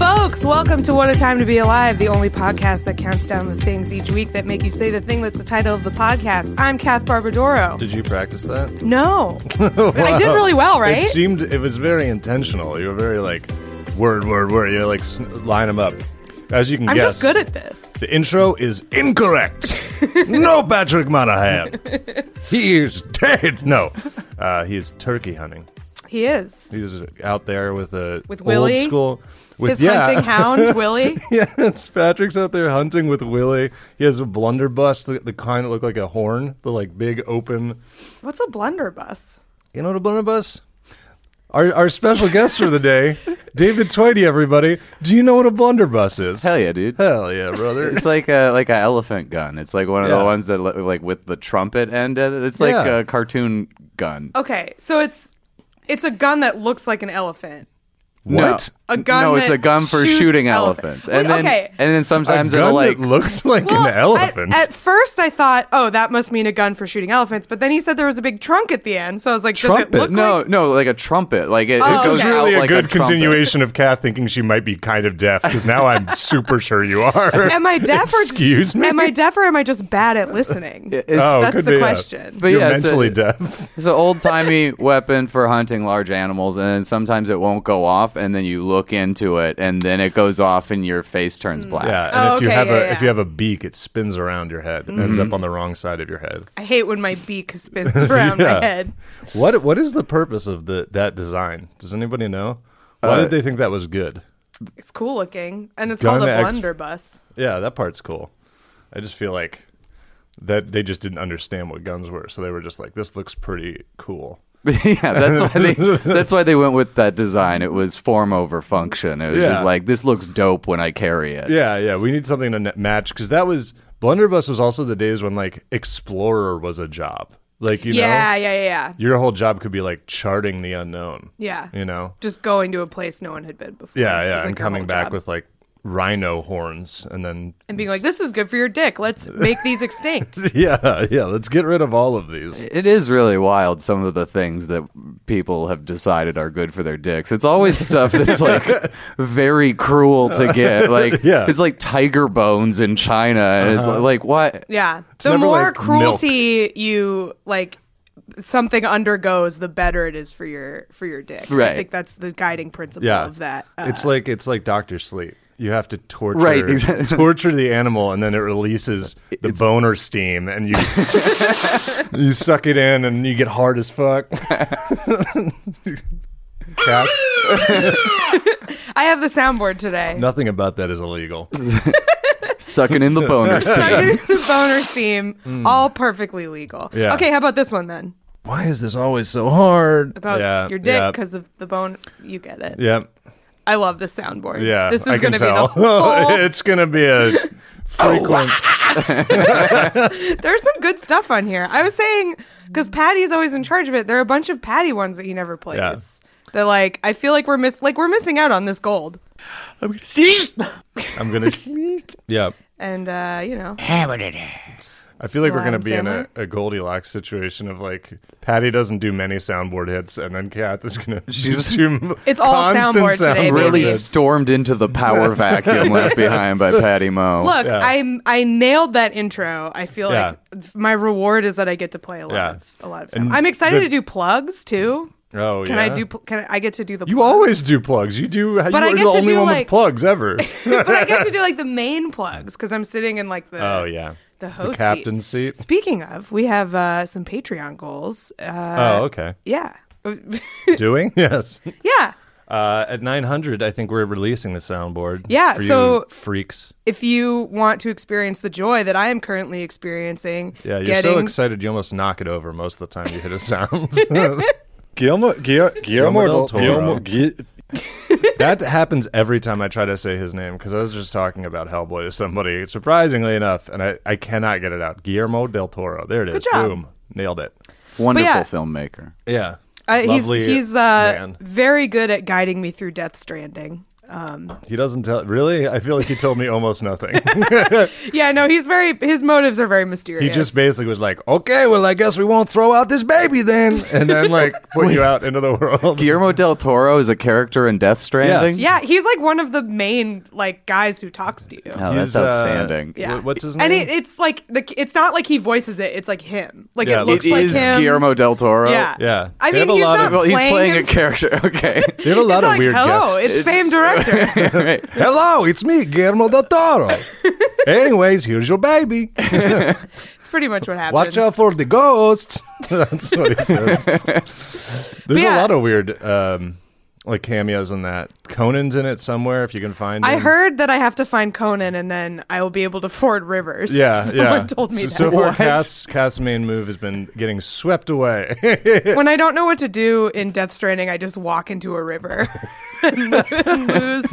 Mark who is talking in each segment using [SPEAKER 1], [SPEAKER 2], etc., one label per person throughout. [SPEAKER 1] Folks, welcome to What a Time to Be Alive, the only podcast that counts down the things each week that make you say the thing that's the title of the podcast. I'm Kath Barbadoro.
[SPEAKER 2] Did you practice that?
[SPEAKER 1] No. I did really well, right?
[SPEAKER 2] It seemed it was very intentional. You were very like word, word, word. You're like sn- line them up as you can
[SPEAKER 1] I'm
[SPEAKER 2] guess.
[SPEAKER 1] just good at this.
[SPEAKER 2] the intro is incorrect. no, Patrick Monahan. he is dead. No, uh, he is turkey hunting.
[SPEAKER 1] He is.
[SPEAKER 2] He's out there with a
[SPEAKER 1] With
[SPEAKER 2] old
[SPEAKER 1] Willie?
[SPEAKER 2] school with
[SPEAKER 1] His
[SPEAKER 2] yeah.
[SPEAKER 1] hunting hound, Willie.
[SPEAKER 2] Yeah, it's Patrick's out there hunting with Willie. He has a blunderbuss, the, the kind that look like a horn, the like big open.
[SPEAKER 1] What's a blunderbuss?
[SPEAKER 2] You know what a blunderbuss? Our, our special guest for the day, David Twitty, everybody. Do you know what a blunderbuss is?
[SPEAKER 3] Hell yeah, dude.
[SPEAKER 2] Hell yeah, brother.
[SPEAKER 3] It's like a like a elephant gun. It's like one of
[SPEAKER 2] Yeah.
[SPEAKER 3] the ones that li- like with the trumpet end. of it. It's like
[SPEAKER 2] Yeah.
[SPEAKER 3] a cartoon gun.
[SPEAKER 1] Okay, so it's it's a gun that looks like an elephant.
[SPEAKER 2] what?
[SPEAKER 3] No.
[SPEAKER 1] A gun
[SPEAKER 3] No, it's
[SPEAKER 1] that
[SPEAKER 3] a gun for
[SPEAKER 1] shoots
[SPEAKER 3] shooting
[SPEAKER 1] elephants.
[SPEAKER 3] elephants.
[SPEAKER 1] Wait,
[SPEAKER 3] And then
[SPEAKER 1] okay.
[SPEAKER 3] and then sometimes
[SPEAKER 2] a gun
[SPEAKER 3] it'll like
[SPEAKER 2] that looks like
[SPEAKER 1] Well,
[SPEAKER 2] an elephant.
[SPEAKER 1] At, at first, I thought, oh, that must mean a gun for shooting elephants. But then he said there was a big trunk at the end, so I was like,
[SPEAKER 2] Trumpet.
[SPEAKER 1] does it look
[SPEAKER 3] no,
[SPEAKER 1] like?
[SPEAKER 3] no, like a trumpet. Like it,
[SPEAKER 1] Oh,
[SPEAKER 3] it
[SPEAKER 2] this
[SPEAKER 3] goes
[SPEAKER 2] is
[SPEAKER 1] okay.
[SPEAKER 3] out
[SPEAKER 2] really a
[SPEAKER 3] like
[SPEAKER 2] good
[SPEAKER 3] a trumpet.
[SPEAKER 2] continuation of Kat thinking she might be kind of deaf because now I'm super sure you are.
[SPEAKER 1] Am I deaf? Or,
[SPEAKER 2] Excuse me?
[SPEAKER 1] Am I deaf or am I just bad at listening?
[SPEAKER 3] It- It's,
[SPEAKER 2] Oh,
[SPEAKER 1] That's
[SPEAKER 2] could
[SPEAKER 1] the
[SPEAKER 2] be, yeah.
[SPEAKER 1] question.
[SPEAKER 3] But
[SPEAKER 2] You're
[SPEAKER 3] yeah, it's a-
[SPEAKER 2] mentally deaf.
[SPEAKER 3] It's an old timey weapon for hunting large animals, and then sometimes it won't go off, and then you look into it, and then it goes off, and your face turns black.
[SPEAKER 2] Mm. Yeah, and
[SPEAKER 1] Oh,
[SPEAKER 2] if you
[SPEAKER 1] okay,
[SPEAKER 2] have
[SPEAKER 1] yeah,
[SPEAKER 2] a
[SPEAKER 1] yeah.
[SPEAKER 2] if you have a beak, it spins around your head, It ends up on the wrong side of your head.
[SPEAKER 1] I hate when my beak spins around
[SPEAKER 2] Yeah.
[SPEAKER 1] my head.
[SPEAKER 2] What what is the purpose of the that design? Does anybody know? Why
[SPEAKER 3] Uh,
[SPEAKER 2] did they think that was good?
[SPEAKER 1] It's cool looking, and it's
[SPEAKER 2] Gun
[SPEAKER 1] called a
[SPEAKER 2] ex-
[SPEAKER 1] blunderbuss.
[SPEAKER 2] Yeah, that part's cool. I just feel like that they just didn't understand what guns were, so they were just like, "This looks pretty cool."
[SPEAKER 3] yeah, that's why they that's why they went with that design. It was form over function. It was
[SPEAKER 2] Yeah.
[SPEAKER 3] just like this looks dope when I carry it.
[SPEAKER 2] Yeah, yeah, we need something to n- match because that was blunderbuss was also the days when like explorer was a job, like you
[SPEAKER 1] yeah,
[SPEAKER 2] know,
[SPEAKER 1] yeah, yeah, yeah.
[SPEAKER 2] your whole job could be like charting the unknown.
[SPEAKER 1] Yeah.
[SPEAKER 2] you know,
[SPEAKER 1] Just going to a place no one had been before.
[SPEAKER 2] yeah,
[SPEAKER 1] It was,
[SPEAKER 2] yeah,
[SPEAKER 1] like,
[SPEAKER 2] and
[SPEAKER 1] your
[SPEAKER 2] coming
[SPEAKER 1] whole
[SPEAKER 2] back
[SPEAKER 1] job.
[SPEAKER 2] with like rhino horns and then
[SPEAKER 1] and being like, "This is good for your dick. Let's make these extinct."
[SPEAKER 2] yeah, yeah, let's get rid of all of these.
[SPEAKER 3] It is really wild some of the things that people have decided are good for their dicks. It's always stuff that's like very cruel to get. Like
[SPEAKER 2] Yeah. Uh-huh.
[SPEAKER 3] it's like tiger bones in China and it's like what
[SPEAKER 1] Yeah. the
[SPEAKER 2] never,
[SPEAKER 1] more
[SPEAKER 2] like,
[SPEAKER 1] cruelty you like something undergoes, the better it is for your for your dick. I
[SPEAKER 3] Right.
[SPEAKER 1] think that's the guiding principle
[SPEAKER 2] yeah.
[SPEAKER 1] of that. uh,
[SPEAKER 2] it's like it's like Doctor Sleep. You have to torture
[SPEAKER 3] Right, exactly.
[SPEAKER 2] torture the animal, and then it releases the boner steam, and you you suck it in, and you get hard as fuck. Cat,
[SPEAKER 1] I have the soundboard today.
[SPEAKER 2] nothing about that is illegal.
[SPEAKER 3] sucking in the boner steam.
[SPEAKER 1] the boner steam, all perfectly legal.
[SPEAKER 2] Hmm. Yeah.
[SPEAKER 1] Okay, how about this one then?
[SPEAKER 2] Why is this always so hard?
[SPEAKER 1] About
[SPEAKER 2] Yeah,
[SPEAKER 1] your dick
[SPEAKER 2] yeah,
[SPEAKER 1] because of the bone. You get it.
[SPEAKER 2] Yep.
[SPEAKER 1] I love this soundboard.
[SPEAKER 2] Yeah,
[SPEAKER 1] This
[SPEAKER 2] I
[SPEAKER 1] is
[SPEAKER 2] can
[SPEAKER 1] going to be
[SPEAKER 2] tell.
[SPEAKER 1] the whole.
[SPEAKER 2] it's gonna be a frequent.
[SPEAKER 1] There's some good stuff on here. I was saying because Patty's always in charge of it. There are a bunch of Patty ones that he never plays.
[SPEAKER 2] Yeah.
[SPEAKER 1] They're like, I feel like we're miss like we're missing out on this gold.
[SPEAKER 2] I'm gonna. yeah,
[SPEAKER 1] And uh, you know,
[SPEAKER 2] I feel like we're gonna
[SPEAKER 1] Adam
[SPEAKER 2] be in a, a Goldilocks situation of like Patty doesn't do many soundboard hits, and then Kath is gonna she's do
[SPEAKER 1] It's all
[SPEAKER 2] constant
[SPEAKER 1] soundboard today,
[SPEAKER 2] soundboard
[SPEAKER 3] Really
[SPEAKER 2] hits.
[SPEAKER 3] stormed into the power vacuum left behind by Patty Mo.
[SPEAKER 1] look,
[SPEAKER 2] Yeah.
[SPEAKER 1] I'm I nailed that intro. I feel
[SPEAKER 2] Yeah.
[SPEAKER 1] like my reward is that I get to play a lot
[SPEAKER 2] Yeah.
[SPEAKER 1] of a lot of.
[SPEAKER 2] And
[SPEAKER 1] Sound. I'm excited
[SPEAKER 2] the-
[SPEAKER 1] to do plugs too.
[SPEAKER 2] Oh
[SPEAKER 1] Can
[SPEAKER 2] yeah.
[SPEAKER 1] I do? pl- Can I, I get to do the?
[SPEAKER 2] You
[SPEAKER 1] plugs.
[SPEAKER 2] always do plugs. You do. you
[SPEAKER 1] I
[SPEAKER 2] are
[SPEAKER 1] get
[SPEAKER 2] the
[SPEAKER 1] to
[SPEAKER 2] only
[SPEAKER 1] do,
[SPEAKER 2] one
[SPEAKER 1] like-
[SPEAKER 2] with plugs ever.
[SPEAKER 1] but I get to do like the main plugs because I'm sitting in like the.
[SPEAKER 2] oh yeah.
[SPEAKER 1] The host
[SPEAKER 2] captain seat.
[SPEAKER 1] Speaking of, we have uh, some Patreon goals. Uh,
[SPEAKER 2] Oh okay.
[SPEAKER 1] yeah,
[SPEAKER 2] Doing yes.
[SPEAKER 1] yeah.
[SPEAKER 2] Uh, at 900, I think we're releasing the soundboard.
[SPEAKER 1] Yeah,
[SPEAKER 2] for
[SPEAKER 1] so-
[SPEAKER 2] you freaks.
[SPEAKER 1] If you want to experience the joy that I am currently experiencing,
[SPEAKER 2] Yeah, you're
[SPEAKER 1] getting
[SPEAKER 2] so excited you almost knock it over most of the time you hit a sound. Guillermo, Guillermo, Guillermo, del Toro.
[SPEAKER 4] Guillermo- Gui-
[SPEAKER 2] that happens every time I try to say his name because I was just talking about Hellboy to somebody, surprisingly enough, and I, I cannot get it out. Guillermo del Toro. There it is.
[SPEAKER 1] job.
[SPEAKER 2] Boom. Nailed it.
[SPEAKER 3] Wonderful
[SPEAKER 1] yeah.
[SPEAKER 3] filmmaker.
[SPEAKER 2] Yeah.
[SPEAKER 1] Uh, he's
[SPEAKER 2] Lovely
[SPEAKER 1] he's uh,
[SPEAKER 2] man.
[SPEAKER 1] very good at guiding me through Death Stranding.
[SPEAKER 2] He doesn't tell. Really? I feel like he told me almost nothing.
[SPEAKER 1] Yeah, no, he's very his motives are very mysterious.
[SPEAKER 2] He just basically was like, okay, well, I guess we won't throw out this baby then. And then, like, put you out into the world.
[SPEAKER 3] Guillermo del Toro is a character in Death
[SPEAKER 2] Yes.
[SPEAKER 3] Stranding.
[SPEAKER 1] yeah, he's like one of the main like guys who talks to you.
[SPEAKER 3] Oh, that's
[SPEAKER 2] He's, uh,
[SPEAKER 3] outstanding.
[SPEAKER 1] Yeah.
[SPEAKER 2] Wh- what's his
[SPEAKER 1] And
[SPEAKER 2] name?
[SPEAKER 1] it, it's like the it's not like he voices it. It's like him. Like
[SPEAKER 2] Yeah,
[SPEAKER 1] it looks
[SPEAKER 3] It
[SPEAKER 1] like
[SPEAKER 3] is
[SPEAKER 1] him.
[SPEAKER 3] Guillermo del Toro.
[SPEAKER 1] Yeah.
[SPEAKER 2] Yeah.
[SPEAKER 1] I
[SPEAKER 2] They
[SPEAKER 1] mean,
[SPEAKER 2] have a
[SPEAKER 1] he's
[SPEAKER 2] lot
[SPEAKER 1] not
[SPEAKER 2] of-
[SPEAKER 3] Well, he's
[SPEAKER 1] playing,
[SPEAKER 3] playing a
[SPEAKER 1] himself.
[SPEAKER 3] character. Okay.
[SPEAKER 2] They have a lot
[SPEAKER 1] It's
[SPEAKER 2] of
[SPEAKER 1] like,
[SPEAKER 2] weird
[SPEAKER 1] hello,
[SPEAKER 2] guests.
[SPEAKER 1] it's famed director.
[SPEAKER 3] Right.
[SPEAKER 2] Hello, it's me, Guillermo del Toro. Anyways, here's your baby.
[SPEAKER 1] it's pretty much what happens.
[SPEAKER 2] Watch out for the ghosts. That's what he says. There's
[SPEAKER 1] yeah.
[SPEAKER 2] a lot of weird, um, like, cameos in that. Conan's in it somewhere, if you can find
[SPEAKER 1] I
[SPEAKER 2] him.
[SPEAKER 1] heard that I have to find Conan and then I will be able to ford rivers.
[SPEAKER 2] Yeah,
[SPEAKER 1] Someone
[SPEAKER 2] yeah.
[SPEAKER 1] told me
[SPEAKER 2] so,
[SPEAKER 1] that.
[SPEAKER 2] so far,
[SPEAKER 3] What?
[SPEAKER 2] Cass, Cass' main move has been getting swept away.
[SPEAKER 1] when I don't know what to do in Death Stranding, I just walk into a river and lose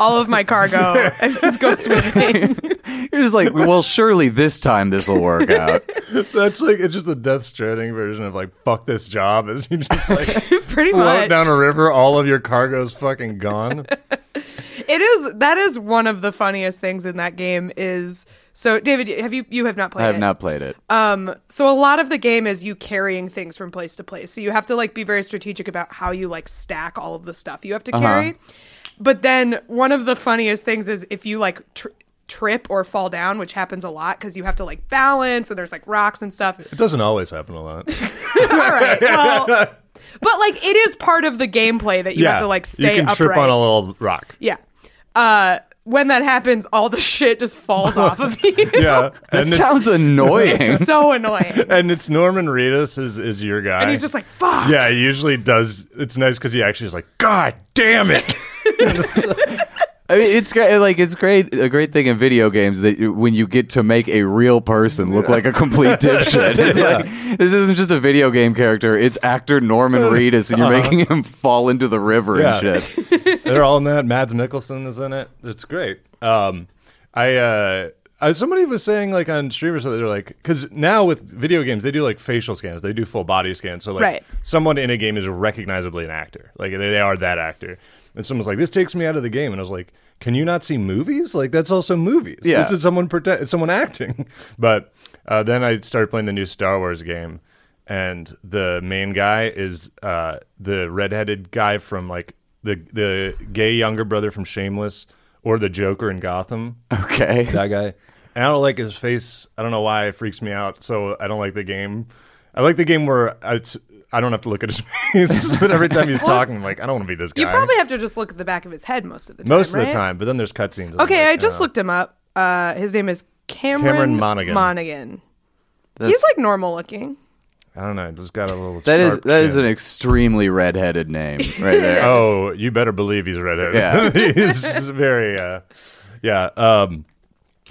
[SPEAKER 1] all of my cargo and just go swimming.
[SPEAKER 3] You're just like, well, surely this time this will work out.
[SPEAKER 2] That's like it's just a Death Stranding version of like fuck this job. Is you just like
[SPEAKER 1] Pretty much.
[SPEAKER 2] float down a river, all of your cargo's fucking gone.
[SPEAKER 1] It is that is one of the funniest things in that game is so David, have you you have not played
[SPEAKER 3] I have
[SPEAKER 1] it.
[SPEAKER 3] not played it.
[SPEAKER 1] Uh, So a lot of the game is you carrying things from place to place. So you have to like be very strategic about how you like stack all of the stuff you have
[SPEAKER 2] Uh-huh.
[SPEAKER 1] to carry. But then one of the funniest things is if you like tr- trip or fall down, which happens a lot because you have to like balance and there's like rocks and stuff.
[SPEAKER 2] It doesn't always happen a lot.
[SPEAKER 1] all right, well, but like it is part of the gameplay that you have to like stay
[SPEAKER 2] you can
[SPEAKER 1] upright.
[SPEAKER 2] trip on a little rock.
[SPEAKER 1] yeah. Uh, when that happens, all the shit just falls off of you.
[SPEAKER 2] Yeah, and
[SPEAKER 3] It
[SPEAKER 2] it's,
[SPEAKER 3] sounds annoying.
[SPEAKER 1] It's so annoying.
[SPEAKER 2] and it's Norman Reedus is is your guy,
[SPEAKER 1] And he's just like, fuck.
[SPEAKER 2] yeah. He usually does. It's nice because he actually is like, God damn it.
[SPEAKER 3] I mean, it's great. Like it's great. A great thing in video games that you- when you get to make a real person look like a complete dipshit. It's like this isn't just a video game character. It's actor Norman
[SPEAKER 1] Uh-huh.
[SPEAKER 3] Reedus, and you're making him fall into the river
[SPEAKER 2] Yeah.
[SPEAKER 3] and shit.
[SPEAKER 2] They're all in that. Mads Mikkelsen is in it. It's great. Um, I, uh, I somebody was saying like on streamers that they're like because now with video games they do like facial scans, they do full body scans. So like
[SPEAKER 1] Right.
[SPEAKER 2] someone in a game is recognizably an actor. Like they, they are that actor. And someone's like, "This takes me out of the game," and I was like, "Can you not see movies? Like that's also movies.
[SPEAKER 3] Yeah.
[SPEAKER 2] This is someone prote- it's someone acting." But uh, then I started playing the new Star Wars game, and the main guy is uh, the redheaded guy from like the the gay younger brother from Shameless or the Joker in Gotham.
[SPEAKER 3] Okay.
[SPEAKER 2] that guy. And I don't like his face. I don't know why it freaks me out. So I don't like the game. I like the game where I, I don't have to look at his face. but every time he's talking, I'm like, I don't want to be this guy.
[SPEAKER 1] You probably have to just look at the back of his head most of the time.
[SPEAKER 2] most of
[SPEAKER 1] right?
[SPEAKER 2] the time. But then there's cutscenes. and I'm
[SPEAKER 1] Okay,
[SPEAKER 2] like,
[SPEAKER 1] I just looked him up. Uh, his name is Cameron,
[SPEAKER 2] Cameron Monaghan.
[SPEAKER 1] Monaghan.
[SPEAKER 3] That's,
[SPEAKER 1] He's like normal looking.
[SPEAKER 2] I don't know. I just got a little.
[SPEAKER 3] that is
[SPEAKER 2] sharp
[SPEAKER 3] that is
[SPEAKER 2] chin.
[SPEAKER 3] an extremely redheaded name right there.
[SPEAKER 2] Oh, you better believe he's redheaded.
[SPEAKER 3] Yeah.
[SPEAKER 2] he's very. Uh, yeah. Um,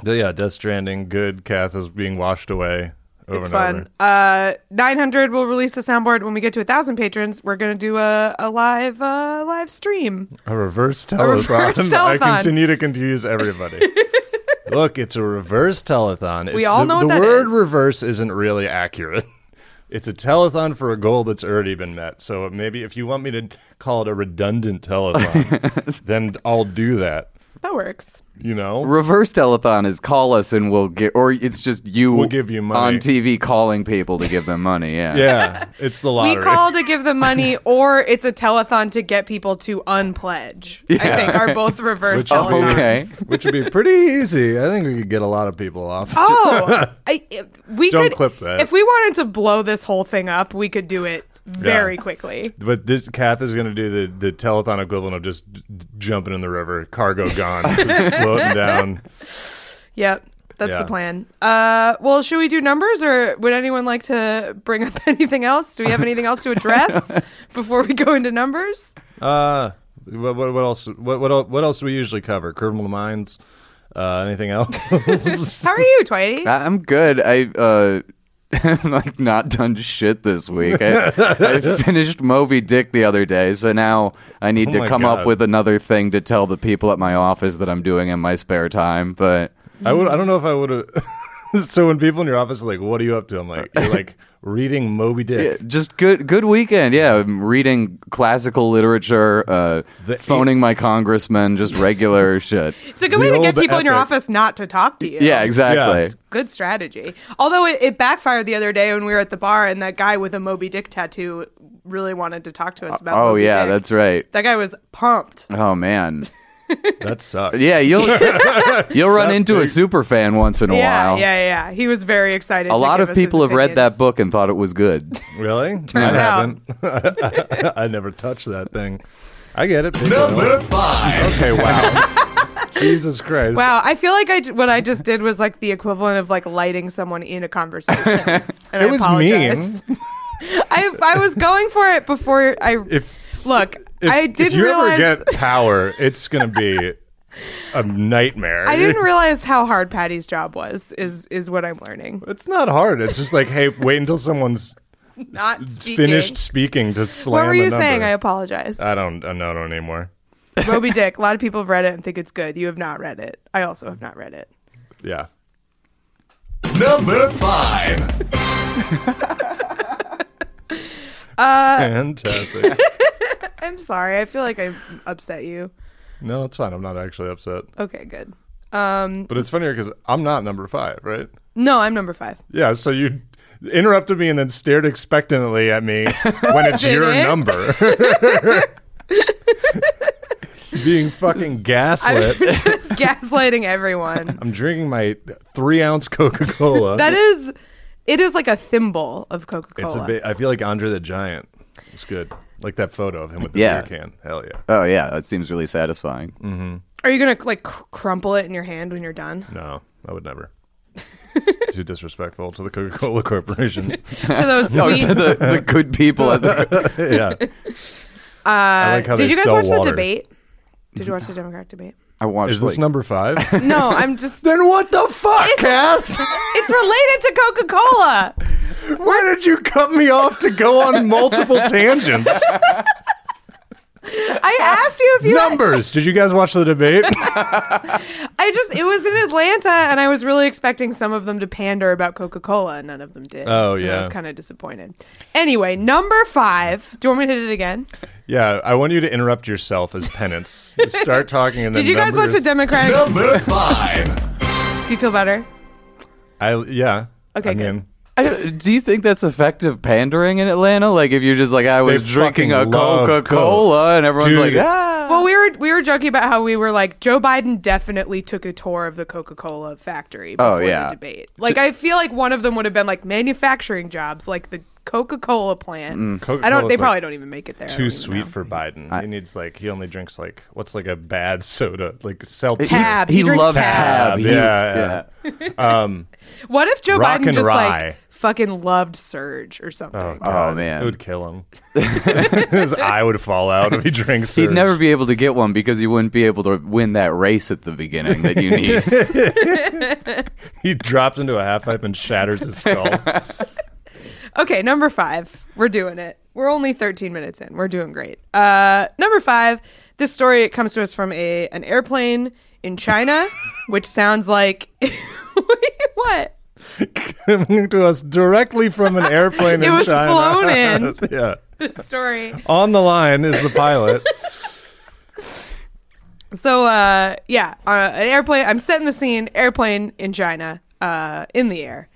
[SPEAKER 2] but yeah, Death Stranding. Good. Kath is being washed away. Over
[SPEAKER 1] It's
[SPEAKER 2] and
[SPEAKER 1] fun.
[SPEAKER 2] Over.
[SPEAKER 1] Uh, 900 will release the soundboard when we get to a thousand patrons. We're gonna do a, a live uh, live stream.
[SPEAKER 2] A reverse telethon.
[SPEAKER 1] reverse
[SPEAKER 2] I
[SPEAKER 1] telethon.
[SPEAKER 2] continue to confuse everybody. Look, it's a reverse telethon.
[SPEAKER 1] We
[SPEAKER 2] It's
[SPEAKER 1] all
[SPEAKER 2] the,
[SPEAKER 1] know what
[SPEAKER 2] the
[SPEAKER 1] that
[SPEAKER 2] word
[SPEAKER 1] is.
[SPEAKER 2] reverse isn't really accurate. It's a telethon for a goal that's already been met. So maybe if you want me to call it a redundant telethon, then I'll do that.
[SPEAKER 1] That works.
[SPEAKER 2] You know,
[SPEAKER 3] Reverse telethon is call us and we'll get, or it's just you
[SPEAKER 2] We'll give you money.
[SPEAKER 3] on TV calling people to give them money. Yeah.
[SPEAKER 2] yeah, it's the lottery.
[SPEAKER 1] We call to give them money, or it's a telethon to get people to unpledge. I think are both reverse
[SPEAKER 2] Which
[SPEAKER 3] would be-
[SPEAKER 1] telethons.
[SPEAKER 3] Okay.
[SPEAKER 2] which would be pretty easy. I think we could get a lot of people off.
[SPEAKER 1] Oh, I, if we
[SPEAKER 2] Don't
[SPEAKER 1] could.
[SPEAKER 2] clip that.
[SPEAKER 1] If we wanted to blow this whole thing up, we could do it very
[SPEAKER 2] Yeah.
[SPEAKER 1] quickly.
[SPEAKER 2] But this Kath is going to do the, the telethon equivalent of just d- d- jumping in the river, cargo gone, just floating down.
[SPEAKER 1] Yep. That's
[SPEAKER 2] Yeah.
[SPEAKER 1] the plan. Uh, well, should we do numbers, or would anyone like to bring up anything else? Do we have anything else to address before we go into numbers?
[SPEAKER 2] Uh, what, what, what else? What, what el- what else do we usually cover? Criminal Minds. Uh, anything else?
[SPEAKER 1] How are you, Twitey?
[SPEAKER 3] I- I'm good. I uh, like not done shit this week. I, I finished Moby Dick the other day, so now I need
[SPEAKER 2] Oh
[SPEAKER 3] to
[SPEAKER 2] my
[SPEAKER 3] come up
[SPEAKER 2] God.
[SPEAKER 3] with another thing to tell the people at my office that I'm doing in my spare time. But
[SPEAKER 2] I would. I don't know if I would have. so when people in your office are like, "What are you up to?" I'm like, "You're like reading Moby
[SPEAKER 3] yeah,
[SPEAKER 2] Dick."
[SPEAKER 3] just good, good weekend. Yeah, I'm reading classical literature, uh,
[SPEAKER 2] The-
[SPEAKER 3] phoning my congressman, just regular shit.
[SPEAKER 1] It's a good way to
[SPEAKER 2] The
[SPEAKER 1] get
[SPEAKER 2] old
[SPEAKER 1] people in your
[SPEAKER 2] epic.
[SPEAKER 1] office not to talk to you.
[SPEAKER 3] Yeah, exactly.
[SPEAKER 2] Yeah.
[SPEAKER 1] Good strategy. Although it, it backfired the other day when we were at the bar and that guy with a Moby Dick tattoo really wanted to talk to us about
[SPEAKER 3] Oh
[SPEAKER 1] Moby
[SPEAKER 3] yeah,
[SPEAKER 1] Dick.
[SPEAKER 3] that's right.
[SPEAKER 1] That guy was pumped.
[SPEAKER 3] Oh man.
[SPEAKER 2] That sucks.
[SPEAKER 3] Yeah, you'll you'll run into a super fan once in a
[SPEAKER 1] Yeah,
[SPEAKER 3] while.
[SPEAKER 1] yeah, yeah. He was very excited. to
[SPEAKER 3] A lot
[SPEAKER 1] give
[SPEAKER 3] of
[SPEAKER 1] us his
[SPEAKER 3] people have read
[SPEAKER 1] opinions.
[SPEAKER 3] that book and thought it was good.
[SPEAKER 2] Really?
[SPEAKER 1] Turns out.
[SPEAKER 2] haven't. I never touched that thing. I get it. people don't.
[SPEAKER 5] Number five.
[SPEAKER 2] Okay. Wow. Jesus Christ.
[SPEAKER 1] Wow, I feel like I d- what I just did was like the equivalent of like lighting someone in a conversation. And I
[SPEAKER 2] was
[SPEAKER 1] apologize. I I was going for it before I
[SPEAKER 2] If
[SPEAKER 1] look.
[SPEAKER 2] if,
[SPEAKER 1] I
[SPEAKER 2] if
[SPEAKER 1] didn't
[SPEAKER 2] you
[SPEAKER 1] realize
[SPEAKER 2] ever get power, it's gonna be a nightmare.
[SPEAKER 1] I didn't realize how hard Patty's job was. Is is what I'm learning.
[SPEAKER 2] It's not hard. It's just like, hey, wait until someone's
[SPEAKER 1] Not speaking.
[SPEAKER 2] finished speaking to slam.
[SPEAKER 1] What were you
[SPEAKER 2] a number. Uh,
[SPEAKER 1] saying? I apologize.
[SPEAKER 2] I don't. I don't know anymore.
[SPEAKER 1] Moby Dick. A lot of people have read it and think it's good. You have not read it. I also have not read it.
[SPEAKER 2] Yeah.
[SPEAKER 5] Number five.
[SPEAKER 1] Uh,
[SPEAKER 2] Fantastic.
[SPEAKER 1] I'm sorry. I feel like I upset you.
[SPEAKER 2] no, it's fine. I'm not actually upset.
[SPEAKER 1] Okay, good. Um,
[SPEAKER 2] But it's funnier because I'm not number five, right?
[SPEAKER 1] no, I'm number five.
[SPEAKER 2] Yeah. So you interrupted me and then stared expectantly at me when it's your
[SPEAKER 1] Didn't.
[SPEAKER 2] number. Being fucking gaslit. I'm,
[SPEAKER 1] Just gaslighting everyone.
[SPEAKER 2] drinking my three ounce Coca Cola.
[SPEAKER 1] That is, it is like a thimble of Coca Cola.
[SPEAKER 2] It's a bit. I feel like Andre the Giant. It's good. Like that photo of him with the
[SPEAKER 3] Yeah.
[SPEAKER 2] beer can. Hell yeah.
[SPEAKER 3] oh yeah, that seems really satisfying.
[SPEAKER 2] Mm-hmm.
[SPEAKER 1] Are you gonna like cr- crumple it in your hand when you're done?
[SPEAKER 2] No, I would never. It's too disrespectful to the Coca Cola Corporation.
[SPEAKER 1] to those
[SPEAKER 3] Oh,
[SPEAKER 1] sweet.
[SPEAKER 3] to the, the good people at the
[SPEAKER 2] yeah. I like how
[SPEAKER 1] uh, Did
[SPEAKER 2] they
[SPEAKER 1] you guys
[SPEAKER 2] sell
[SPEAKER 1] watch
[SPEAKER 2] water.
[SPEAKER 1] the debate? Did you watch the Democratic debate?
[SPEAKER 3] I watched
[SPEAKER 2] Is this
[SPEAKER 3] like-
[SPEAKER 2] number five?
[SPEAKER 1] No, I'm just.
[SPEAKER 2] then what the fuck, Kath?
[SPEAKER 1] It's related to Coca Cola.
[SPEAKER 2] Why did you cut me off to go on multiple tangents?
[SPEAKER 1] I asked you if you.
[SPEAKER 2] Numbers. Did you guys watch the debate?
[SPEAKER 1] I just. It was in Atlanta, and I was really expecting some of them to pander about Coca Cola, and none of them did.
[SPEAKER 2] Oh,
[SPEAKER 1] And I
[SPEAKER 2] yeah.
[SPEAKER 1] was kind of disappointed. Anyway, number five. Do you want me to hit it again?
[SPEAKER 2] yeah, I want you to interrupt yourself as penance. Start talking and then
[SPEAKER 1] Did you guys watch
[SPEAKER 2] numbers-
[SPEAKER 1] the Democratic?
[SPEAKER 5] Number five.
[SPEAKER 1] Do you feel better?
[SPEAKER 2] I yeah.
[SPEAKER 1] Okay,
[SPEAKER 2] I
[SPEAKER 1] good.
[SPEAKER 2] mean,
[SPEAKER 3] I don't- do you think that's effective pandering in Atlanta? Like if you're just like I was
[SPEAKER 2] They
[SPEAKER 3] drinking a
[SPEAKER 2] fucking love
[SPEAKER 3] Coca Cola and everyone's
[SPEAKER 2] Dude.
[SPEAKER 3] like ah.
[SPEAKER 1] Well, we were we were joking about how we were like Joe Biden definitely took a tour of the Coca Cola factory before
[SPEAKER 3] Oh, yeah.
[SPEAKER 1] the debate. Like I feel like one of them would have been like manufacturing jobs, like the Coca Cola plant. I don't.
[SPEAKER 2] Coca-Cola's,
[SPEAKER 1] They
[SPEAKER 2] Mm, like,
[SPEAKER 1] probably don't even make it there. I don't
[SPEAKER 2] too
[SPEAKER 1] even
[SPEAKER 2] sweet
[SPEAKER 1] know.
[SPEAKER 2] for Biden. he needs like he only drinks like what's like a bad soda, like seltzer.
[SPEAKER 1] Tab.
[SPEAKER 3] He,
[SPEAKER 1] He drinks
[SPEAKER 3] loves
[SPEAKER 1] Tab.
[SPEAKER 3] tab. He-
[SPEAKER 2] Yeah, yeah.
[SPEAKER 1] What if Joe
[SPEAKER 2] Rock
[SPEAKER 1] Biden
[SPEAKER 2] and
[SPEAKER 1] just like
[SPEAKER 2] rye.
[SPEAKER 1] fucking loved Surge or something?
[SPEAKER 3] Oh
[SPEAKER 2] It
[SPEAKER 3] man.
[SPEAKER 2] would kill him. His eye would fall out if he drinks.
[SPEAKER 3] He'd
[SPEAKER 2] Surge.
[SPEAKER 3] never be able to get one because you wouldn't be able to win that race at the beginning that you need.
[SPEAKER 2] He drops into a half pipe and shatters his skull.
[SPEAKER 1] Okay, number five. We're doing it. We're only 13 minutes in. We're doing great. Uh, number five. This story it comes to us from a an airplane in China, which sounds like what?
[SPEAKER 2] Coming to us directly from an airplane
[SPEAKER 1] It
[SPEAKER 2] in
[SPEAKER 1] was
[SPEAKER 2] China.
[SPEAKER 1] flown in.
[SPEAKER 2] yeah.
[SPEAKER 1] This story.
[SPEAKER 2] On the line is the pilot.
[SPEAKER 1] So uh, yeah, uh, an airplane. I'm setting the scene. Airplane in China, uh, in the air.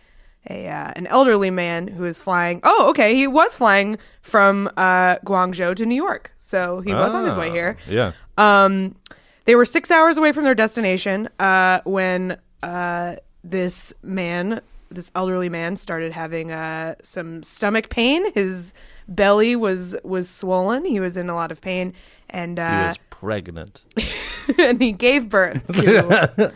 [SPEAKER 1] A uh, an elderly man who is flying. Oh, okay, he was flying from uh, Guangzhou to New York, so he was on his way
[SPEAKER 2] Ah,
[SPEAKER 1] here.
[SPEAKER 2] Yeah.
[SPEAKER 1] Um, they were six hours away from their destination uh, when uh, this man, this elderly man, started having uh, some stomach pain. His belly was was swollen. He was in a lot of pain, and uh,
[SPEAKER 2] pregnant.
[SPEAKER 1] and he gave birth. To,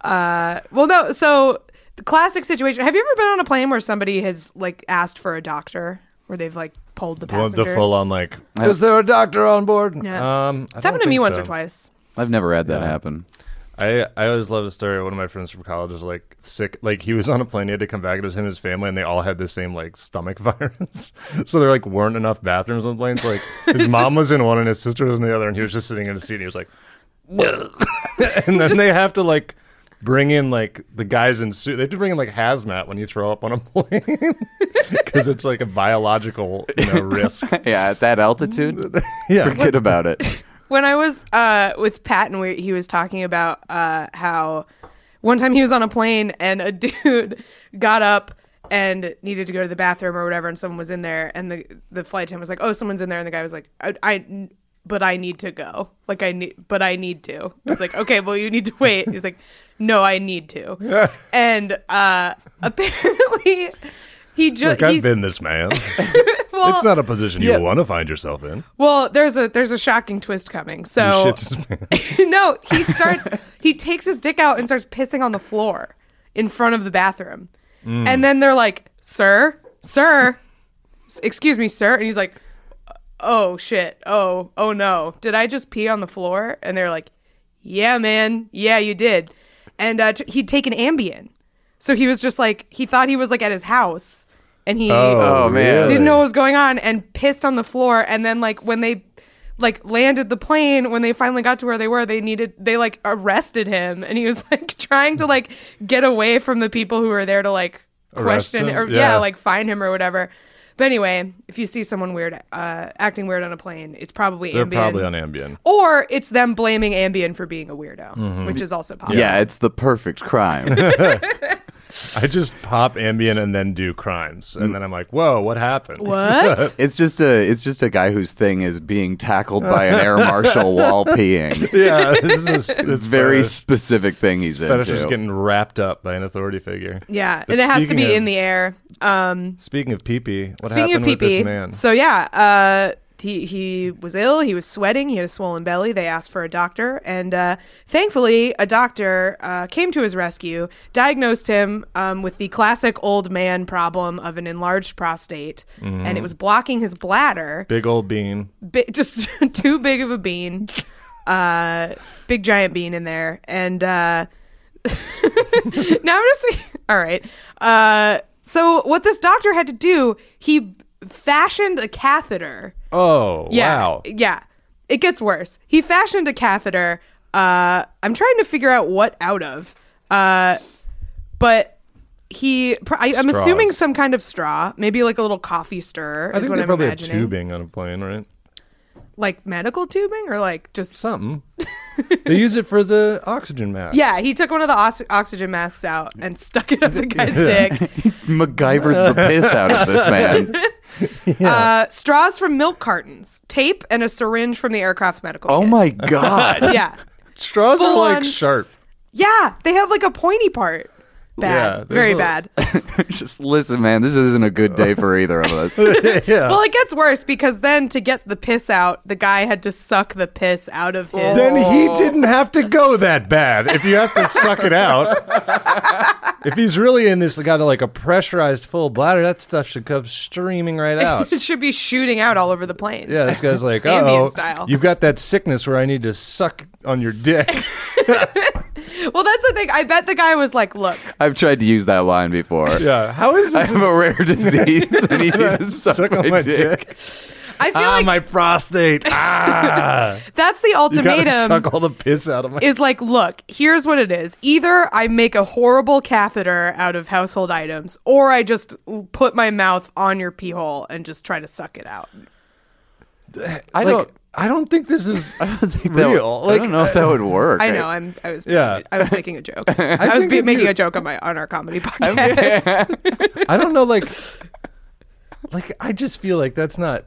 [SPEAKER 1] uh, well, no, so the classic situation. Have you ever been on a plane where somebody has like asked for a doctor, where they've like pulled the
[SPEAKER 2] The
[SPEAKER 1] passengers?
[SPEAKER 2] full on like. Is there a doctor on board?
[SPEAKER 1] Yeah.
[SPEAKER 2] Um, I
[SPEAKER 1] it's happened
[SPEAKER 2] don't
[SPEAKER 1] to me
[SPEAKER 2] think
[SPEAKER 1] once
[SPEAKER 2] so.
[SPEAKER 1] or twice.
[SPEAKER 3] I've never had that happen.
[SPEAKER 2] I, I always love the story. One of my friends from college was like sick. Like he was on a plane, he had to come back. It was him and his family, and they all had the same like stomach virus. so there like weren't enough bathrooms on planes. Like his mom was in one and his sister was in the other, and he was just sitting in a seat. and He was like, and then they have to like bring in like the guys in suit. They have to bring in like hazmat when you throw up on a plane because it's like a biological you know, risk.
[SPEAKER 3] yeah, at that altitude,
[SPEAKER 2] Yeah.
[SPEAKER 3] forget about it.
[SPEAKER 1] when I was uh, with Patton, we, he was talking about uh, how one time he was on a plane and a dude got up and needed to go to the bathroom or whatever, and someone was in there, and the the flight attendant was like, "Oh, someone's in there," and the guy was like, "I." I but I need to go. Like I need, but I need to. It's like okay, well you need to wait. He's like, no, I need to. and uh apparently, he just
[SPEAKER 2] Like I've been this man. it's not a position you want to find yourself in.
[SPEAKER 1] Well, there's a there's a shocking twist coming. So
[SPEAKER 2] You shits his pants.
[SPEAKER 1] no, he starts. he takes his dick out and starts pissing on the floor in front of the bathroom, and then they're like, "Sir, sir, s- excuse me, sir," and he's like, "Oh shit, oh oh no, did I just pee on the floor?" And they're like, "Yeah, man, yeah, you did," and uh, t- he'd taken Ambien, so he was just like he thought he was like at his house, and he
[SPEAKER 3] Oh, man.
[SPEAKER 1] didn't know what was going on and pissed on the floor and then like when they like landed the plane when they finally got to where they were they needed they like arrested him and he was like trying to like get away from the people who were there to like
[SPEAKER 2] Arrest
[SPEAKER 1] question
[SPEAKER 2] him?
[SPEAKER 1] or yeah.
[SPEAKER 2] Yeah.
[SPEAKER 1] like find him or whatever but anyway if you see someone weird uh acting weird on a plane it's probably
[SPEAKER 2] They're
[SPEAKER 1] Ambien.
[SPEAKER 2] probably on Ambien.
[SPEAKER 1] or it's them blaming Ambien for being a weirdo
[SPEAKER 2] Mm-hmm.
[SPEAKER 1] which is also possible
[SPEAKER 3] Yeah, it's the perfect crime.
[SPEAKER 2] I just pop Ambien and then do crimes, and then I'm like, "Whoa, what happened?"
[SPEAKER 1] what
[SPEAKER 3] It's just a it's just a guy whose thing is being tackled by an air marshal while peeing.
[SPEAKER 2] yeah, this is
[SPEAKER 3] It's a very specific thing he's
[SPEAKER 2] fetish is
[SPEAKER 3] into.
[SPEAKER 2] getting wrapped up by an authority figure.
[SPEAKER 1] yeah
[SPEAKER 2] But
[SPEAKER 1] and it has to
[SPEAKER 2] speaking
[SPEAKER 1] be
[SPEAKER 2] of-
[SPEAKER 1] in the air um
[SPEAKER 2] Speaking of pee-pee, what
[SPEAKER 1] Speaking of
[SPEAKER 2] happened with this man?
[SPEAKER 1] PP, so yeah, uh, he he was ill. He was sweating. He had a swollen belly. They asked for a doctor, and uh, thankfully, a doctor uh, came to his rescue, diagnosed him um, with the classic old man problem of an enlarged prostate,
[SPEAKER 2] Mm-hmm.
[SPEAKER 1] and it was blocking his bladder.
[SPEAKER 2] Big old bean.
[SPEAKER 1] Bi- just too big of a bean, uh, big giant bean in there, and uh, now I'm just all right. Uh, so what this doctor had to do, he fashioned a catheter.
[SPEAKER 2] Oh,
[SPEAKER 1] Yeah,
[SPEAKER 2] wow.
[SPEAKER 1] yeah. It gets worse. He fashioned a catheter. Uh, I'm trying to figure out what out of, uh, but he. pr- I, I'm
[SPEAKER 2] Straws.
[SPEAKER 1] assuming some kind of straw, maybe like a little coffee stirrer.
[SPEAKER 2] I
[SPEAKER 1] is
[SPEAKER 2] think
[SPEAKER 1] what
[SPEAKER 2] they
[SPEAKER 1] I'm
[SPEAKER 2] probably have
[SPEAKER 1] imagining.
[SPEAKER 2] tubing on a plane, right?
[SPEAKER 1] like medical tubing or like just
[SPEAKER 2] Something. they use it for the oxygen mask.
[SPEAKER 1] Yeah, he took one of the os- oxygen masks out and stuck it up the guy's dick.
[SPEAKER 3] MacGyvered the piss out of this man.
[SPEAKER 1] Uh, straws from milk cartons, tape, and a syringe from the aircraft's medical.
[SPEAKER 3] Oh
[SPEAKER 1] kit.
[SPEAKER 3] my god.
[SPEAKER 1] Yeah,
[SPEAKER 2] Straws are
[SPEAKER 1] Full
[SPEAKER 2] like
[SPEAKER 1] on-
[SPEAKER 2] sharp.
[SPEAKER 1] yeah, they have like a pointy part. Bad,
[SPEAKER 2] Yeah, there's
[SPEAKER 1] very
[SPEAKER 2] a-
[SPEAKER 1] bad.
[SPEAKER 3] Just listen, man, this isn't a good day for either of us.
[SPEAKER 1] well, it gets worse because then to get the piss out, the guy had to suck the piss out of his.
[SPEAKER 2] Then he didn't have to go that bad. If you have to suck it out, if he's really in this, got like a pressurized full bladder, that stuff should come streaming right out.
[SPEAKER 1] it should be shooting out all over the plane.
[SPEAKER 2] Yeah, this guy's like,
[SPEAKER 1] Ambien
[SPEAKER 2] oh,
[SPEAKER 1] style.
[SPEAKER 2] you've got that sickness where I need to suck on your dick.
[SPEAKER 1] Well, that's the thing. I bet the guy was like, "Look,
[SPEAKER 3] I've tried to use that line before.
[SPEAKER 2] yeah, how is
[SPEAKER 3] I
[SPEAKER 2] this?
[SPEAKER 3] have a rare disease and he just suck,
[SPEAKER 2] Suck on my dick.
[SPEAKER 1] I feel
[SPEAKER 2] Ah,
[SPEAKER 1] like
[SPEAKER 2] my prostate. Ah,
[SPEAKER 1] that's the
[SPEAKER 2] you gotta
[SPEAKER 1] ultimatum."
[SPEAKER 2] suck all the piss out of my.
[SPEAKER 1] is like, look, here's what it is. Either I make a horrible catheter out of household items, or I just put my mouth on your pee hole and just try to suck it out.
[SPEAKER 3] I
[SPEAKER 2] like,
[SPEAKER 3] don't
[SPEAKER 2] I don't think this is.
[SPEAKER 3] I don't think that
[SPEAKER 2] Real,
[SPEAKER 3] I
[SPEAKER 2] like-
[SPEAKER 3] don't know if that would work.
[SPEAKER 1] I know I'm. I was.
[SPEAKER 2] Yeah.
[SPEAKER 1] I was making a joke. I, was
[SPEAKER 2] think
[SPEAKER 1] be-
[SPEAKER 2] if
[SPEAKER 1] making
[SPEAKER 2] you-
[SPEAKER 1] a joke on my on our comedy podcast.
[SPEAKER 2] I don't know, like, like I just feel like that's not.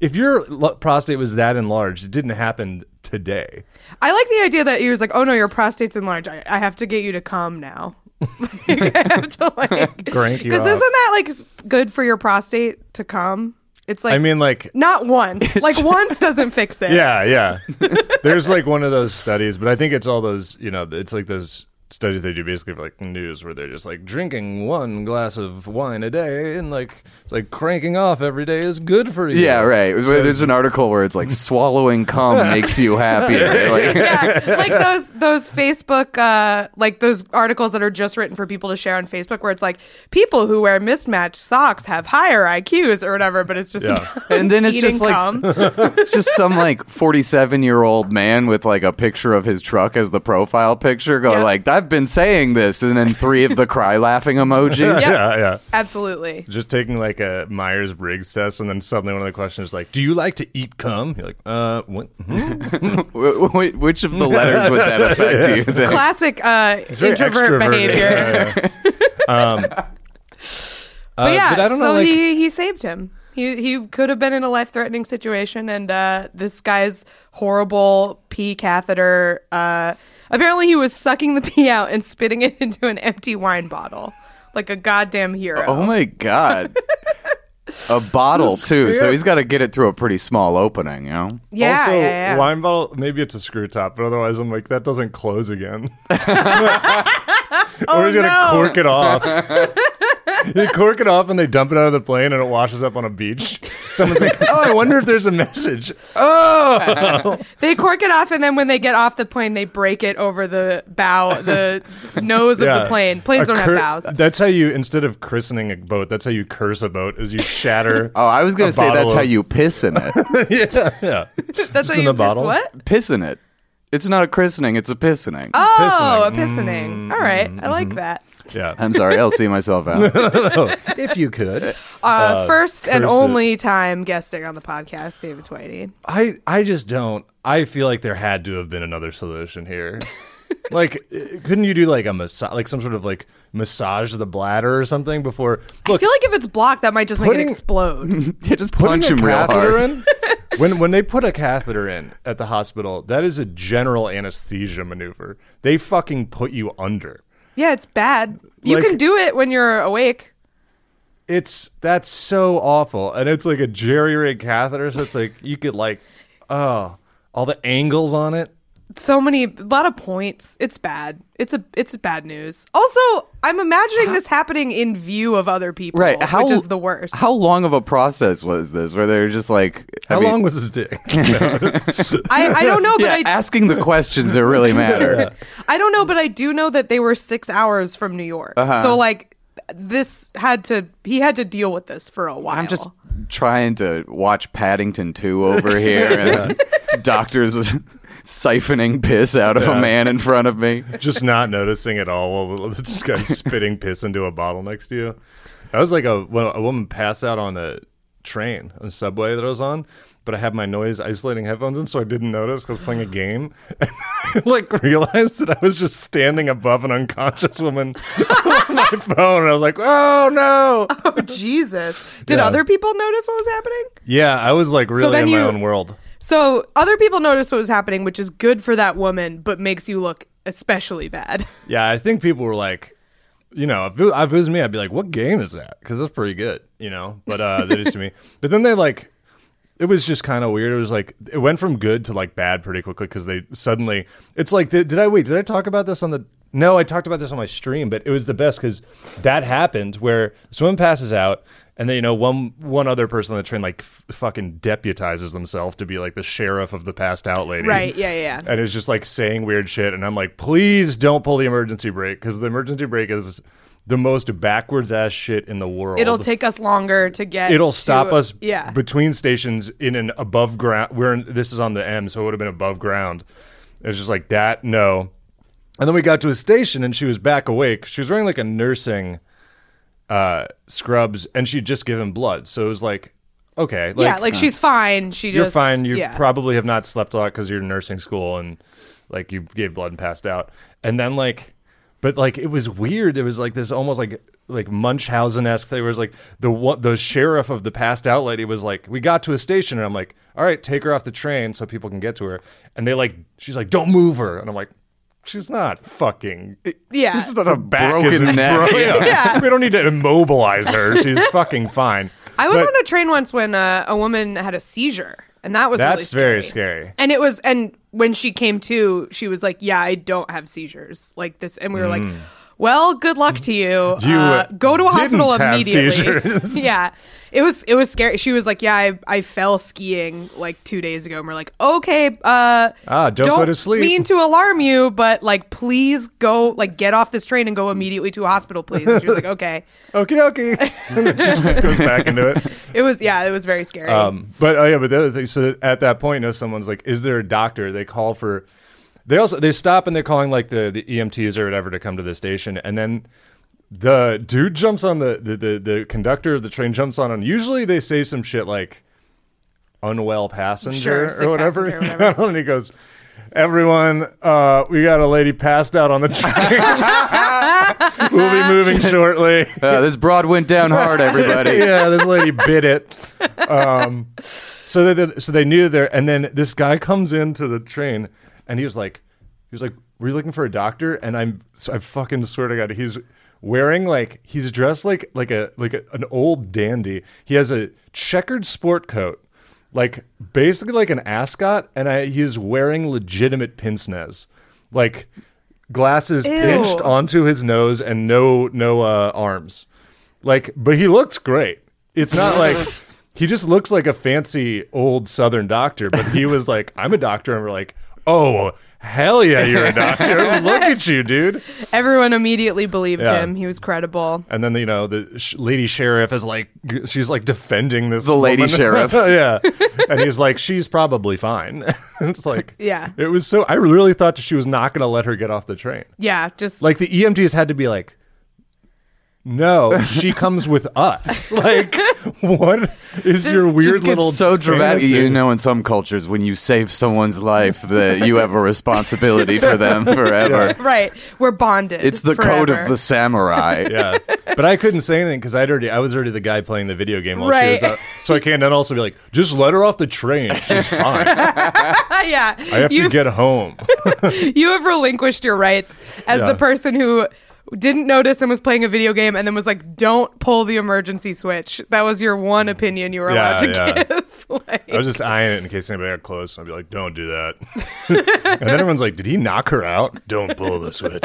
[SPEAKER 2] If your lo- prostate was that enlarged, it didn't happen today.
[SPEAKER 1] I like the idea that he was like, "Oh no, your prostate's enlarged. I, I have to get you to come now." Like, I have to like
[SPEAKER 2] Crank you
[SPEAKER 1] because
[SPEAKER 2] up.
[SPEAKER 1] isn't that like s- good for your prostate to come? It's like
[SPEAKER 2] I mean, like,
[SPEAKER 1] not once. Like once doesn't fix it.
[SPEAKER 2] yeah, yeah. There's like one of those studies, but I think it's all those, you know, it's like those studies they do basically for like news where they're just like drinking one glass of wine a day and like it's like cranking off every day is good for you.
[SPEAKER 3] Yeah, right.
[SPEAKER 2] So
[SPEAKER 3] There's an article where it's like swallowing cum makes you happier. Like,
[SPEAKER 1] yeah, like those those Facebook uh, like those articles that are just written for people to share on Facebook, where it's like people who wear mismatched socks have higher IQs or whatever, but it's just
[SPEAKER 2] Yeah.
[SPEAKER 1] about
[SPEAKER 3] And then it's
[SPEAKER 1] eating
[SPEAKER 3] just like-
[SPEAKER 1] cum.
[SPEAKER 3] it's just some like 47 year old man with like a picture of his truck as the profile picture going
[SPEAKER 1] Yeah.
[SPEAKER 3] like i've been saying this and then three of the cry laughing emojis
[SPEAKER 1] Yep.
[SPEAKER 2] yeah, yeah.
[SPEAKER 1] absolutely.
[SPEAKER 2] Just taking like a Myers Briggs test, and then suddenly one of the questions is like, "Do you like to eat cum?" You're like, "Uh, what?" Hmm?
[SPEAKER 3] Wh- wh- which of the letters would that affect you It's like,
[SPEAKER 1] Classic uh,
[SPEAKER 2] Very
[SPEAKER 1] introvert
[SPEAKER 2] extroverted.
[SPEAKER 1] behavior.
[SPEAKER 2] Yeah, yeah. um, uh,
[SPEAKER 1] But yeah,
[SPEAKER 2] but I don't
[SPEAKER 1] so
[SPEAKER 2] know. Like,
[SPEAKER 1] he he saved him. He he could have been in a life threatening situation, and uh, this guy's horrible pee catheter. Uh, apparently, he was sucking the pee out and spitting it into an empty wine bottle, like a goddamn hero.
[SPEAKER 3] oh my god a bottle too so he's got to get it through a pretty small opening you know
[SPEAKER 1] yeah,
[SPEAKER 2] also,
[SPEAKER 1] yeah, yeah.
[SPEAKER 2] wine bottle. Maybe it's a screw top, but otherwise, I'm like, that doesn't close again. or he's gonna
[SPEAKER 1] Oh, no.
[SPEAKER 2] cork it off. you cork it off, and they dump it out of the plane, and it washes up on a beach. Someone's like, "Oh, I wonder if there's a message."
[SPEAKER 1] They cork it off, and then when they get off the plane, they break it over the bow, the nose of the plane. Planes
[SPEAKER 2] A
[SPEAKER 1] don't
[SPEAKER 2] cur-
[SPEAKER 1] have bows.
[SPEAKER 2] That's how you instead of christening a boat, that's how you curse a boat is you shatter.
[SPEAKER 3] oh i was
[SPEAKER 2] a
[SPEAKER 3] gonna say
[SPEAKER 2] bottle
[SPEAKER 3] that's how
[SPEAKER 2] of-
[SPEAKER 3] you piss in it
[SPEAKER 2] yeah, yeah.
[SPEAKER 1] That's how
[SPEAKER 2] in
[SPEAKER 1] you
[SPEAKER 2] the
[SPEAKER 1] piss
[SPEAKER 2] bottle?
[SPEAKER 1] what?
[SPEAKER 3] piss in it it's not a christening it's a pissening
[SPEAKER 1] Oh, a
[SPEAKER 2] Mm.
[SPEAKER 1] pissening. All right, I
[SPEAKER 2] Mm-hmm.
[SPEAKER 1] like that.
[SPEAKER 2] Yeah.
[SPEAKER 3] i'm sorry i'll see myself out
[SPEAKER 2] if you could.
[SPEAKER 1] Uh, first and
[SPEAKER 2] curse it.
[SPEAKER 1] only time guesting on the podcast, David Twitty.
[SPEAKER 2] I I just don't. I feel like there had to have been another solution here. like uh, couldn't you do like a massage like some sort of like massage the bladder or something before
[SPEAKER 1] I feel like if it's blocked, that might just make it
[SPEAKER 2] putting-
[SPEAKER 1] explode.
[SPEAKER 3] Yeah, just
[SPEAKER 2] putting
[SPEAKER 3] punch
[SPEAKER 2] a
[SPEAKER 3] him real
[SPEAKER 2] catheter
[SPEAKER 3] hard
[SPEAKER 2] in when when they put a catheter in at the hospital that is a general anesthesia maneuver they fucking put you under
[SPEAKER 1] yeah, it's bad. You
[SPEAKER 2] Like-
[SPEAKER 1] can do it when you're awake.
[SPEAKER 2] it's that's so awful and it's like a jerry rig catheter so it's like you could like oh all the angles on it
[SPEAKER 1] So many, a lot of points. It's bad. It's a, it's bad news. Also, I'm imagining this happening in view of other people,
[SPEAKER 3] Right. How,
[SPEAKER 1] which is the worst.
[SPEAKER 3] How long of a process was this where they were just like, I
[SPEAKER 2] how
[SPEAKER 3] mean-
[SPEAKER 2] long was his dick
[SPEAKER 1] I, I don't know, but
[SPEAKER 3] Yeah,
[SPEAKER 1] I,
[SPEAKER 3] asking the questions that really matter.
[SPEAKER 1] I don't know, but I do know that they were six hours from New York.
[SPEAKER 3] Uh-huh.
[SPEAKER 1] So like, this had to, he had to deal with this for a while.
[SPEAKER 3] I'm just trying to watch Paddington 2 over here and doctors siphoning piss out of a man in front of me.
[SPEAKER 2] just not noticing at all while this guy's spitting piss into a bottle next to you. I was like a well, a woman passed out on a train on a subway that I was on, but I had my noise isolating headphones in, so I didn't notice 'cause I was playing a game. And I, like realized that I was just standing above an unconscious woman with my phone, and I was like, "Oh no!"
[SPEAKER 1] oh Jesus! Did
[SPEAKER 2] Yeah.
[SPEAKER 1] other people notice what was happening?
[SPEAKER 2] Yeah, I was like really
[SPEAKER 1] then
[SPEAKER 2] in my
[SPEAKER 1] you-
[SPEAKER 2] own world.
[SPEAKER 1] So other people notice what was happening, which is good for that woman, but makes you look especially bad.
[SPEAKER 2] Yeah, I think people were like, you know, if it, if it was me, I'd be like, what game is that? Because that's pretty good, you know. But uh, that is to me. But then they like, it was just kind of weird. It was like it went from good to like bad pretty quickly because they suddenly. It's like, did, did I wait? Did I talk about this on the? No, I talked about this on my stream, but it was the best because that happened where someone passes out. And then you know one one other person on the train like f- fucking deputizes themselves to be like the sheriff of the passed out lady,
[SPEAKER 1] Right, yeah, yeah, yeah.
[SPEAKER 2] and it's just like saying weird shit and i'm like please don't pull the emergency brake because the emergency brake is the most backwards ass shit in the world
[SPEAKER 1] It'll take us longer to get.
[SPEAKER 2] it'll stop
[SPEAKER 1] to-
[SPEAKER 2] us
[SPEAKER 1] Yeah.
[SPEAKER 2] between stations in an above ground we're in, this is on the m so it would have been above ground it's just like that no and then we got to a station and she was back awake she was wearing like a nursing uh scrubs and she'd just given blood so it was like okay like,
[SPEAKER 1] yeah, like she's fine. She
[SPEAKER 2] you're
[SPEAKER 1] just,
[SPEAKER 2] fine. You
[SPEAKER 1] yeah.
[SPEAKER 2] probably have not slept a lot because you're in nursing school and like you gave blood and passed out. And then like, but like it was weird. It was like this almost like like Munchausen esque thing. Where it was like the one the sheriff of the passed out lady was like, we got to a station and I'm like, all right, take her off the train so people can get to her. And they like, she's like, don't move her. And I'm like. She's not fucking.
[SPEAKER 1] yeah.
[SPEAKER 2] She's not a back
[SPEAKER 3] broken
[SPEAKER 2] isn't
[SPEAKER 3] neck.
[SPEAKER 2] bro- yeah.
[SPEAKER 1] Yeah.
[SPEAKER 2] We don't need to immobilize her. She's fucking fine.
[SPEAKER 1] I was
[SPEAKER 2] But-
[SPEAKER 1] on a train once when uh, a woman had a seizure. and that was really
[SPEAKER 2] That's very scary.
[SPEAKER 1] And it was, and when she came to, she was like, "Yeah, I don't have seizures like this," and we were like. Well, good luck to you.
[SPEAKER 2] Mm. You,
[SPEAKER 1] uh,
[SPEAKER 2] uh,
[SPEAKER 1] go to a hospital
[SPEAKER 2] didn't have seizures.
[SPEAKER 1] immediately. yeah, it was it was scary. She was like, "Yeah, I, I fell skiing like two days ago," and we're like, "Okay, uh,
[SPEAKER 2] Ah, don't go to sleep."
[SPEAKER 1] Mean to alarm you, but like, please go like get off this train and go immediately to a hospital, please." And she was like, "Okay."
[SPEAKER 2] Okie dokie. And it just goes back into it.
[SPEAKER 1] It was yeah, it was very scary.
[SPEAKER 2] Um, but oh yeah, but the other thing. So at that point, you know, someone's like, "Is there a doctor?" They call for. They also they stop and they're calling like the the EMTs or whatever to come to the station, and then the dude jumps on the the the, the conductor of the train jumps on, and usually they say some shit like unwell passenger
[SPEAKER 1] Sure, sick
[SPEAKER 2] or whatever,
[SPEAKER 1] passenger or whatever.
[SPEAKER 2] and he goes. Everyone, uh, we got a lady passed out on the train. we'll be moving shortly.
[SPEAKER 3] Uh, this broad went down hard, everybody.
[SPEAKER 2] yeah, this lady bit it. Um, so they- they so they knew there, and then this guy comes into the train, and he was like, he was like, "Were you looking for a doctor?" And I'm, so I fucking swear to God, he's wearing like he's dressed like like a like a, an old dandy. He has a checkered sport coat. Like basically like an ascot, and I, he is wearing legitimate pince nez, like glasses pinched onto his nose and no no uh, arms. Like, but he looks great. It's not like he just looks like a fancy old Southern doctor. But he was like, "I'm a doctor," and we're like, "Oh hell yeah, you're a doctor! Look at you, dude!"
[SPEAKER 1] Everyone immediately believed
[SPEAKER 2] Yeah.
[SPEAKER 1] him. He was credible.
[SPEAKER 2] And then you know the sh- lady sheriff is like, g- she's like defending this
[SPEAKER 3] The lady
[SPEAKER 2] woman.
[SPEAKER 3] sheriff.
[SPEAKER 2] yeah. And he's like, she's probably fine. it's like,
[SPEAKER 1] Yeah.
[SPEAKER 2] it was so. I really thought she was not going to let her get off the train.
[SPEAKER 1] Yeah, just
[SPEAKER 2] Like the EMTs had to be like, no, she comes with us. Like, what is your weird
[SPEAKER 3] just
[SPEAKER 2] little
[SPEAKER 3] gets so dramatic.
[SPEAKER 2] fantasy?
[SPEAKER 3] You know, in some cultures, when you save someone's life, that you have a responsibility for them forever.
[SPEAKER 1] right. We're bonded.
[SPEAKER 3] It's the code of
[SPEAKER 1] forever.
[SPEAKER 3] the samurai.
[SPEAKER 2] Yeah, but I couldn't say anything because I'd already I was already the guy playing the video game while she was
[SPEAKER 1] Right.
[SPEAKER 2] out, so I can't then also be like, just let her off the train. She's fine.
[SPEAKER 1] yeah.
[SPEAKER 2] I have to
[SPEAKER 1] you,
[SPEAKER 2] get home.
[SPEAKER 1] you have relinquished your rights as
[SPEAKER 2] Yeah.
[SPEAKER 1] the person who didn't notice and was playing a video game and then was like, "Don't pull the emergency switch." That was your one opinion you were
[SPEAKER 2] Yeah,
[SPEAKER 1] allowed to
[SPEAKER 2] yeah.
[SPEAKER 1] give. like,
[SPEAKER 2] I was just eyeing it in case anybody got close, and I'd be like, "Don't do that." and then everyone's like, "Did he knock her out?" Don't pull the switch.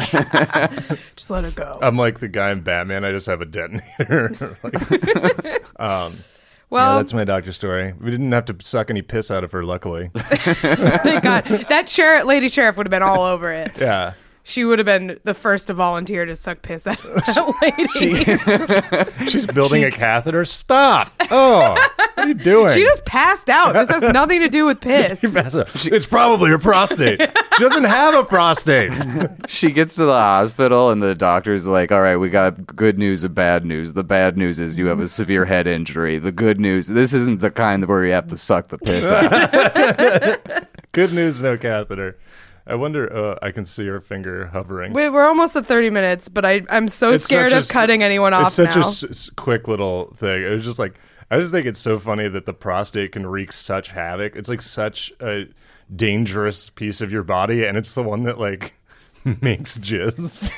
[SPEAKER 1] just let it go.
[SPEAKER 2] I'm like the guy in Batman. I just have a detonator. Like, yeah,
[SPEAKER 1] well,
[SPEAKER 2] that's my doctor story. We didn't have to suck any piss out of her, luckily.
[SPEAKER 1] thank God that sheriff, lady sheriff, would have been all over it.
[SPEAKER 2] Yeah.
[SPEAKER 1] She would have been the first to volunteer to suck piss out of that lady. She,
[SPEAKER 2] She's building a catheter. Stop! Oh, what are you doing?
[SPEAKER 1] just passed out. This has nothing to do with piss.
[SPEAKER 2] it's probably her prostate. she doesn't have a prostate.
[SPEAKER 3] She gets to the hospital, and the doctor's like, "All right, we got good news and bad news. The bad news is you have a severe head injury. The good news, this isn't the kind where you have to suck the piss out."
[SPEAKER 2] Good news, no catheter. I wonder. Uh, I can see her finger hovering.
[SPEAKER 1] Wait, we're almost at 30 minutes, but I, I'm so
[SPEAKER 2] It's
[SPEAKER 1] scared
[SPEAKER 2] such
[SPEAKER 1] of
[SPEAKER 2] a s-
[SPEAKER 1] cutting anyone off
[SPEAKER 2] It's such
[SPEAKER 1] now.
[SPEAKER 2] a s- s- quick little thing. It was just like I just think it's so funny that the prostate can wreak such havoc. It's like such a dangerous piece of your body, and it's the one that like makes jizz.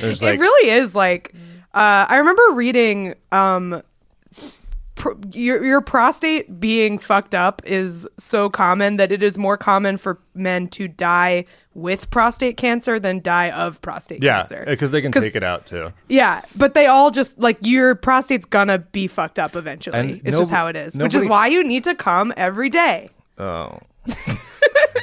[SPEAKER 2] There's like
[SPEAKER 1] it really is like uh, I remember reading um, pr- your your prostate being fucked up is so common that it is more common for men to die with prostate cancer than die of prostate
[SPEAKER 2] yeah,
[SPEAKER 1] cancer.
[SPEAKER 2] because they can
[SPEAKER 1] 'Cause-
[SPEAKER 2] take it out too.
[SPEAKER 1] Yeah, but they all just like your prostate's gonna be fucked up eventually.
[SPEAKER 2] And
[SPEAKER 1] it's just
[SPEAKER 2] nobo-
[SPEAKER 1] how it is, which
[SPEAKER 2] nobody-
[SPEAKER 1] is why you need to come every day.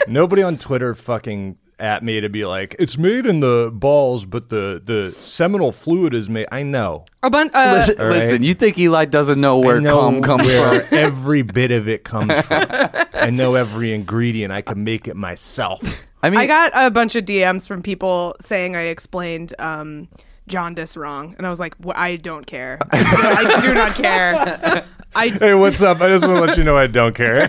[SPEAKER 2] Nobody on Twitter fucking at me to be like, it's made in the balls, but the the seminal fluid is made. I know.
[SPEAKER 1] A bunch. Uh,
[SPEAKER 3] Listen, listen, you think Eli doesn't know where
[SPEAKER 2] I know
[SPEAKER 3] cum comes
[SPEAKER 2] where
[SPEAKER 3] from?
[SPEAKER 2] every bit of it comes from. I know every ingredient. I can make it myself.
[SPEAKER 3] I mean,
[SPEAKER 1] I got a bunch of DMs from people saying I explained um, jaundice wrong, and I was like, "Wh- I don't care. I do not care. I
[SPEAKER 2] Hey, what's up? I just want to let you know I don't care.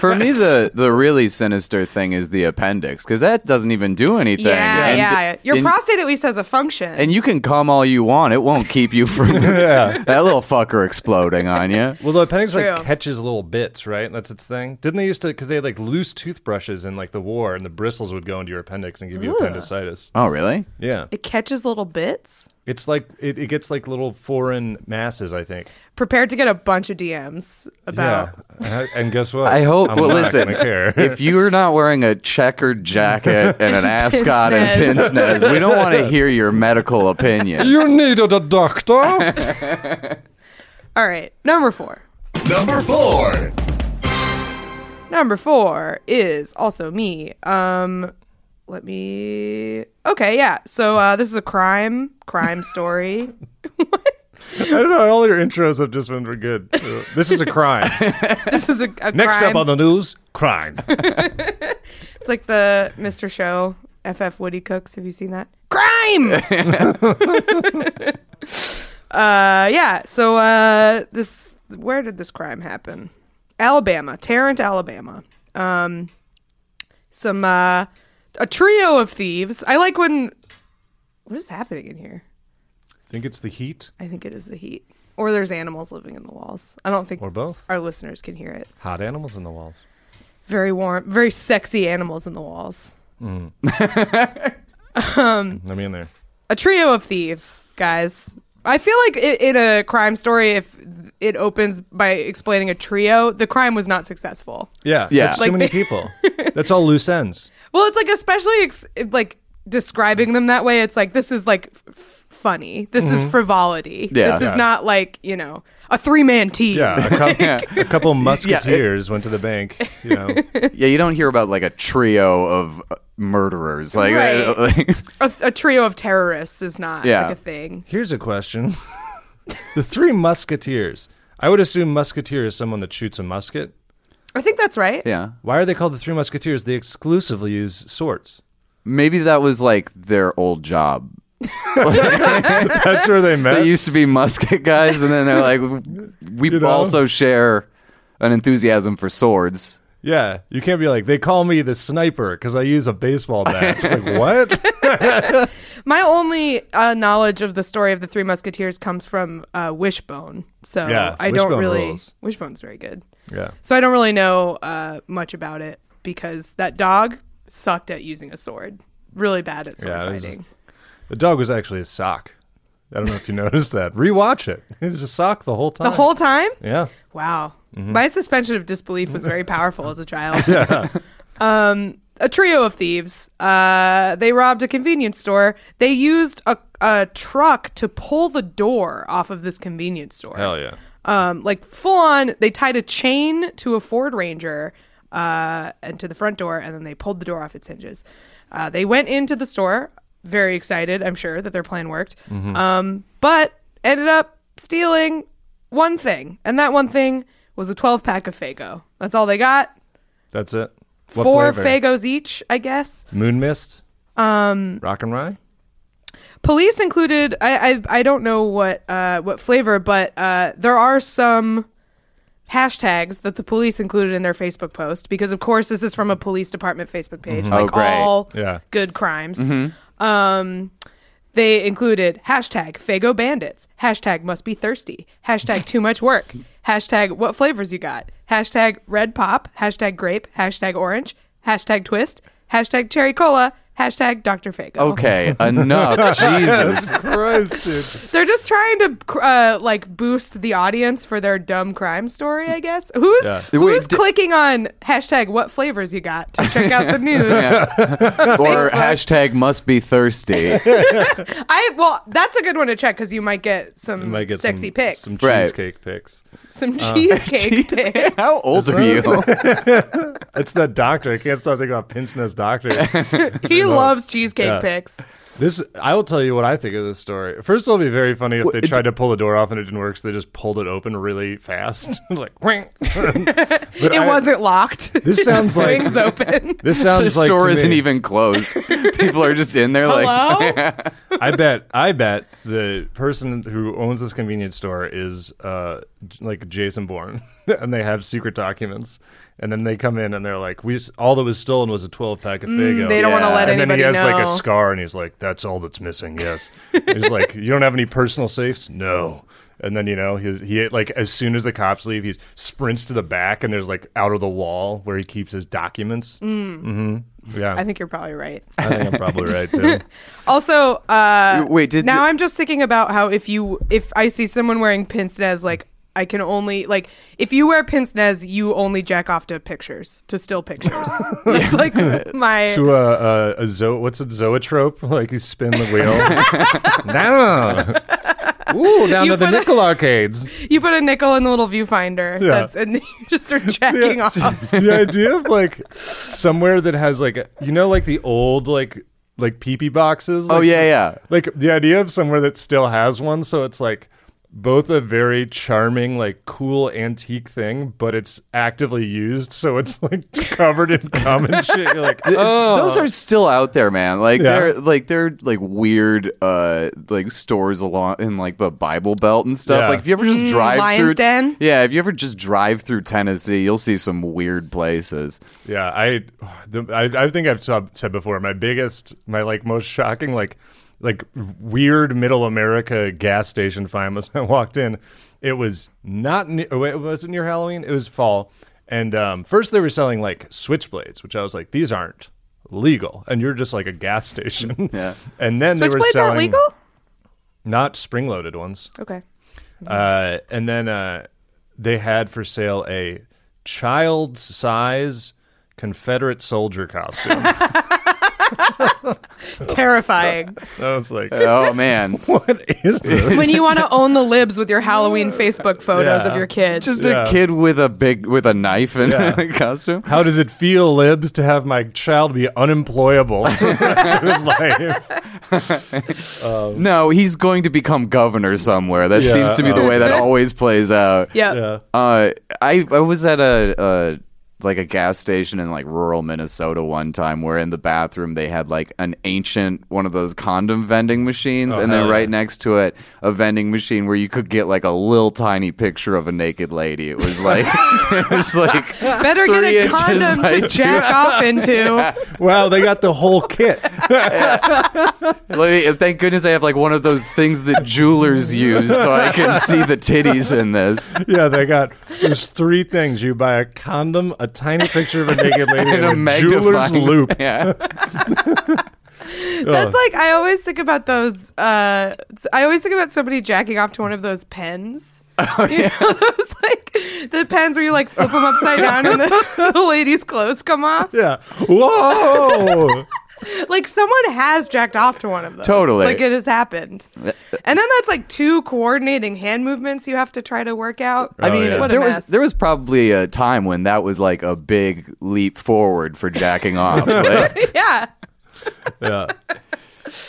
[SPEAKER 3] for me, the the really sinister thing is the appendix because that doesn't even do anything.
[SPEAKER 1] yeah
[SPEAKER 3] And-
[SPEAKER 1] yeah. Your
[SPEAKER 3] and-
[SPEAKER 1] prostate at least has a function.
[SPEAKER 3] And you can cum all you want; it won't keep you from that little fucker exploding on you.
[SPEAKER 2] Well, the appendix
[SPEAKER 1] It's
[SPEAKER 2] like
[SPEAKER 1] true.
[SPEAKER 2] catches little bits, right? That's its thing. Didn't they used to? Because they had like loose toothbrushes in like the war, and the bristles would go into your appendix and give you appendicitis.
[SPEAKER 3] Oh, really?
[SPEAKER 2] Yeah,
[SPEAKER 1] it catches little bits.
[SPEAKER 2] it's like it, it gets like little foreign masses. I think
[SPEAKER 1] prepared to get a bunch of DMs about.
[SPEAKER 2] Yeah, Uh, and guess what?
[SPEAKER 3] I hope.
[SPEAKER 2] I'm
[SPEAKER 3] well,
[SPEAKER 2] not
[SPEAKER 3] listen.
[SPEAKER 2] gonna care.
[SPEAKER 3] If you're not wearing a checkered jacket and an ascot and
[SPEAKER 1] pince
[SPEAKER 3] pince nez, we don't want to hear your medical opinion.
[SPEAKER 2] you needed a doctor.
[SPEAKER 1] All right, number four.
[SPEAKER 5] Number four.
[SPEAKER 1] Number four is also me. Um, let me. Okay, yeah. So uh, this is a crime crime story.
[SPEAKER 2] I don't know. All your intros have just been good. So, This is a crime.
[SPEAKER 1] this is a, a
[SPEAKER 2] Next
[SPEAKER 1] crime.
[SPEAKER 2] up on the news, crime.
[SPEAKER 1] It's like the Mr. Show, FF Woody Cooks. Have you seen that? Crime! uh, yeah, so uh, this, where did this crime happen? Alabama, Tarrant, Alabama. Um, some, uh, a trio of thieves. I like when, what is happening in here?
[SPEAKER 2] Think it's the heat
[SPEAKER 1] I think it is the heat. Or there's animals living in the walls. I don't think
[SPEAKER 2] or both?
[SPEAKER 1] our listeners can hear it.
[SPEAKER 2] Hot animals in the walls.
[SPEAKER 1] Very warm, very sexy animals in the walls.
[SPEAKER 2] Let me in there.
[SPEAKER 1] a trio of thieves, guys. I feel like i in a crime story, if it opens by explaining a trio, the crime was not successful.
[SPEAKER 2] Yeah,
[SPEAKER 3] Yeah.
[SPEAKER 2] That's
[SPEAKER 1] Like
[SPEAKER 2] too many people. That's all loose ends.
[SPEAKER 1] Well, it's like especially ex- like describing them that way. It's like this is like f- f- funny. This is frivolity.
[SPEAKER 3] Yeah.
[SPEAKER 1] this
[SPEAKER 3] Yeah.
[SPEAKER 1] is not like you know a three man team.
[SPEAKER 2] Yeah, a, cou- a couple musketeers went to the bank. You know,
[SPEAKER 3] Yeah, you don't hear about like a trio of uh, murderers. Like, uh,
[SPEAKER 1] Right.
[SPEAKER 3] like-
[SPEAKER 1] A, a trio of terrorists is not
[SPEAKER 3] Yeah.
[SPEAKER 1] like a thing.
[SPEAKER 2] here's a question: the three musketeers. I would assume musketeer is someone that shoots a musket.
[SPEAKER 1] I think that's right.
[SPEAKER 3] yeah.
[SPEAKER 2] Why are they called the three musketeers? They exclusively use swords.
[SPEAKER 3] Maybe that was like their old job.
[SPEAKER 2] That's where they met.
[SPEAKER 3] They used to be musket guys, and then they're like, we
[SPEAKER 2] know?
[SPEAKER 3] also share an enthusiasm for swords.
[SPEAKER 2] yeah, you can't be like they call me the sniper because I use a baseball bat. It's like what?
[SPEAKER 1] My only uh, knowledge of the story of the Three Musketeers comes from uh, Wishbone, so
[SPEAKER 2] Yeah,
[SPEAKER 1] I don't
[SPEAKER 2] Wishbone
[SPEAKER 1] really.
[SPEAKER 2] rules.
[SPEAKER 1] Wishbone's very good.
[SPEAKER 2] yeah.
[SPEAKER 1] So I don't really know uh, much about it because that dog sucked at using a sword. Really bad at sword
[SPEAKER 2] Yeah, it was-
[SPEAKER 1] fighting.
[SPEAKER 2] The dog was actually a sock. I don't know if you noticed that. Rewatch it. It was a sock the whole time.
[SPEAKER 1] The whole time?
[SPEAKER 2] yeah. Mm-hmm.
[SPEAKER 1] Wow. My suspension of disbelief was very powerful as a child. Um, a trio of thieves. Uh, they robbed a convenience store. They used a, a truck to pull the door off of this convenience store.
[SPEAKER 2] yeah.
[SPEAKER 1] um, like full on they tied a chain to a ford ranger uh, and to the front door and then they pulled the door off its hinges uh, they went into the store very excited i'm sure that their plan worked
[SPEAKER 2] Mm-hmm.
[SPEAKER 1] um, but ended up stealing one thing and that one thing was a 12 pack of fago that's all they got
[SPEAKER 2] That's it. What
[SPEAKER 1] four
[SPEAKER 2] flavor?
[SPEAKER 1] fagos each i guess
[SPEAKER 2] Moon mist. Um. Rock and rye.
[SPEAKER 1] police included I, I i don't know what uh what flavor but uh there are some hashtags that the police included in their facebook post because of course this is from a police department facebook page
[SPEAKER 3] Oh,
[SPEAKER 1] like
[SPEAKER 3] great.
[SPEAKER 1] all
[SPEAKER 2] Yeah.
[SPEAKER 1] good crimes um they included hashtag fago bandits hashtag must be thirsty hashtag too much work hashtag what flavors you got hashtag red pop hashtag grape hashtag orange hashtag twist hashtag cherry cola hashtag dr fago
[SPEAKER 3] Okay, enough. Jesus.
[SPEAKER 2] Christ, dude.
[SPEAKER 1] They're just trying to uh, like boost the audience for their dumb crime story, I guess. Who's
[SPEAKER 3] Wait,
[SPEAKER 1] who's
[SPEAKER 3] di-
[SPEAKER 1] clicking on hashtag what flavors you got to check out the news?
[SPEAKER 3] Or
[SPEAKER 1] Facebook.
[SPEAKER 3] hashtag must be thirsty.
[SPEAKER 1] I well, that's a good one to check because you might get some
[SPEAKER 2] Might get
[SPEAKER 1] sexy
[SPEAKER 2] some,
[SPEAKER 1] pics,
[SPEAKER 2] Some uh,
[SPEAKER 1] some,
[SPEAKER 3] Right.
[SPEAKER 2] cheesecake pics.
[SPEAKER 1] cheesecake pics.
[SPEAKER 3] How old are you?
[SPEAKER 2] It's that doctor. I can't stop thinking about Pince Nez Doctor.
[SPEAKER 1] He loves cheesecake
[SPEAKER 2] Yeah.
[SPEAKER 1] pics.
[SPEAKER 2] This I will tell you what I think of this story. First, it'll be very funny if they tried to pull the door off and it didn't work, so they just pulled it open really fast, like. "Wink." But
[SPEAKER 1] It
[SPEAKER 2] I-
[SPEAKER 1] wasn't locked.
[SPEAKER 2] This
[SPEAKER 1] It just
[SPEAKER 2] sounds like-
[SPEAKER 1] swings open.
[SPEAKER 2] This
[SPEAKER 3] The
[SPEAKER 2] sounds like to
[SPEAKER 3] store isn't
[SPEAKER 2] me-
[SPEAKER 3] even closed. People are just in there like,
[SPEAKER 1] Hello,
[SPEAKER 2] I bet. I bet the person who owns this convenience store is uh, j- like Jason Bourne, and they have secret documents. And then they come in and they're like, "We s- all that was stolen was a twelve pack of Fago."
[SPEAKER 1] Mm, they don't wanna
[SPEAKER 3] Yeah.
[SPEAKER 1] let
[SPEAKER 2] and then
[SPEAKER 1] anybody
[SPEAKER 2] he has like
[SPEAKER 1] know.
[SPEAKER 2] a scar, and he's like, "That's all that's missing." Yes. he's like, "You don't have any personal safes?" No. And then you know he, he like as soon as the cops leave, he sprints to the back, and there's like out of the wall where he keeps his documents. Mm. hmm Yeah,
[SPEAKER 1] I think you're probably right.
[SPEAKER 2] I think I'm probably right too.
[SPEAKER 1] Also, uh,
[SPEAKER 3] Wait, did
[SPEAKER 1] now
[SPEAKER 3] the-
[SPEAKER 1] I'm just thinking about how if you if I see someone wearing pince nez like I can only like if you wear pince nez, you only jack off to pictures, to still pictures. That's like my
[SPEAKER 2] to a, a, a zo- what's a zoetrope? Like you spin the wheel. no. Ooh, down
[SPEAKER 1] You
[SPEAKER 2] to the
[SPEAKER 1] put a-
[SPEAKER 2] nickel arcades.
[SPEAKER 1] you put a nickel in the little viewfinder. That's and then you just start jacking
[SPEAKER 2] Yeah.
[SPEAKER 1] off.
[SPEAKER 2] the idea of like somewhere that has like a, you know like the old like like peepee boxes.
[SPEAKER 3] Oh
[SPEAKER 2] like-
[SPEAKER 3] yeah, yeah.
[SPEAKER 2] Like the idea of somewhere that still has one, so it's like both a very charming, like cool antique thing, but it's actively used, so it's like covered in cum and shit. You're like, oh,
[SPEAKER 3] Those are still out there, man. Like
[SPEAKER 2] Yeah.
[SPEAKER 3] they're like they're like weird uh like stores along in like the Bible Belt and stuff.
[SPEAKER 2] Yeah.
[SPEAKER 3] Like if you ever just drive
[SPEAKER 1] Mm, Lion's
[SPEAKER 3] through
[SPEAKER 1] Den?
[SPEAKER 3] Yeah, if you ever just drive through Tennessee, you'll see some weird places.
[SPEAKER 2] Yeah, I, the, I, I think I've sub- said before. My biggest, my like most shocking, like, like weird middle America gas station find was when I walked in. It was not. Ne- oh, wait, was it near Halloween? It was fall, and um, first they were selling like switchblades, which I was like, these aren't legal, and you're just like a gas station.
[SPEAKER 3] Yeah.
[SPEAKER 2] and then they were
[SPEAKER 1] Switchblades
[SPEAKER 2] selling
[SPEAKER 1] aren't legal?
[SPEAKER 2] not spring loaded ones.
[SPEAKER 1] Okay.
[SPEAKER 2] Uh, and then uh, they had for sale a child size Confederate soldier costume.
[SPEAKER 1] Terrifying.
[SPEAKER 2] I was like,
[SPEAKER 3] Oh man.
[SPEAKER 2] what is this?
[SPEAKER 1] when you want to own the libs with your Halloween Facebook photos
[SPEAKER 2] Yeah.
[SPEAKER 1] of your kids.
[SPEAKER 3] Just
[SPEAKER 2] Yeah.
[SPEAKER 3] a kid with a big with a knife and
[SPEAKER 2] Yeah.
[SPEAKER 3] a costume.
[SPEAKER 2] How does it feel, Libs, to have my child be unemployable for the rest of his life?
[SPEAKER 3] No, he's going to become governor somewhere. That
[SPEAKER 2] Yeah,
[SPEAKER 3] seems to be the
[SPEAKER 2] um,
[SPEAKER 3] way that always plays out.
[SPEAKER 1] yeah.
[SPEAKER 3] Uh, I I was at a, a like a gas station in like rural Minnesota one time where in the bathroom they had like an ancient one of those condom vending machines and then
[SPEAKER 2] hell
[SPEAKER 3] right next to it a vending machine where you could get like a little tiny picture of a naked lady. It was like it was like
[SPEAKER 1] Better get
[SPEAKER 3] three
[SPEAKER 1] a
[SPEAKER 3] inches
[SPEAKER 1] condom
[SPEAKER 3] by
[SPEAKER 1] to
[SPEAKER 3] two.
[SPEAKER 1] jack off into.
[SPEAKER 2] Wow, they got the whole kit.
[SPEAKER 3] Let me- thank goodness I have like one of those things that jewelers use so I can see the titties in this.
[SPEAKER 2] Yeah, they got there's three things. You buy a condom, a tiny picture of a naked lady,
[SPEAKER 3] And
[SPEAKER 2] and,
[SPEAKER 3] a
[SPEAKER 2] a jeweler's
[SPEAKER 3] magnifying
[SPEAKER 2] loop.
[SPEAKER 3] Yeah.
[SPEAKER 1] That's like I always think about those. Uh, I always think about somebody jacking off to one of those pens. Oh, you know, those like the pens where you like flip them upside down and the, the lady's clothes come off.
[SPEAKER 2] Yeah. Whoa.
[SPEAKER 1] Like someone has jacked off to one of those.
[SPEAKER 3] Totally. Uh,
[SPEAKER 1] like it has happened. And then that's like two coordinating hand movements you have to try to work out.
[SPEAKER 3] I mean,
[SPEAKER 2] yeah.
[SPEAKER 1] what a
[SPEAKER 3] Oh, there
[SPEAKER 1] mess.
[SPEAKER 3] was there was probably a time when that was like a big leap forward for jacking off. Like,
[SPEAKER 1] yeah.
[SPEAKER 2] yeah.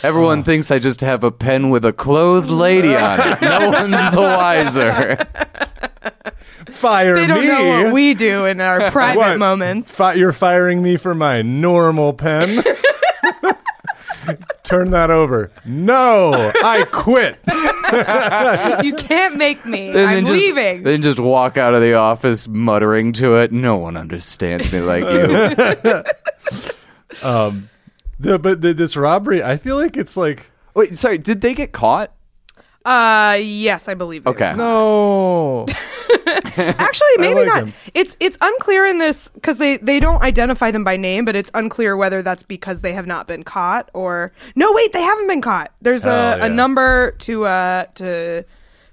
[SPEAKER 3] everyone thinks I just have a pen with a clothed lady on it. No one's the wiser.
[SPEAKER 2] Fire
[SPEAKER 1] They don't
[SPEAKER 2] me.
[SPEAKER 1] know what we do in our private
[SPEAKER 2] What?
[SPEAKER 1] moments.
[SPEAKER 2] Fi- you're firing me for my normal pen. Turn that over. No, I quit.
[SPEAKER 1] You can't make me.
[SPEAKER 3] And
[SPEAKER 1] I'm
[SPEAKER 3] just,
[SPEAKER 1] leaving.
[SPEAKER 3] Then just walk out of the office muttering to it. No one understands me like you.
[SPEAKER 2] The, but the, this robbery, I feel like it's like
[SPEAKER 3] Wait, sorry. Did they get caught?
[SPEAKER 1] Uh, yes, I believe. they
[SPEAKER 3] Okay.
[SPEAKER 1] were.
[SPEAKER 2] no.
[SPEAKER 1] Actually, maybe
[SPEAKER 2] like
[SPEAKER 1] not.
[SPEAKER 2] him.
[SPEAKER 1] It's it's unclear in this because they they don't identify them by name, but it's unclear whether that's because they have not been caught or no. Wait, they haven't been caught. There's a,
[SPEAKER 2] Hell yeah.
[SPEAKER 1] a number to uh to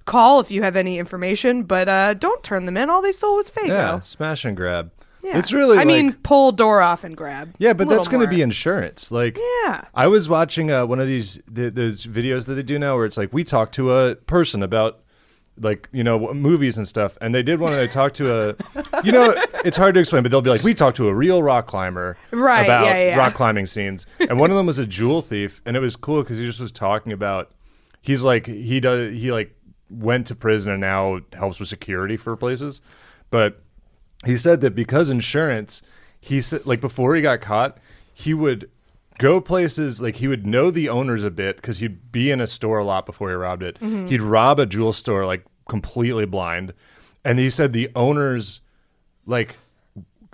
[SPEAKER 1] call if you have any information, but uh don't turn them in. All they stole was Fago.
[SPEAKER 2] Yeah, smash and grab.
[SPEAKER 1] Yeah.
[SPEAKER 2] It's really.
[SPEAKER 1] I
[SPEAKER 2] like-
[SPEAKER 1] mean, pull door off and grab.
[SPEAKER 2] Yeah, but
[SPEAKER 1] A little
[SPEAKER 2] that's going to
[SPEAKER 1] more.
[SPEAKER 2] be insurance. Like,
[SPEAKER 1] Yeah.
[SPEAKER 2] I was watching uh, one of these th- those videos that they do now, where it's like we talk to a person about like you know w- movies and stuff, and they did one and they talked to a, you know, it's hard to explain, but they'll be like, we talked to a real rock climber
[SPEAKER 1] Right,
[SPEAKER 2] about
[SPEAKER 1] yeah, yeah.
[SPEAKER 2] rock climbing scenes, and one of them was a jewel thief, and it was cool because he just was talking about he's like he does he like went to prison and now helps with security for places, but he said that because insurance, he said like before he got caught, he would go places like he would know the owners a bit because he'd be in a store a lot before he robbed it.
[SPEAKER 1] Mm-hmm.
[SPEAKER 2] He'd rob a jewel store like completely blind, and he said the owners like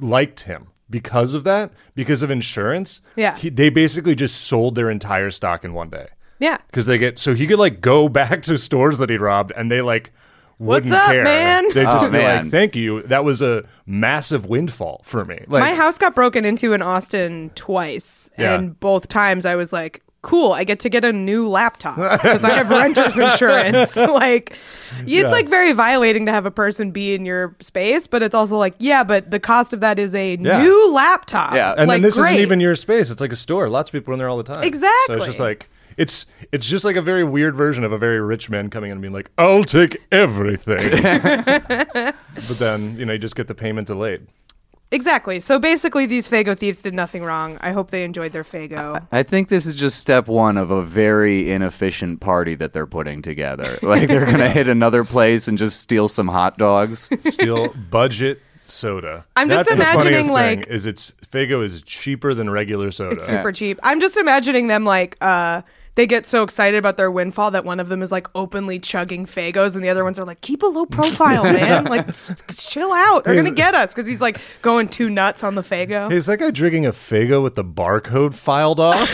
[SPEAKER 2] liked him because of that because of insurance.
[SPEAKER 1] Yeah.
[SPEAKER 2] he, they basically just sold their entire stock in one day.
[SPEAKER 1] Yeah.
[SPEAKER 2] because they get so he could like go back to stores that he robbed and they like.
[SPEAKER 1] What's
[SPEAKER 2] Wouldn't
[SPEAKER 1] up,
[SPEAKER 2] care.
[SPEAKER 1] man?
[SPEAKER 2] They'd just
[SPEAKER 3] Oh,
[SPEAKER 2] be
[SPEAKER 3] man.
[SPEAKER 2] like, thank you. That was a massive windfall for me. Like,
[SPEAKER 1] My house got broken into in Austin twice,
[SPEAKER 2] Yeah.
[SPEAKER 1] and both times I was like, cool, I get to get a new laptop because I have renter's insurance. like, it's like very violating to have a person be in your space, but it's also like, yeah, but the cost of that is a
[SPEAKER 2] Yeah.
[SPEAKER 1] new laptop.
[SPEAKER 3] Yeah.
[SPEAKER 2] And
[SPEAKER 1] like,
[SPEAKER 2] then this
[SPEAKER 1] great.
[SPEAKER 2] isn't even your space. It's like a store. Lots of people in there all the time. So
[SPEAKER 1] Exactly.
[SPEAKER 2] it's just like it's it's just like a very weird version of a very rich man coming in and being like, "I'll take everything," but then you know you just get the payment delayed.
[SPEAKER 1] Exactly. So basically, these Fago thieves did nothing wrong. I hope they enjoyed their Fago.
[SPEAKER 3] I think this is just step one of a very inefficient party that they're putting together. Like they're gonna hit another place and just steal some hot dogs.
[SPEAKER 2] Still budget soda.
[SPEAKER 1] I'm just
[SPEAKER 2] That's the
[SPEAKER 1] imagining,
[SPEAKER 2] funniest
[SPEAKER 1] like-
[SPEAKER 2] thing, is it's Fago is cheaper than regular soda.
[SPEAKER 1] It's super cheap. I'm just imagining them like uh, they get so excited about their windfall that one of them is like openly chugging Fagos, and the other ones are like, "Keep a low profile, man. Like, s- s- chill out. They're gonna get us because he's like going too nuts on the Fago."
[SPEAKER 2] Hey, is that guy drinking a Fago with the barcode filed off?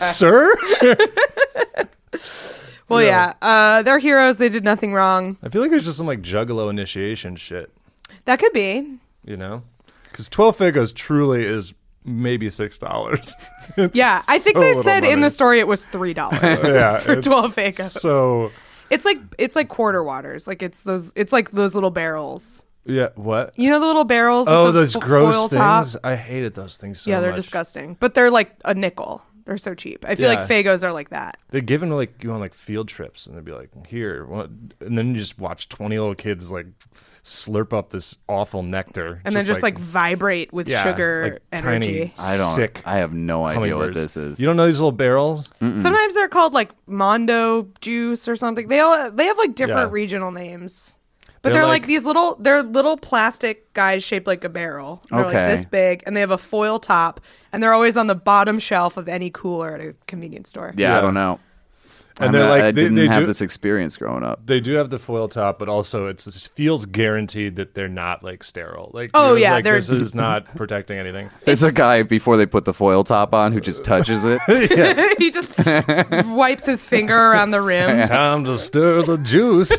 [SPEAKER 2] Sir?
[SPEAKER 1] Well, yeah, uh, they're heroes. They did nothing wrong.
[SPEAKER 2] I feel like it's just some like juggalo initiation shit.
[SPEAKER 1] That could be.
[SPEAKER 2] you know because 12 figos truly is maybe six dollars
[SPEAKER 1] Yeah, I think
[SPEAKER 2] so
[SPEAKER 1] they
[SPEAKER 2] little
[SPEAKER 1] said in the
[SPEAKER 2] money.
[SPEAKER 1] story it was three dollars
[SPEAKER 2] yeah
[SPEAKER 1] for
[SPEAKER 2] it's
[SPEAKER 1] twelve Fagos.
[SPEAKER 2] so
[SPEAKER 1] It's like it's like quarter waters. Like it's those. It's like those little barrels.
[SPEAKER 2] yeah what
[SPEAKER 1] You know the little barrels. with
[SPEAKER 2] oh
[SPEAKER 1] the
[SPEAKER 2] those
[SPEAKER 1] fo-
[SPEAKER 2] gross
[SPEAKER 1] foil
[SPEAKER 2] things
[SPEAKER 1] top?
[SPEAKER 2] i hated those things so
[SPEAKER 1] Yeah, they're
[SPEAKER 2] much.
[SPEAKER 1] disgusting, but they're like a nickel. They're so cheap. I feel
[SPEAKER 2] Yeah.
[SPEAKER 1] like Fagos are like that.
[SPEAKER 2] they're given like you on like field trips and they'd be like here what? and then you just watch 20 little kids like slurp up this awful nectar
[SPEAKER 1] And then just like, vibrate with
[SPEAKER 2] yeah,
[SPEAKER 1] sugar
[SPEAKER 2] like tiny
[SPEAKER 1] energy.
[SPEAKER 3] I don't.
[SPEAKER 2] sick
[SPEAKER 3] I have no idea what
[SPEAKER 2] hummingbirds.
[SPEAKER 3] this is. Mm,
[SPEAKER 2] you don't know these little barrels
[SPEAKER 1] Sometimes they're called like Mondo juice or something. They all they have like different
[SPEAKER 2] Yeah.
[SPEAKER 1] regional names. But they're,
[SPEAKER 2] They're
[SPEAKER 1] like,
[SPEAKER 2] like-
[SPEAKER 1] these little they're little plastic guys shaped like a barrel. They're
[SPEAKER 3] Okay.
[SPEAKER 1] like this big and they have a foil top and they're always on the bottom shelf of any cooler at a convenience store.
[SPEAKER 3] yeah, I
[SPEAKER 2] Yeah.
[SPEAKER 3] don't know.
[SPEAKER 2] And
[SPEAKER 3] I'm
[SPEAKER 2] they're
[SPEAKER 3] not-
[SPEAKER 2] like-
[SPEAKER 3] I
[SPEAKER 2] they-
[SPEAKER 3] didn't
[SPEAKER 2] they
[SPEAKER 3] have
[SPEAKER 2] do-
[SPEAKER 3] this experience growing up.
[SPEAKER 2] They do have the foil top, but also it's, it feels guaranteed that they're not like sterile. Like
[SPEAKER 1] Oh,
[SPEAKER 2] you're
[SPEAKER 1] yeah,
[SPEAKER 2] like,
[SPEAKER 1] they're-
[SPEAKER 2] this is not protecting anything.
[SPEAKER 3] There's a guy before they put the foil top on who just touches it.
[SPEAKER 1] he just wipes his finger around the rim.
[SPEAKER 2] Time to stir the juice.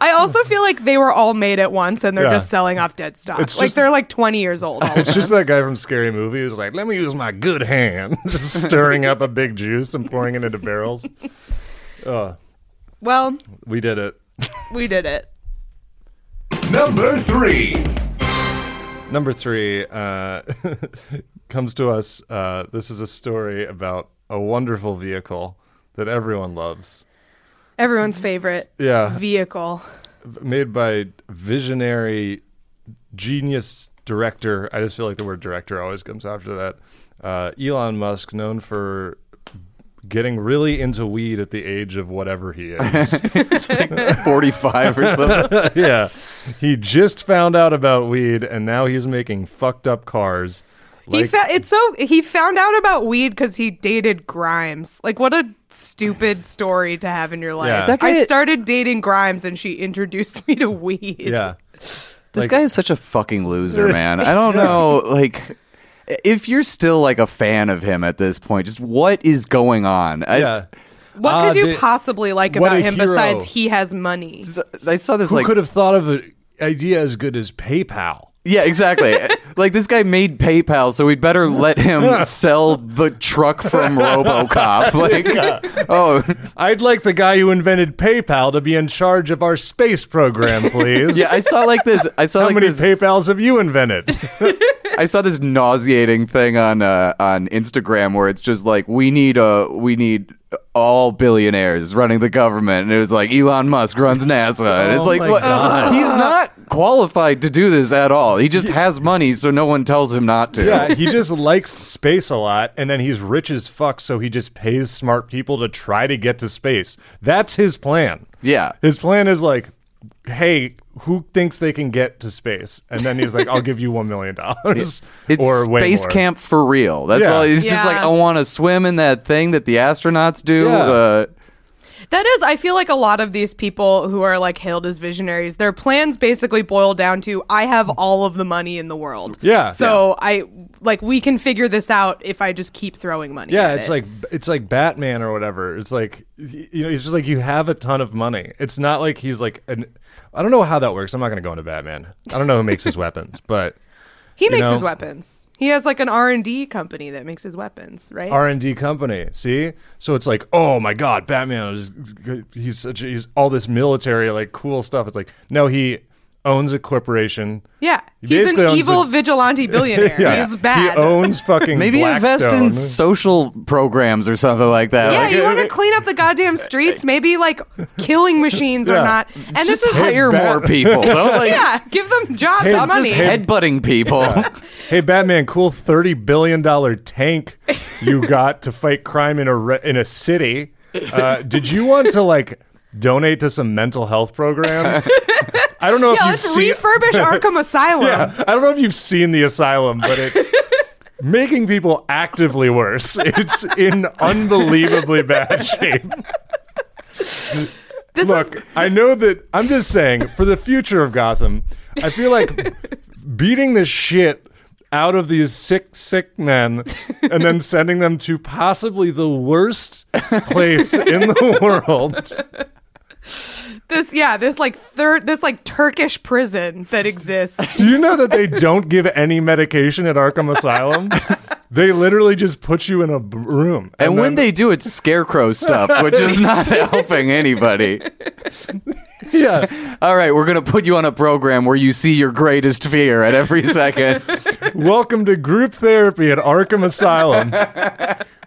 [SPEAKER 1] I also feel like they were all made at once and they're
[SPEAKER 2] Yeah.
[SPEAKER 1] just selling off dead stock.
[SPEAKER 2] It's
[SPEAKER 1] like
[SPEAKER 2] just-
[SPEAKER 1] they're like 20 years old. all of
[SPEAKER 2] it's just that guy from Scary Movie who's like, "Let me use my good hand," just stirring up a big juice and pouring it into barrels.
[SPEAKER 1] them. well,
[SPEAKER 2] We did it.
[SPEAKER 1] we did it.
[SPEAKER 5] Number three.
[SPEAKER 2] Number three uh, comes to us. Uh, this is a story about a wonderful vehicle that everyone loves.
[SPEAKER 1] Everyone's favorite
[SPEAKER 2] Yeah,
[SPEAKER 1] vehicle.
[SPEAKER 2] made by visionary genius director. I just feel like the word director always comes after that. Uh, Elon Musk, known for getting really into weed at the age of whatever he is.
[SPEAKER 3] 45 or something.
[SPEAKER 2] yeah. He just found out about weed and now he's making fucked up cars.
[SPEAKER 1] he fa- it's so he found out about weed because he dated Grimes. Like what a stupid story to have in your life.
[SPEAKER 2] Yeah. That
[SPEAKER 1] I
[SPEAKER 3] guy-
[SPEAKER 1] started dating Grimes and she introduced me to weed.
[SPEAKER 2] yeah.
[SPEAKER 3] This
[SPEAKER 2] Like-
[SPEAKER 3] guy is such a fucking loser, man. I don't know. Like, if you're still like a fan of him at this point, just what is going on? I,
[SPEAKER 2] Yeah.
[SPEAKER 1] What
[SPEAKER 2] Ah,
[SPEAKER 1] could you
[SPEAKER 2] the-
[SPEAKER 1] possibly like
[SPEAKER 2] what
[SPEAKER 1] about
[SPEAKER 2] a
[SPEAKER 1] him
[SPEAKER 2] hero.
[SPEAKER 1] besides he has money?
[SPEAKER 3] I saw this
[SPEAKER 2] Who
[SPEAKER 3] like
[SPEAKER 2] could have thought of an idea as good as PayPal?
[SPEAKER 3] Yeah, exactly. like this guy made PayPal, so we'd better let him sell the truck from RoboCop. Like, oh,
[SPEAKER 2] I'd like the guy who invented PayPal to be in charge of our space program, please.
[SPEAKER 3] yeah. I saw like this. I saw
[SPEAKER 2] How
[SPEAKER 3] like
[SPEAKER 2] many
[SPEAKER 3] this.
[SPEAKER 2] PayPals have you invented?
[SPEAKER 3] I saw this nauseating thing on uh, on Instagram where it's just like we need uh we need all billionaires running the government, and it was like Elon Musk runs NASA, and it's
[SPEAKER 2] Oh
[SPEAKER 3] like
[SPEAKER 2] my
[SPEAKER 3] what?
[SPEAKER 2] God.
[SPEAKER 3] he's not qualified to do this at all. He just has money, so no one tells him not to.
[SPEAKER 2] yeah, he just likes space a lot, and then he's rich as fuck, so he just pays smart people to try to get to space. That's his plan.
[SPEAKER 3] Yeah.
[SPEAKER 2] His plan is like, hey, who thinks they can get to space? And then he's like, I'll give you $1 million.
[SPEAKER 3] It's
[SPEAKER 2] or way
[SPEAKER 3] space
[SPEAKER 2] more.
[SPEAKER 3] camp for real. That's
[SPEAKER 2] Yeah.
[SPEAKER 3] all. It's
[SPEAKER 1] Yeah.
[SPEAKER 3] just like I want to swim in that thing that the astronauts do.
[SPEAKER 2] Yeah.
[SPEAKER 3] Uh,
[SPEAKER 1] That is, I feel like a lot of these people who are like hailed as visionaries, their plans basically boil down to I have all of the money in the world.
[SPEAKER 2] Yeah.
[SPEAKER 1] So I like we can figure this out if I just keep throwing money.
[SPEAKER 2] Yeah,
[SPEAKER 1] at
[SPEAKER 2] it's
[SPEAKER 1] it.
[SPEAKER 2] like it's like Batman or whatever. It's like y- you know, it's just like you have a ton of money. It's not like he's like an I don't know how that works. I'm not going to go into Batman. I don't know who makes his weapons, but
[SPEAKER 1] he makes
[SPEAKER 2] know-
[SPEAKER 1] his weapons. He has like an R and D company that makes his weapons, right?
[SPEAKER 2] R and D company. See, so it's like, oh my god, Batman is he's such a, he's all this military like cool stuff. It's like no, he owns a corporation.
[SPEAKER 1] yeah,
[SPEAKER 2] He
[SPEAKER 1] he's
[SPEAKER 2] basically
[SPEAKER 1] an
[SPEAKER 2] owns
[SPEAKER 1] evil
[SPEAKER 2] a-
[SPEAKER 1] vigilante billionaire. He's bad.
[SPEAKER 2] He owns fucking
[SPEAKER 3] Maybe invest
[SPEAKER 2] Blackstone.
[SPEAKER 3] in social programs or something like that.
[SPEAKER 1] yeah,
[SPEAKER 3] Like,
[SPEAKER 1] you want to clean up the goddamn streets? Maybe like killing machines
[SPEAKER 2] Yeah.
[SPEAKER 1] or not. And this
[SPEAKER 3] just
[SPEAKER 1] is
[SPEAKER 3] hire
[SPEAKER 2] Bat-
[SPEAKER 3] more people. Don't like
[SPEAKER 1] yeah, give them jobs
[SPEAKER 2] Hey,
[SPEAKER 1] and
[SPEAKER 2] just
[SPEAKER 1] money.
[SPEAKER 2] hey-
[SPEAKER 3] headbutting people.
[SPEAKER 2] Hey Batman, cool thirty billion dollar tank you got to fight crime in a re- in a city. Uh, did you want to like donate to some mental health programs? I don't know if
[SPEAKER 1] yeah,
[SPEAKER 2] you've
[SPEAKER 1] let's
[SPEAKER 2] seen.
[SPEAKER 1] refurbish Arkham Asylum.
[SPEAKER 2] yeah, I don't know if you've seen the asylum, but it's making people actively worse. It's in unbelievably bad shape.
[SPEAKER 1] This
[SPEAKER 2] Look,
[SPEAKER 1] is
[SPEAKER 2] I know that I'm just saying for the future of Gotham, I feel like beating the shit out of these sick, sick men and then sending them to possibly the worst place in the world.
[SPEAKER 1] this yeah, this like third this like Turkish prison that exists.
[SPEAKER 2] Do you know that they don't give any medication at Arkham Asylum? They literally just put you in a b- room.
[SPEAKER 3] And, when
[SPEAKER 2] then-
[SPEAKER 3] they do, it's scarecrow stuff, which is not helping anybody.
[SPEAKER 2] yeah,
[SPEAKER 3] All right, we're going to put you on a program where you see your greatest fear at every second.
[SPEAKER 2] welcome to group therapy at Arkham Asylum.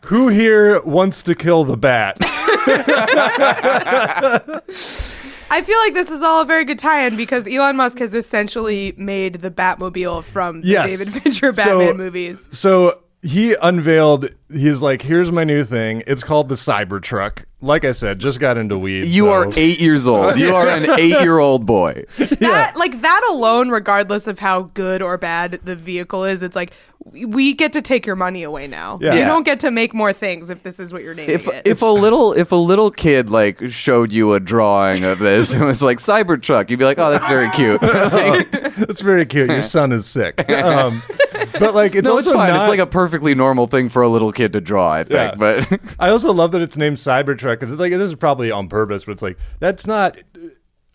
[SPEAKER 2] Who here wants to kill the bat?
[SPEAKER 1] I feel like this is all a very good tie-in because Elon Musk has essentially made the Batmobile from the
[SPEAKER 2] Yes.
[SPEAKER 1] David Fincher
[SPEAKER 2] So-
[SPEAKER 1] Batman movies.
[SPEAKER 2] So he unveiled. He's like, "Here's my new thing. It's called the Cybertruck." Like I said, just got into weed.
[SPEAKER 3] You
[SPEAKER 2] so-
[SPEAKER 3] are eight years old. You are an eight year old boy.
[SPEAKER 1] That like that alone, regardless of how good or bad the vehicle is, it's like we- we get to take your money away now.
[SPEAKER 2] Yeah.
[SPEAKER 1] You
[SPEAKER 2] Yeah.
[SPEAKER 1] don't get to make more things if this is what you're naming
[SPEAKER 3] If,
[SPEAKER 1] it.
[SPEAKER 3] if a little if a little kid like showed you a drawing of this and was like Cybertruck, you'd be like, oh, that's very cute. Like,
[SPEAKER 2] That's very cute. Your son is sick, um, but like it's
[SPEAKER 3] no,
[SPEAKER 2] also
[SPEAKER 3] it's fine.
[SPEAKER 2] not-
[SPEAKER 3] It's like a perfectly normal thing for a little kid to draw. I
[SPEAKER 2] Yeah.
[SPEAKER 3] think, but
[SPEAKER 2] I also love that it's named Cybertruck because like this is probably on purpose, but it's like that's not uh,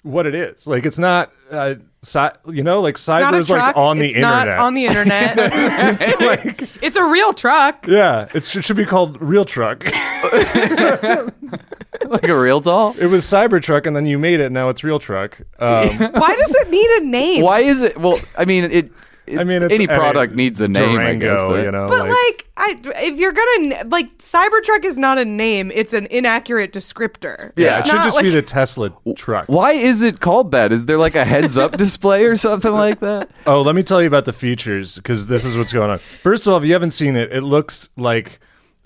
[SPEAKER 2] what it is. Like it's not, uh, cy- you know, like
[SPEAKER 1] it's
[SPEAKER 2] cyber
[SPEAKER 1] not a
[SPEAKER 2] is like
[SPEAKER 1] truck,
[SPEAKER 2] on the
[SPEAKER 1] it's
[SPEAKER 2] internet.
[SPEAKER 1] not on the internet. it's, a real truck.
[SPEAKER 2] yeah, it should, should be called Real Truck.
[SPEAKER 3] like a real doll.
[SPEAKER 2] it was Cybertruck, and then you made it. Now it's Real Truck. Um,
[SPEAKER 1] Why does it need a name?
[SPEAKER 3] Why is it? Well, I mean, it. it-
[SPEAKER 2] I mean, it's
[SPEAKER 3] any
[SPEAKER 2] a
[SPEAKER 3] product needs a name, I
[SPEAKER 2] Durango,
[SPEAKER 3] guess. But,
[SPEAKER 2] you know,
[SPEAKER 1] But like, I, if you're gonna like, Cybertruck is not a name; it's an inaccurate descriptor.
[SPEAKER 2] Yeah,
[SPEAKER 1] It's
[SPEAKER 2] it should
[SPEAKER 1] not
[SPEAKER 2] just be
[SPEAKER 1] like-
[SPEAKER 2] the Tesla truck.
[SPEAKER 3] Why is it called that? Is there like a heads up display or something like that?
[SPEAKER 2] Oh, let me tell you about the features because this is what's going on. First of all, if you haven't seen it, it looks like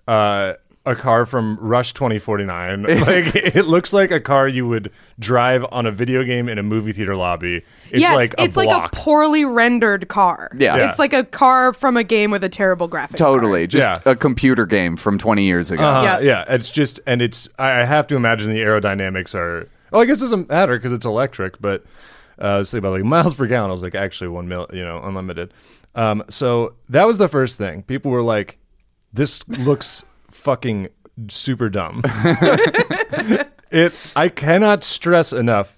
[SPEAKER 2] uh, a car from Rush 2049. like it looks like a car you would drive on a video game in a movie theater lobby. It's
[SPEAKER 1] yes,
[SPEAKER 2] like a
[SPEAKER 1] it's
[SPEAKER 2] block.
[SPEAKER 1] like a poorly rendered car.
[SPEAKER 3] Yeah. Yeah.
[SPEAKER 1] it's like a car from a game with a terrible graphics.
[SPEAKER 3] Totally, just
[SPEAKER 2] Yeah.
[SPEAKER 3] a computer game from 20 years ago.
[SPEAKER 2] Uh,
[SPEAKER 1] Yeah.
[SPEAKER 2] yeah. it's just and it's I I have to imagine the aerodynamics are. Oh, I guess it doesn't matter because it's electric. But uh, I was thinking about like miles per gallon. I was like, actually, one mil, you know, unlimited. Um, so that was the first thing. People were like, this looks fucking super dumb. it. I cannot stress enough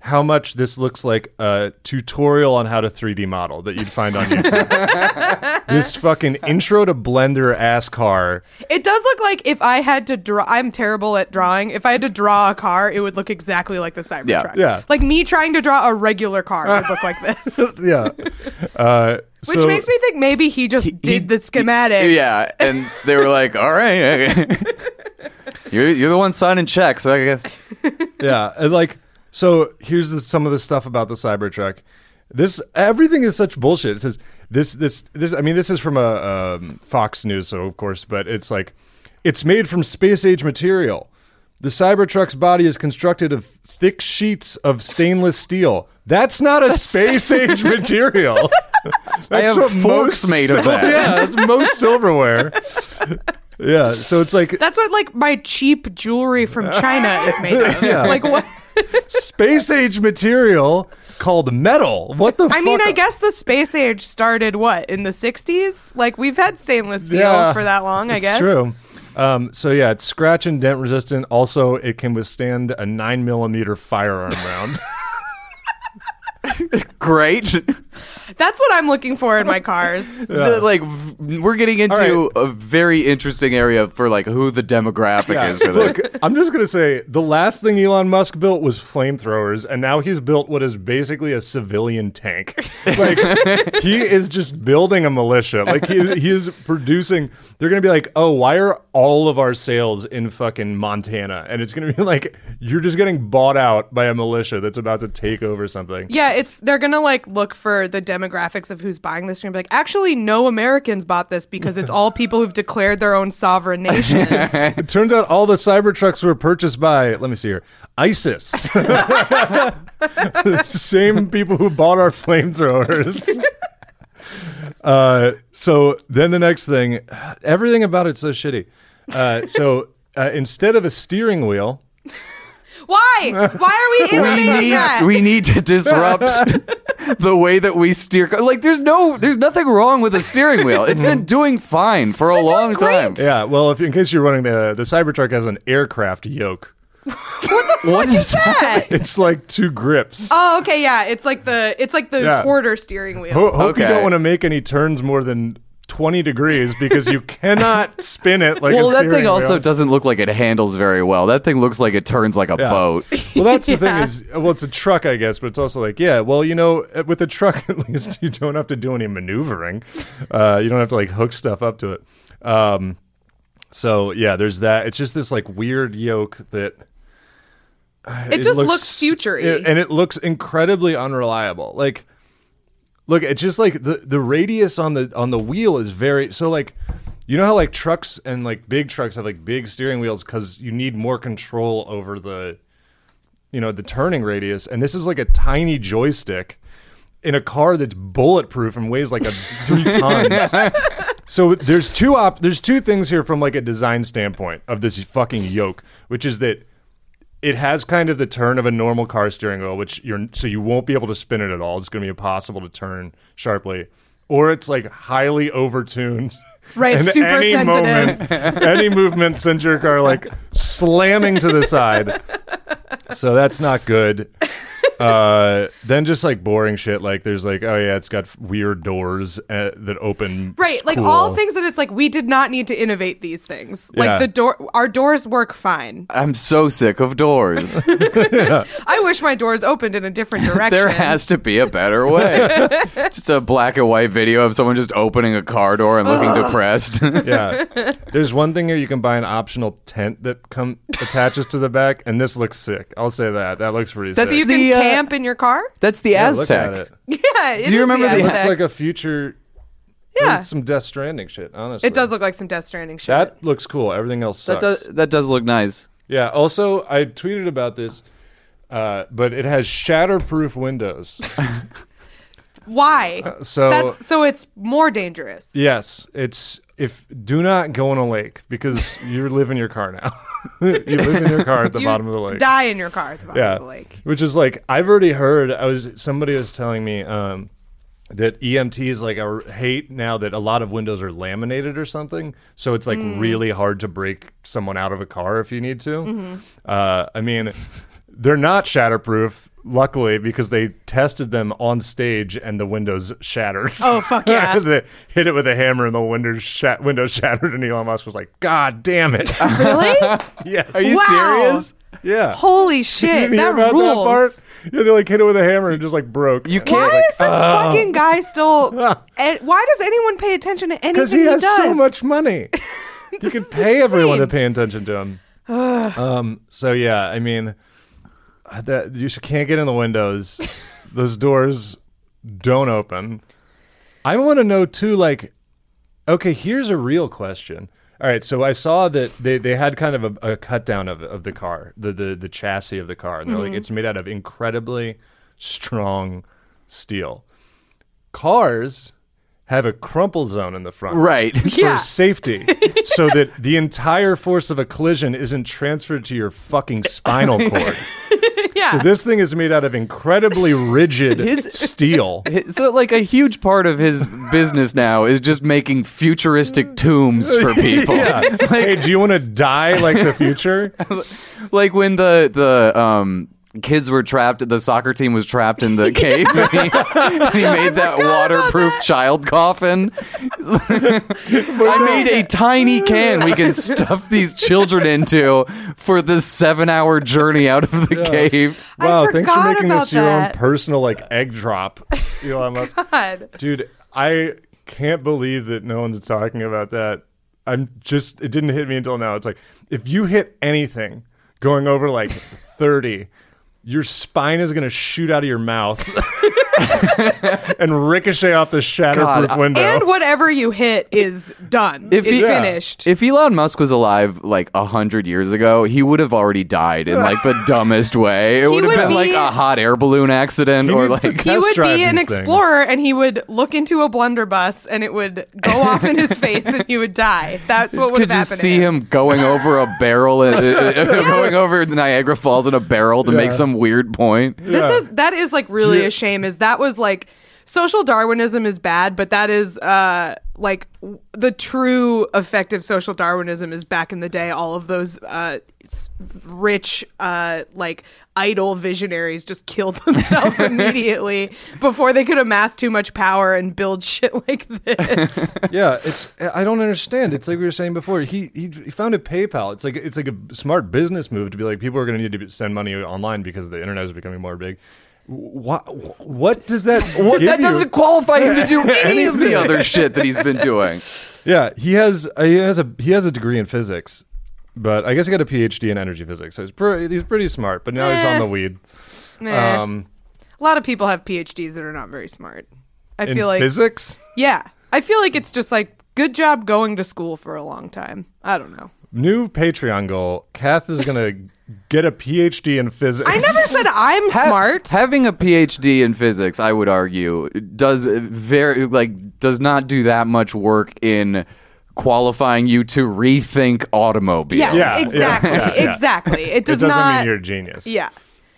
[SPEAKER 2] how much this looks like a tutorial on how to 3D model that you'd find on YouTube. this fucking intro to Blender ass car.
[SPEAKER 1] It does look like if I had to draw. I'm terrible at drawing. If I had to draw a car, it would look exactly like the Cybertruck.
[SPEAKER 2] yeah.
[SPEAKER 1] Like me trying to draw a regular car would look like this,
[SPEAKER 2] yeah. Uh,
[SPEAKER 1] which
[SPEAKER 2] so-
[SPEAKER 1] makes me think maybe he just did the schematics.
[SPEAKER 3] Yeah, and they were like, "All right, okay." you're you're the one signing checks, I guess."
[SPEAKER 2] yeah, and like so. Here's the, some of the stuff about the Cybertruck. This everything is such bullshit. It says this, this, this. I mean, this is from a um, Fox News, so of course, but it's like it's made from space age material. The Cybertruck's body is constructed of thick sheets of stainless steel. That's not a space age material. That's
[SPEAKER 3] have forks made of
[SPEAKER 2] sil-
[SPEAKER 3] that.
[SPEAKER 2] Yeah, that's most silverware. yeah, so it's like
[SPEAKER 1] That's what like my cheap jewelry from China is made of. Like what?
[SPEAKER 2] space age material called metal. What the?
[SPEAKER 1] I mean,
[SPEAKER 2] fuck?
[SPEAKER 1] I guess the space age started what in the '60s. Like we've had stainless steel for that long. I
[SPEAKER 2] it's
[SPEAKER 1] guess.
[SPEAKER 2] True. Um, so yeah, it's scratch and dent resistant. Also, it can withstand a nine millimeter firearm round.
[SPEAKER 3] Great.
[SPEAKER 1] That's what I'm looking for in my cars.
[SPEAKER 3] So, like v- we're getting into a very interesting area for like who the demographic is for this.
[SPEAKER 2] Look, I'm just gonna say the last thing Elon Musk built was flamethrowers, and now he's built what is basically a civilian tank. Like he is just building a militia. Like he, he is producing. They're gonna be like, oh, why are all of our sales in fucking Montana? And it's gonna be like you're just getting bought out by a militia that's about to take over something.
[SPEAKER 1] Yeah, it's they're gonna like look for the demographics of who's buying this and be like, actually, no Americans bought this because it's all people who've declared their own sovereign nations.
[SPEAKER 2] It turns out all the Cybertrucks were purchased by, let me see here, ISIS. The Same people who bought our flamethrowers. Uh, so then the next thing, everything about it's so shitty. Uh, so uh, instead of a steering wheel,
[SPEAKER 1] Why? Why are we
[SPEAKER 3] We
[SPEAKER 1] innovating
[SPEAKER 3] need
[SPEAKER 1] that?
[SPEAKER 3] we need to disrupt the way that we steer. ca- Like there's no there's nothing wrong with a steering wheel. It's been Mm-hmm. doing fine for a long time.
[SPEAKER 2] yeah, well, if in case you're running the the Cybertruck has an aircraft yoke,
[SPEAKER 3] What is that?
[SPEAKER 1] that?
[SPEAKER 2] it's like two grips.
[SPEAKER 1] Oh, okay, yeah. It's like the it's like the
[SPEAKER 2] Yeah.
[SPEAKER 1] quarter steering wheel.
[SPEAKER 2] Ho- hope you
[SPEAKER 3] Okay.
[SPEAKER 2] don't want to make any turns more than. 20 degrees because you cannot spin it like a
[SPEAKER 3] well, that
[SPEAKER 2] steering
[SPEAKER 3] thing also
[SPEAKER 2] wheel.
[SPEAKER 3] doesn't look like it handles very well. That thing looks like it turns like a
[SPEAKER 2] Yeah.
[SPEAKER 3] boat.
[SPEAKER 2] Well, that's the thing is, well, it's a truck, I guess, but it's also like, yeah, well, you know, eh, with a truck, at least you don't have to do any maneuvering. Uh, you don't have to like hook stuff up to it. Um, so yeah, there's that. It's just this like weird yoke that
[SPEAKER 1] it, just looks, future
[SPEAKER 2] it- and it looks incredibly unreliable. Like, look, it's just like the the radius on the on the wheel is very so like. You know how like trucks and like big trucks have like big steering wheels because you need more control over the, you know, the turning radius, and this is like a tiny joystick in a car that's bulletproof and weighs like a three tons. So there's two op there's two things here from like a design standpoint of this fucking yoke, which is that it has kind of the turn of a normal car steering wheel, which you're so you won't be able to spin it at all. It's going to be impossible to turn sharply, or it's like highly overtuned.
[SPEAKER 1] Right,
[SPEAKER 2] and
[SPEAKER 1] super
[SPEAKER 2] any
[SPEAKER 1] sensitive.
[SPEAKER 2] Moment, any movement sends your car like slamming to the side. So that's not good. Uh, then just like boring shit, like there's like oh yeah, it's got f- weird doors uh, that open.
[SPEAKER 1] Right, like
[SPEAKER 2] cool.
[SPEAKER 1] all things that it's like we did not need to innovate these things.
[SPEAKER 2] Yeah.
[SPEAKER 1] Like the door our doors work fine.
[SPEAKER 3] I'm so sick of doors.
[SPEAKER 1] I wish my doors opened in a different direction.
[SPEAKER 3] There has to be a better way. just a black and white video of someone just opening a car door and looking depressed.
[SPEAKER 2] yeah. There's one thing here you can buy an optional tent that come attaches to the back, and this looks sick. I'll say that. That looks pretty
[SPEAKER 1] so
[SPEAKER 2] sick.
[SPEAKER 1] you
[SPEAKER 3] The,
[SPEAKER 1] can
[SPEAKER 3] uh,
[SPEAKER 1] camp in your car?
[SPEAKER 3] That's the
[SPEAKER 2] Yeah, look at
[SPEAKER 3] Aztec.
[SPEAKER 2] it.
[SPEAKER 1] Yeah. it
[SPEAKER 3] Do you
[SPEAKER 1] is
[SPEAKER 3] remember
[SPEAKER 2] It
[SPEAKER 3] the-
[SPEAKER 2] looks
[SPEAKER 1] Aztec.
[SPEAKER 2] like a future.
[SPEAKER 1] Yeah.
[SPEAKER 2] Some Death Stranding shit, honestly.
[SPEAKER 1] It does look like some Death Stranding shit.
[SPEAKER 2] That looks cool. Everything else
[SPEAKER 3] That
[SPEAKER 2] sucks.
[SPEAKER 3] does, that does look nice.
[SPEAKER 2] Yeah. Also, I tweeted about this, uh, but it has shatterproof windows.
[SPEAKER 1] Why?
[SPEAKER 2] uh, so-
[SPEAKER 1] that's so it's more dangerous.
[SPEAKER 2] yes, it's if do not go in a lake because you live in your car now. you live in your car at the
[SPEAKER 1] You
[SPEAKER 2] bottom of the lake.
[SPEAKER 1] Die in your car at the bottom
[SPEAKER 2] yeah
[SPEAKER 1] of the lake.
[SPEAKER 2] which is like i've already heard i was somebody was telling me um that EMTs like are hate now that a lot of windows are laminated or something, so it's like
[SPEAKER 1] Mm.
[SPEAKER 2] really hard to break someone out of a car if you need to.
[SPEAKER 1] Mm-hmm.
[SPEAKER 2] Uh, I mean, they're not shatterproof, luckily, because they tested them on stage and the windows shattered.
[SPEAKER 1] Oh fuck yeah.
[SPEAKER 2] they hit it with a hammer and the windows shat- window shattered, and Elon Musk was like, "God damn it!"
[SPEAKER 1] really?
[SPEAKER 2] yes,
[SPEAKER 3] Are you
[SPEAKER 1] Wow.
[SPEAKER 3] serious?
[SPEAKER 2] yeah.
[SPEAKER 1] Holy
[SPEAKER 2] You
[SPEAKER 1] shit.
[SPEAKER 2] didn't hear
[SPEAKER 1] That
[SPEAKER 2] about
[SPEAKER 1] rules.
[SPEAKER 2] that part? Yeah, they like hit it with a hammer and just like oh. broke.
[SPEAKER 3] You
[SPEAKER 1] Why
[SPEAKER 3] can't. like,
[SPEAKER 1] is this fucking guy still? and why does anyone pay attention to anything
[SPEAKER 2] because
[SPEAKER 1] he,
[SPEAKER 2] he has
[SPEAKER 1] does?
[SPEAKER 2] so much money. you can pay everyone to
[SPEAKER 1] insane.
[SPEAKER 2] pay attention to him. um. So yeah, I mean, uh, that you sh- can't get in the windows. Those doors don't open. I want to know too. Like, okay, here's a real question. All right, so I saw that they, they had kind of a, a cut down of, of the car, the, the the chassis of the car, and they're
[SPEAKER 3] Mm-hmm.
[SPEAKER 2] like it's made out of incredibly strong steel. Cars have a crumple zone in the front,
[SPEAKER 3] Right.
[SPEAKER 2] for
[SPEAKER 1] Yeah.
[SPEAKER 2] safety so that the entire force of a collision isn't transferred to your fucking spinal cord.
[SPEAKER 1] Yeah.
[SPEAKER 2] So this thing is made out of incredibly rigid
[SPEAKER 3] His-
[SPEAKER 2] steel.
[SPEAKER 3] So, like, a huge part of his business now is just making futuristic tombs for people.
[SPEAKER 2] hey, do you want to die like the future?
[SPEAKER 3] Like when the the um kids were trapped. The soccer team was trapped in the cave. and he, and he made that waterproof child coffin. I made a tiny can we can stuff these children into for this seven-hour journey out of the cave.
[SPEAKER 1] I
[SPEAKER 2] Wow, thanks for
[SPEAKER 1] forgot
[SPEAKER 2] making
[SPEAKER 1] about
[SPEAKER 2] this your own
[SPEAKER 1] that.
[SPEAKER 2] personal like egg drop, Elon Musk.
[SPEAKER 1] God.
[SPEAKER 2] Dude, I can't believe that no one's talking about that. I'm just it didn't hit me until now. It's like if you hit anything going over like 30, your spine is going to shoot out of your mouth and ricochet off the shatterproof
[SPEAKER 3] God, I-
[SPEAKER 2] window.
[SPEAKER 1] uh, And whatever you hit is done.
[SPEAKER 3] If
[SPEAKER 1] it's
[SPEAKER 3] he- Yeah.
[SPEAKER 1] finished.
[SPEAKER 3] If Elon Musk was alive like a hundred years ago, he would have already died in like the dumbest way. It would have
[SPEAKER 1] would
[SPEAKER 3] been like
[SPEAKER 1] be-
[SPEAKER 3] a hot air balloon accident
[SPEAKER 2] He
[SPEAKER 3] or
[SPEAKER 2] needs to
[SPEAKER 3] like
[SPEAKER 2] test
[SPEAKER 1] he would
[SPEAKER 2] drive
[SPEAKER 1] be an
[SPEAKER 2] these things.
[SPEAKER 1] explorer and he would look into a blunderbuss and it would go off in his face and he would die. That's what would
[SPEAKER 3] could
[SPEAKER 1] have happened.
[SPEAKER 3] just
[SPEAKER 1] to
[SPEAKER 3] see
[SPEAKER 1] him.
[SPEAKER 3] him going over a barrel and uh, going over Niagara Falls in a barrel to make some weird point.
[SPEAKER 2] Yeah.
[SPEAKER 1] This is that is like really
[SPEAKER 2] you-
[SPEAKER 1] a shame. Is that was like social Darwinism is bad, but that is uh like w- the true effect of social Darwinism is back in the day. All of those uh s- rich uh like idle visionaries just killed themselves immediately before they could amass too much power and build shit like this.
[SPEAKER 2] yeah, it's I don't understand. It's like we were saying before. He he, he founded PayPal. It's like it's like a smart business move to be like people are going to need to send money online because the internet is becoming more big. What what does that
[SPEAKER 3] What,
[SPEAKER 2] give
[SPEAKER 3] that
[SPEAKER 2] you?
[SPEAKER 3] doesn't qualify him to do any of the other shit that he's been doing.
[SPEAKER 2] Yeah, he has he has a he has a degree in physics, but I guess he got a PhD in energy physics. So he's pretty he's pretty smart. But now he's on
[SPEAKER 1] Eh.
[SPEAKER 2] the weed.
[SPEAKER 1] Meh.
[SPEAKER 2] Um,
[SPEAKER 1] a lot of people have PhDs that are not very smart. I
[SPEAKER 2] in
[SPEAKER 1] feel like
[SPEAKER 2] physics,
[SPEAKER 1] yeah, I feel like it's just like good job going to school for a long time. I don't know.
[SPEAKER 2] new Patreon goal. Kath is gonna get a PhD in physics.
[SPEAKER 1] I never said I'm
[SPEAKER 3] Ha-
[SPEAKER 1] smart.
[SPEAKER 3] Having a PhD in physics, I would argue, does very like does not do that much work in qualifying you to rethink automobiles.
[SPEAKER 1] yes,
[SPEAKER 2] Yeah, yeah,
[SPEAKER 1] exactly,
[SPEAKER 2] yeah, yeah.
[SPEAKER 1] exactly. It
[SPEAKER 2] It
[SPEAKER 1] does
[SPEAKER 2] doesn't
[SPEAKER 1] not.
[SPEAKER 2] mean you're a genius.
[SPEAKER 1] yeah,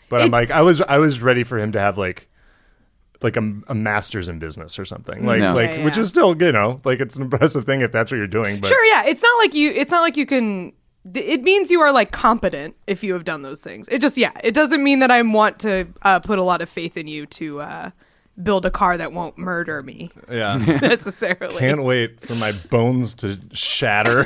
[SPEAKER 2] But I'm
[SPEAKER 1] It-
[SPEAKER 2] like, I was I was ready for him to have like like a, a master's in business or something like
[SPEAKER 3] No.
[SPEAKER 2] like
[SPEAKER 1] Yeah, yeah,
[SPEAKER 2] which
[SPEAKER 1] yeah.
[SPEAKER 2] is still you know like it's an impressive thing if that's what you're doing but
[SPEAKER 1] sure. Yeah, it's not like you. It's not like you can. th- It means you are like competent if you have done those things. It just yeah. It doesn't mean that I want to uh, put a lot of faith in you to uh, build a car that won't murder me
[SPEAKER 2] yeah
[SPEAKER 1] necessarily.
[SPEAKER 2] can't wait for my bones to shatter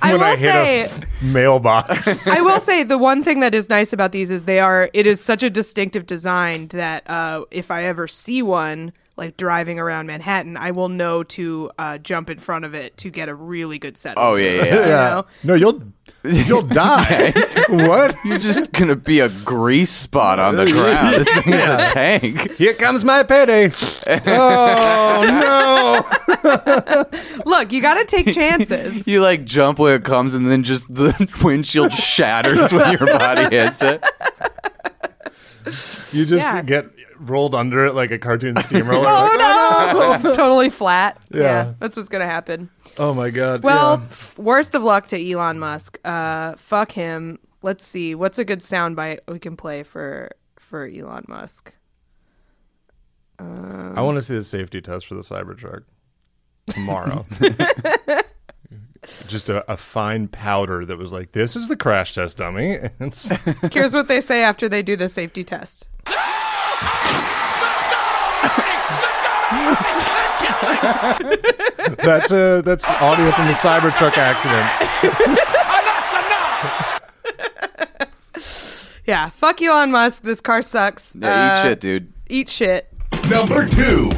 [SPEAKER 1] I
[SPEAKER 2] when
[SPEAKER 1] will
[SPEAKER 2] I hit
[SPEAKER 1] say.
[SPEAKER 2] a f- mailbox
[SPEAKER 1] I will say the one thing that is nice about these is they are it is such a distinctive design that uh, if I ever see one like driving around Manhattan, I will know to uh, jump in front of it to get a really good set.
[SPEAKER 3] Oh yeah, yeah. yeah.
[SPEAKER 1] You know?
[SPEAKER 2] no you'll you'll die what
[SPEAKER 3] You're just gonna be a grease spot on the ground. This thing is a tank.
[SPEAKER 2] here comes my payday oh no
[SPEAKER 1] Look, you got to take chances.
[SPEAKER 3] You like jump where it comes, and then just the windshield shatters when your body hits it.
[SPEAKER 2] you just
[SPEAKER 1] Yeah.
[SPEAKER 2] get rolled under it like a cartoon steamroller
[SPEAKER 1] oh
[SPEAKER 2] Like,
[SPEAKER 1] no, it's totally flat. Yeah.
[SPEAKER 2] Yeah.
[SPEAKER 1] that's what's gonna happen.
[SPEAKER 2] oh my god
[SPEAKER 1] Well,
[SPEAKER 2] yeah.
[SPEAKER 1] f- worst of luck to Elon Musk. Uh, fuck him. Let's see what's a good soundbite we can play for for Elon Musk.
[SPEAKER 2] I want to see the safety test for the Cybertruck tomorrow. Just a, a fine powder that was like, this is the crash test dummy. It's,
[SPEAKER 1] Here's what they say after they do the safety test.
[SPEAKER 2] that's a, that's audio from the Cybertruck accident.
[SPEAKER 1] Yeah, fuck Elon Musk. This car sucks.
[SPEAKER 3] Yeah,
[SPEAKER 1] Uh,
[SPEAKER 3] eat shit, dude.
[SPEAKER 1] Eat shit.
[SPEAKER 5] Number two.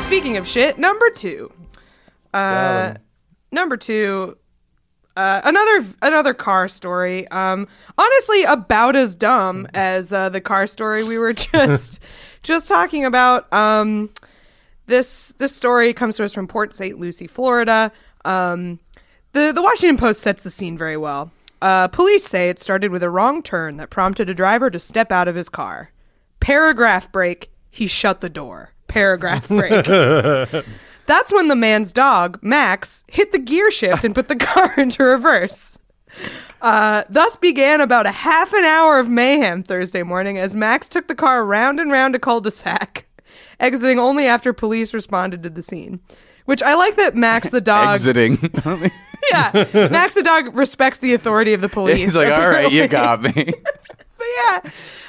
[SPEAKER 1] Speaking of shit, number two. Uh, number two. Uh, another another car story. Um, honestly, about as dumb as uh, the car story we were just just talking about. Um, this this story comes to us from Port St. Lucie, Florida. Um, the the Washington Post sets the scene very well. Uh, police say it started with a wrong turn that prompted a driver to step out of his car. Paragraph break. He shut the door. Paragraph break. That's when the man's dog, Max, hit the gear shift and put the car into reverse. Uh, thus began about a half an hour of mayhem Thursday morning as Max took the car round and round a cul de sac, exiting only after police responded to the scene. Which I like that Max the dog.
[SPEAKER 3] Exiting.
[SPEAKER 1] Yeah. Max the dog respects the authority of the police.
[SPEAKER 3] He's like, all right, you got me.
[SPEAKER 1] yeah.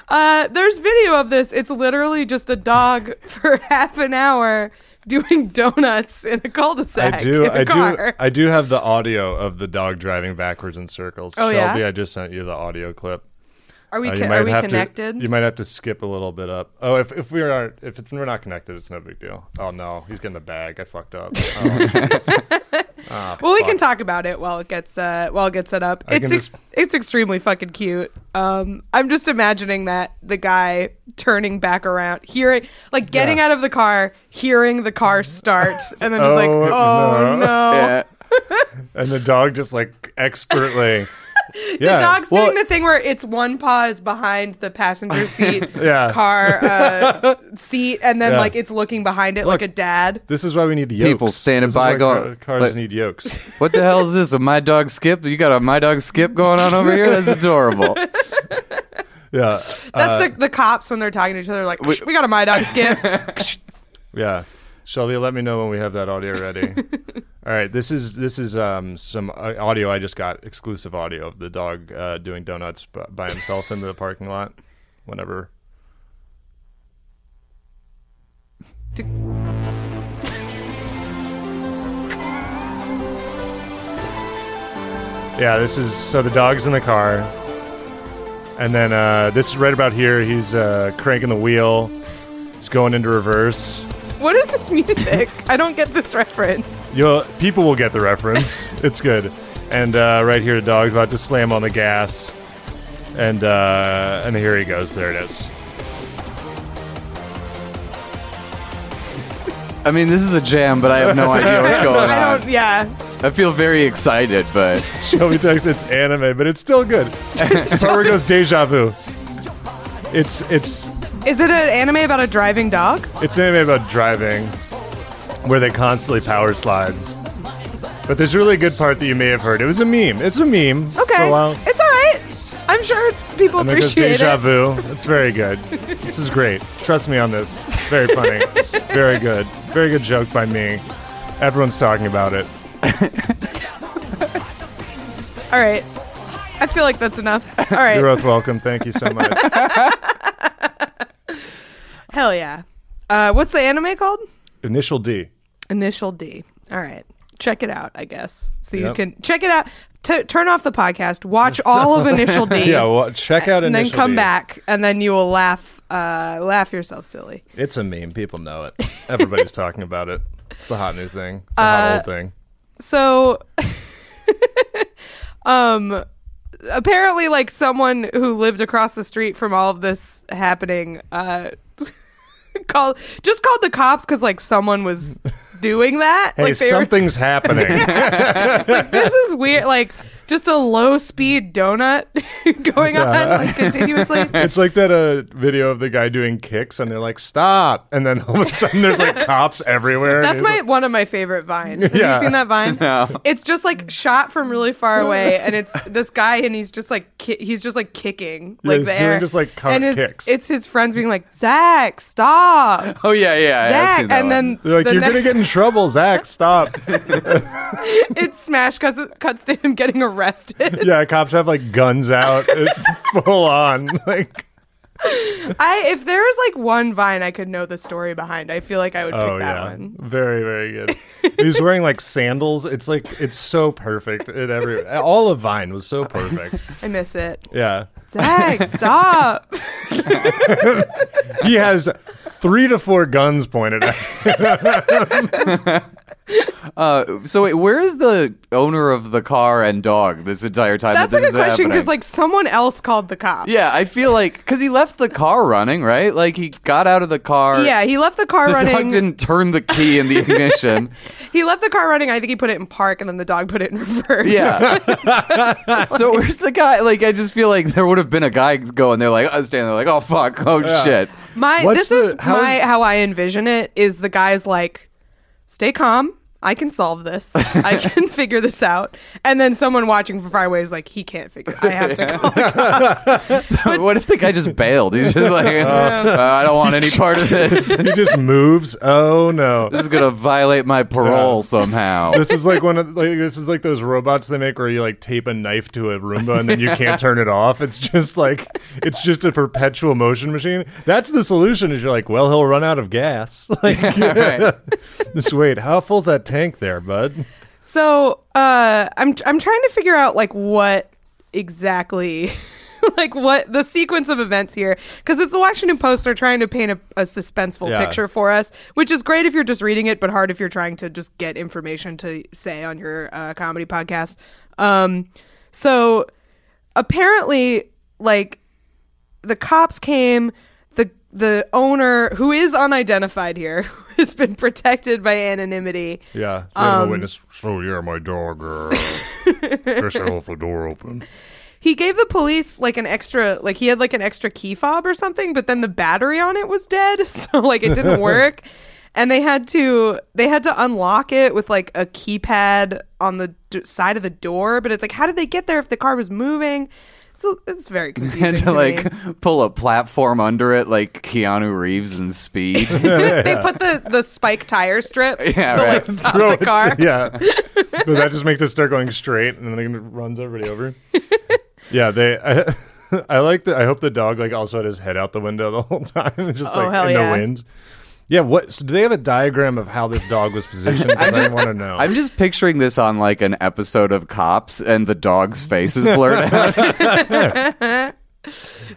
[SPEAKER 1] Uh, there's video of this. It's literally just a dog for half an hour doing donuts in a cul-de-sac.
[SPEAKER 2] I do.
[SPEAKER 1] in a
[SPEAKER 2] I
[SPEAKER 1] car.
[SPEAKER 2] do. I do have the audio of the dog driving backwards in circles.
[SPEAKER 1] Oh, yeah?
[SPEAKER 2] Shelby, I just sent you the audio clip.
[SPEAKER 1] Are we
[SPEAKER 2] Uh, you
[SPEAKER 1] co-
[SPEAKER 2] might
[SPEAKER 1] are we
[SPEAKER 2] have to-
[SPEAKER 1] connected?
[SPEAKER 2] you might have to skip a little bit up. Oh, if if we are if it's, we're not connected, it's no big deal. Oh no, he's getting the bag. I fucked up. Oh,
[SPEAKER 1] well, we can talk about it while it gets uh, while it gets set up.
[SPEAKER 2] I
[SPEAKER 1] it's
[SPEAKER 2] can
[SPEAKER 1] ex-
[SPEAKER 2] just-
[SPEAKER 1] it's extremely fucking cute. Um, I'm just imagining that the guy turning back around, hearing like getting
[SPEAKER 2] Yeah.
[SPEAKER 1] out of the car, hearing the car start, and then just like,
[SPEAKER 2] Oh,
[SPEAKER 1] oh no.
[SPEAKER 2] no."
[SPEAKER 3] Yeah.
[SPEAKER 1] Oh.
[SPEAKER 2] and the dog just like expertly. Yeah.
[SPEAKER 1] The dog's
[SPEAKER 3] Well-
[SPEAKER 1] doing the thing where it's one paw is behind the passenger seat
[SPEAKER 2] Yeah.
[SPEAKER 1] car uh, seat, and then
[SPEAKER 2] Yeah.
[SPEAKER 1] like it's looking behind it like a dad.
[SPEAKER 2] This is why we need yokes.
[SPEAKER 3] People standing
[SPEAKER 2] This is
[SPEAKER 3] by
[SPEAKER 2] why
[SPEAKER 3] going-
[SPEAKER 2] car- Cars
[SPEAKER 3] like-
[SPEAKER 2] need yokes.
[SPEAKER 3] What the hell is this? A my dog skip? You got a my dog skip going on over here? That's adorable.
[SPEAKER 2] Yeah. Uh,
[SPEAKER 1] That's the, the cops when they're talking to each other, like we, got a my dog skip.
[SPEAKER 2] Yeah. Shelby, let me know when we have that audio ready. All right, this is this is um, some uh, audio I just got, exclusive audio of the dog uh, doing donuts b- by himself in the parking lot. Whenever Yeah, this is so the dog's in the car, and then uh, this is right about here. He's uh, cranking the wheel. He's going into reverse.
[SPEAKER 1] what is this music? I don't get this reference.
[SPEAKER 2] You'll, people will get the reference. it's good. And uh, right here, the dog's about to slam on the gas, and uh, and here he goes. There it is.
[SPEAKER 3] I mean, this is a jam, but I have no idea what's going
[SPEAKER 1] I
[SPEAKER 3] on.
[SPEAKER 1] don't. Yeah.
[SPEAKER 3] I feel very excited, but
[SPEAKER 2] Shelby texts it's anime, but it's still good. Summer goes deja vu. It's it's
[SPEAKER 1] Is it an anime about a driving dog?
[SPEAKER 2] It's an anime about driving, where they constantly power slide. But there's a really good part that you may have heard. It was a meme. It's a meme. For
[SPEAKER 1] Okay,
[SPEAKER 2] a while.
[SPEAKER 1] it's all right. I'm sure people
[SPEAKER 2] And there goes
[SPEAKER 1] appreciate
[SPEAKER 2] deja
[SPEAKER 1] it.
[SPEAKER 2] vu. It's very good. This is great. Trust me on this. Very funny. very good. Very good joke by me. Everyone's talking about it.
[SPEAKER 1] All right. I feel like that's enough. All right.
[SPEAKER 2] You're both welcome. Thank you so much.
[SPEAKER 1] Hell yeah. Uh, what's the anime called?
[SPEAKER 2] Initial D.
[SPEAKER 1] Initial D. All right. Check it out, I guess. So you
[SPEAKER 2] Yep.
[SPEAKER 1] can check it out. T- turn off the podcast. Watch all of Initial D.
[SPEAKER 2] Yeah. Well, check out
[SPEAKER 1] and
[SPEAKER 2] Initial
[SPEAKER 1] then come
[SPEAKER 2] D.
[SPEAKER 1] back, and then you will laugh, uh, laugh yourself silly.
[SPEAKER 2] It's a meme. People know it. Everybody's talking about it. It's the hot new thing. It's the
[SPEAKER 1] Uh,
[SPEAKER 2] hot old thing.
[SPEAKER 1] so um apparently like someone who lived across the street from all of this happening uh called just called the cops because like someone was doing that
[SPEAKER 2] Hey,
[SPEAKER 1] like they were-
[SPEAKER 2] something's happening.
[SPEAKER 1] this is weird like just a low speed donut going on like continuously
[SPEAKER 2] It's like that uh, video of the guy doing kicks, and they're like, "Stop!" And then all of a sudden, there's like cops everywhere.
[SPEAKER 1] That's
[SPEAKER 2] And
[SPEAKER 1] my
[SPEAKER 2] he's
[SPEAKER 1] one of my favorite vines. Have
[SPEAKER 2] Yeah.
[SPEAKER 1] you seen that vine? It's just like shot from really far away, and it's this guy, and he's just like ki- he's just like kicking like
[SPEAKER 2] he's
[SPEAKER 1] the
[SPEAKER 2] doing
[SPEAKER 1] air,
[SPEAKER 2] just, like, cock
[SPEAKER 1] and his,
[SPEAKER 2] kicks.
[SPEAKER 1] It's his friends being like, "Zach, stop,
[SPEAKER 3] oh yeah, yeah, yeah I've
[SPEAKER 1] Zach,"
[SPEAKER 3] seen that
[SPEAKER 1] and
[SPEAKER 3] one.
[SPEAKER 1] then
[SPEAKER 2] They're like,
[SPEAKER 1] the
[SPEAKER 2] "You're
[SPEAKER 1] next
[SPEAKER 2] gonna get in trouble, Zach. Stop!"
[SPEAKER 1] it's smash cuts cuts to him getting arrested.
[SPEAKER 2] yeah, cops have like guns out, It's full on. Like,
[SPEAKER 1] I if there was like one vine I could know the story behind, I feel like I would pick
[SPEAKER 2] oh
[SPEAKER 1] that
[SPEAKER 2] yeah,
[SPEAKER 1] one.
[SPEAKER 2] very very good. He's wearing like sandals. It's like it's so perfect. It every all of Vine was so perfect.
[SPEAKER 1] I miss it.
[SPEAKER 2] Yeah,
[SPEAKER 1] Zach, stop.
[SPEAKER 2] he has three to four guns pointed at.
[SPEAKER 3] So wait, where is the owner of the car and dog this entire time?
[SPEAKER 1] That's
[SPEAKER 3] that
[SPEAKER 1] a
[SPEAKER 3] this
[SPEAKER 1] good
[SPEAKER 3] is
[SPEAKER 1] question because
[SPEAKER 3] happening?
[SPEAKER 1] like someone else called the cops.
[SPEAKER 3] yeah, I feel like because he left the car running, right? Like he got out of the car.
[SPEAKER 1] Yeah, he left the car
[SPEAKER 3] the
[SPEAKER 1] running.
[SPEAKER 3] dog didn't turn the key in the ignition.
[SPEAKER 1] He left the car running. I think he put it in park, and then the dog put it in reverse.
[SPEAKER 3] Yeah. so where's the guy? Like, I just feel like there would have been a guy going there, like, uh, standing there, like, oh fuck, oh shit.
[SPEAKER 1] My
[SPEAKER 2] What's
[SPEAKER 1] this is
[SPEAKER 2] the- how
[SPEAKER 1] my
[SPEAKER 2] is-
[SPEAKER 1] how I envision it is the guy's like, stay calm, I can solve this. I can figure this out. And then someone watching from far away is like, he can't figure. I have to call the cops.
[SPEAKER 3] what if the guy just bailed? He's just like, "Uh, I don't want any part of this.
[SPEAKER 2] he just moves. Oh no.
[SPEAKER 3] This is gonna violate my parole somehow.
[SPEAKER 2] This is like one of like this is like those robots they make where you like tape a knife to a Roomba and then you can't turn it off. It's just like it's just a perpetual motion machine. That's the solution. Is you're like, well, he'll run out of gas. Like, just wait. How full's that tank there, bud?
[SPEAKER 1] So uh, I'm I'm trying to figure out like what exactly. Like what the sequence of events here, because it's the Washington Post are trying to paint a, a suspenseful
[SPEAKER 2] Yeah.
[SPEAKER 1] picture for us, which is great if you're just reading it, but hard if you're trying to just get information to say on your uh, comedy podcast. Um, so apparently, like the cops came the the owner who is unidentified here who has been protected by anonymity
[SPEAKER 2] Yeah. they have a witness. So yeah, my dog. Uh, just left the door open.
[SPEAKER 1] he gave the police like an extra like he had like an extra key fob or something but then the battery on it was dead so like it didn't work and they had to they had to unlock it with like a keypad on the d- side of the door but it's like how did they get there if the car was moving so it's very confusing
[SPEAKER 3] and to
[SPEAKER 1] to
[SPEAKER 3] like
[SPEAKER 1] me.
[SPEAKER 3] pull a platform under it like Keanu Reeves in Speed.
[SPEAKER 1] they put the the spike tire strips
[SPEAKER 3] Yeah,
[SPEAKER 1] to
[SPEAKER 3] right.
[SPEAKER 1] like stop
[SPEAKER 2] Throw
[SPEAKER 1] the
[SPEAKER 2] it-
[SPEAKER 1] car
[SPEAKER 2] yeah. but that just makes it start going straight and then it runs everybody over. yeah, they I, I like the I hope the dog like also had his head out the window the whole time just
[SPEAKER 1] Oh,
[SPEAKER 2] like
[SPEAKER 1] hell
[SPEAKER 2] in
[SPEAKER 1] yeah.
[SPEAKER 2] the wind. Yeah, what so do they have a diagram of how this dog was positioned? 'Cause I want to know.
[SPEAKER 3] I'm just picturing this on like an episode of Cops, and the dog's face is blurred out.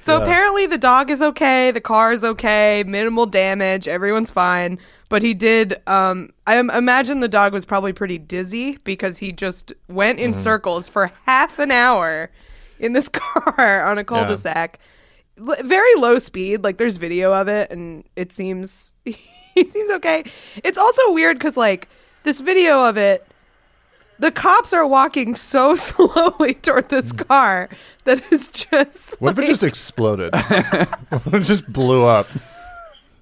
[SPEAKER 1] So apparently the dog is okay, the car is okay, minimal damage, everyone's fine. But he did. Um, I im- imagine the dog was probably pretty dizzy because he just went
[SPEAKER 2] Mm-hmm.
[SPEAKER 1] in circles for half an hour in this car on a cul-de-sac. L- Very low speed. Like there's video of it, and it seems he seems okay. It's also weird because like this video of it the cops are walking so slowly toward this car that is just
[SPEAKER 2] Mm. what if it
[SPEAKER 1] like-
[SPEAKER 2] just exploded? What if it just blew up.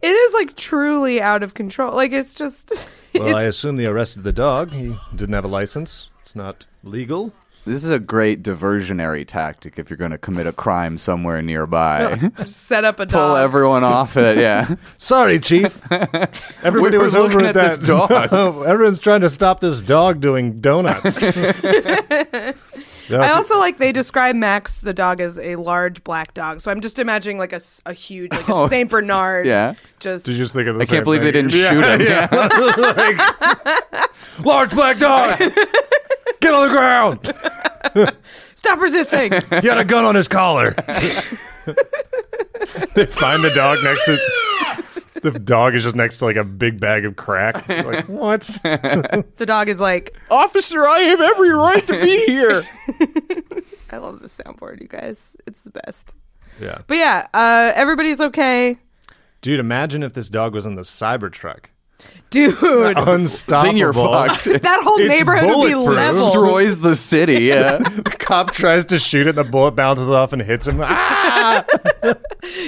[SPEAKER 1] it is like truly out of control like it's just
[SPEAKER 2] Well, I
[SPEAKER 1] it's,
[SPEAKER 2] assume they arrested the dog. He didn't have a license. It's not legal.
[SPEAKER 3] This is a great diversionary tactic if you're going to commit a crime somewhere nearby.
[SPEAKER 1] set up a
[SPEAKER 3] Pull
[SPEAKER 1] dog
[SPEAKER 3] everyone off it. Yeah,
[SPEAKER 2] Sorry, Chief. Everybody
[SPEAKER 3] We were
[SPEAKER 2] was over
[SPEAKER 3] looking
[SPEAKER 2] at,
[SPEAKER 3] at this
[SPEAKER 2] that
[SPEAKER 3] dog.
[SPEAKER 2] Everyone's trying to stop this dog doing donuts.
[SPEAKER 1] i also like they describe max the dog as a large black dog so i'm just imagining like a, s- a huge like a
[SPEAKER 3] Oh,
[SPEAKER 1] saint bernard
[SPEAKER 3] yeah.
[SPEAKER 1] just
[SPEAKER 2] Did you just think of the
[SPEAKER 3] I
[SPEAKER 2] same
[SPEAKER 3] can't believe they
[SPEAKER 2] thing?
[SPEAKER 3] didn't shoot him.
[SPEAKER 2] Like, Large black dog. Get on the ground.
[SPEAKER 1] stop resisting
[SPEAKER 2] He had a gun on his collar. they find the dog next to. The dog is just next to like a big bag of crack. Like what?
[SPEAKER 1] the dog is like
[SPEAKER 2] Officer, I have every right to be here.
[SPEAKER 1] i love the soundboard you guys it's the best
[SPEAKER 2] Yeah,
[SPEAKER 1] but yeah uh everybody's okay
[SPEAKER 2] dude. Imagine if this dog was in the Cybertruck.
[SPEAKER 1] dude
[SPEAKER 2] Unstoppable.
[SPEAKER 3] Then you're fucked.
[SPEAKER 1] that whole
[SPEAKER 2] It's
[SPEAKER 1] neighborhood would be
[SPEAKER 2] bulletproof.
[SPEAKER 1] leveled
[SPEAKER 3] Destroys the city. Yeah.
[SPEAKER 2] The cop tries to shoot it, the bullet bounces off and hits him. Ah!